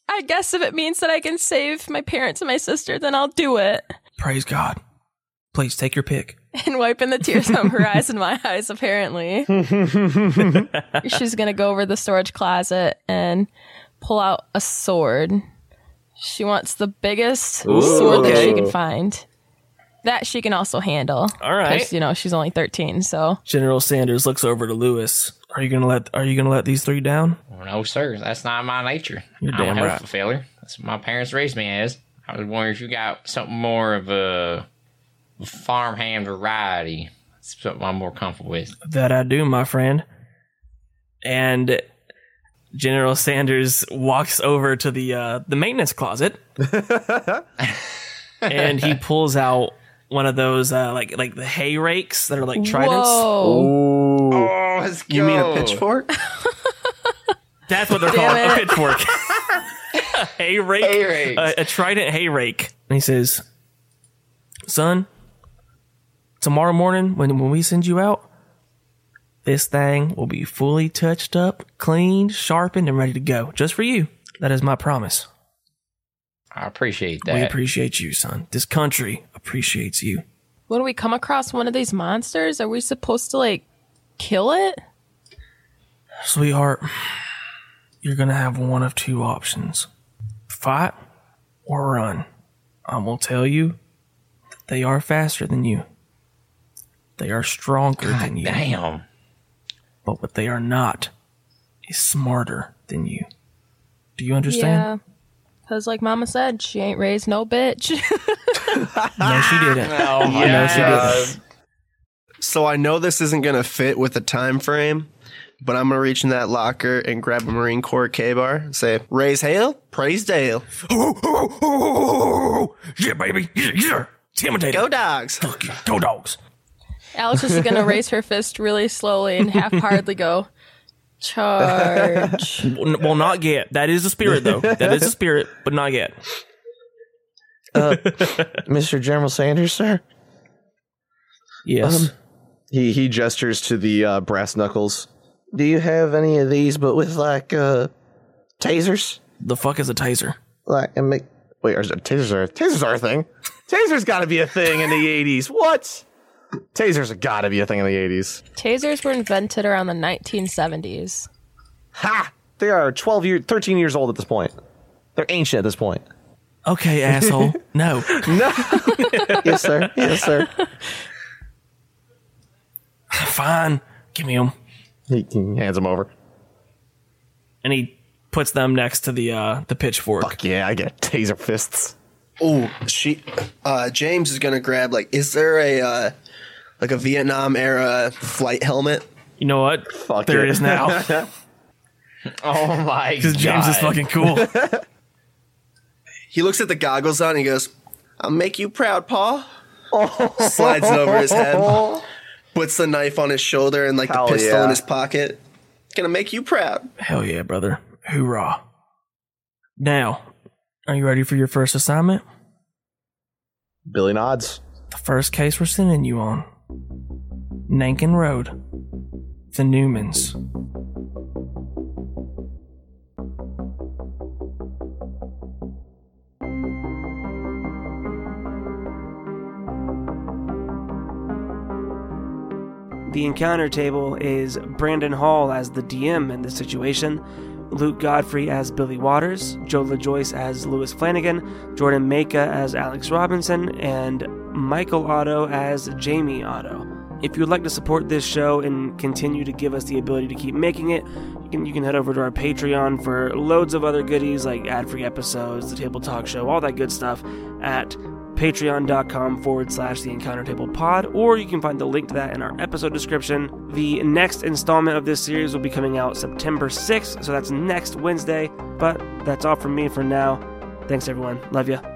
[SPEAKER 5] I guess if it means that I can save my parents and my sister, then I'll do it. *laughs*
[SPEAKER 1] Praise God. Please take your pick.
[SPEAKER 5] And wiping the tears from her eyes and my *laughs* eyes, apparently. She's going to go over the storage closet and pull out a sword. She wants the biggest
[SPEAKER 12] Ooh,
[SPEAKER 5] sword that she
[SPEAKER 12] okay.
[SPEAKER 5] can find. That she can also handle.
[SPEAKER 1] All right.
[SPEAKER 5] 'Cause, You know, she's only 13, so.
[SPEAKER 1] General Sanders looks over to Lewis. Are you gonna let Are you gonna let these three down?
[SPEAKER 4] No, sir. That's not my nature.
[SPEAKER 1] You're
[SPEAKER 4] I'm
[SPEAKER 1] damn
[SPEAKER 4] a
[SPEAKER 1] right.
[SPEAKER 4] health failure. That's what my parents raised me as. I was wondering if you got something more of a farmhand variety. That's something I'm more comfortable with.
[SPEAKER 1] That I do, my friend. And General Sanders walks over to the uh, the maintenance
[SPEAKER 3] *laughs*
[SPEAKER 1] closet, and he pulls out one of those uh, like like the hay rakes that are like tridents.
[SPEAKER 5] Whoa.
[SPEAKER 4] Oh, let's
[SPEAKER 3] You mean a
[SPEAKER 1] go.
[SPEAKER 3] pitchfork?
[SPEAKER 1] *laughs* That's what they're
[SPEAKER 3] Damn
[SPEAKER 1] called, a
[SPEAKER 3] it.
[SPEAKER 1] pitchfork. *laughs* hay rake,
[SPEAKER 4] Hay rakes.
[SPEAKER 1] A, a trident hay rake. And he says, "Son, tomorrow morning when when we send you out, this thing will be fully touched up, cleaned, sharpened, and ready to go, just for you. That is my promise.
[SPEAKER 4] I appreciate
[SPEAKER 1] We
[SPEAKER 4] that.
[SPEAKER 1] appreciate you, son. This country appreciates you.
[SPEAKER 5] When we come across one of these monsters, are we supposed to, like, kill it?
[SPEAKER 1] Sweetheart, you're going to have one of two options fight or run. I will tell you that they are faster than you, they are stronger than you.
[SPEAKER 4] Damn.
[SPEAKER 1] But what they are not is smarter than you. Do you understand?
[SPEAKER 5] Because, like Mama said, she ain't raised no bitch. *laughs*
[SPEAKER 1] No, she didn't.
[SPEAKER 4] Oh
[SPEAKER 1] my No, she God. didn't.
[SPEAKER 3] Ah! So I know this isn't gonna fit with the time frame, but I'm gonna reach in that locker and grab a Marine Corps K bar and say, Raise hail, praise
[SPEAKER 1] *laughs*
[SPEAKER 3] Dale.
[SPEAKER 1] Yeah, baby. Yeah, yeah. Intimidated.
[SPEAKER 3] Go dogs.
[SPEAKER 1] Fuck you. Go dogs.
[SPEAKER 5] Alice is going to raise her fist really slowly and half hardly go,
[SPEAKER 1] *laughs*
[SPEAKER 5] charge.
[SPEAKER 1] Well, n- well, not yet. That is the spirit, though. That is the spirit, but not yet. *laughs*
[SPEAKER 2] Uh, Mr. General Sanders, sir.
[SPEAKER 1] Yes.
[SPEAKER 2] Um, he he gestures to the uh, brass knuckles. Do you have any of these, but with like uh, tasers?
[SPEAKER 1] The fuck is a taser?
[SPEAKER 2] Like and make wait, are tasers are tasers are a thing? Tasers got to be a thing in the eighties. What? Tasers have got to be a thing in the eighties.
[SPEAKER 5] Tasers were invented around the 1970s.
[SPEAKER 2] Ha! They are twelve year, thirteen years old at this point. They're ancient at this point.
[SPEAKER 1] Okay, asshole.
[SPEAKER 2] *laughs*
[SPEAKER 1] No.
[SPEAKER 2] No. yes, sir. Yes, sir.
[SPEAKER 1] *sighs* Fine. Give me them.
[SPEAKER 2] He he hands them over.
[SPEAKER 1] And he puts them next to the uh, the pitchfork.
[SPEAKER 2] Fuck yeah, I get taser fists.
[SPEAKER 3] Oh, she uh James is gonna grab like is there a uh like a Vietnam era flight helmet?
[SPEAKER 1] You know what?
[SPEAKER 2] Fuck
[SPEAKER 1] There
[SPEAKER 3] it.
[SPEAKER 1] it is
[SPEAKER 3] *laughs*
[SPEAKER 1] now. *laughs*
[SPEAKER 4] Oh my god.
[SPEAKER 1] Because James is fucking cool.
[SPEAKER 3] He looks at the goggles on and he goes, I'll make you proud, Paul.
[SPEAKER 4] Oh.
[SPEAKER 3] *laughs* Slides it over his
[SPEAKER 4] *laughs*
[SPEAKER 3] head, puts the knife on his shoulder and like
[SPEAKER 2] Hell
[SPEAKER 3] the pistol
[SPEAKER 2] yeah.
[SPEAKER 3] in his pocket. Gonna make you proud.
[SPEAKER 1] Hell yeah, brother. Hoorah. Now, are you ready for your first assignment?
[SPEAKER 2] Billy nods.
[SPEAKER 1] The first case we're sending you on Nankin Road. The Newmans. The encounter table is Brandon Hall as the DM in this situation, Luke Godfrey as Billy Waters, Joe LaJoyce as Lewis Flanagan, Jordan Maka as Alex Robinson, and Michael Otto as Jamie Otto. If you would like to support this show and continue to give us the ability to keep making it, you can, you can head over to our Patreon for loads of other goodies like ad free episodes, the table talk show, all that good stuff at patreon.com forward slash the encounter table pod, or you can find the link to that in our episode description. The next installment of this series will be coming out September 6th, so that's next Wednesday. But that's all from me for now. Thanks, everyone. Love ya.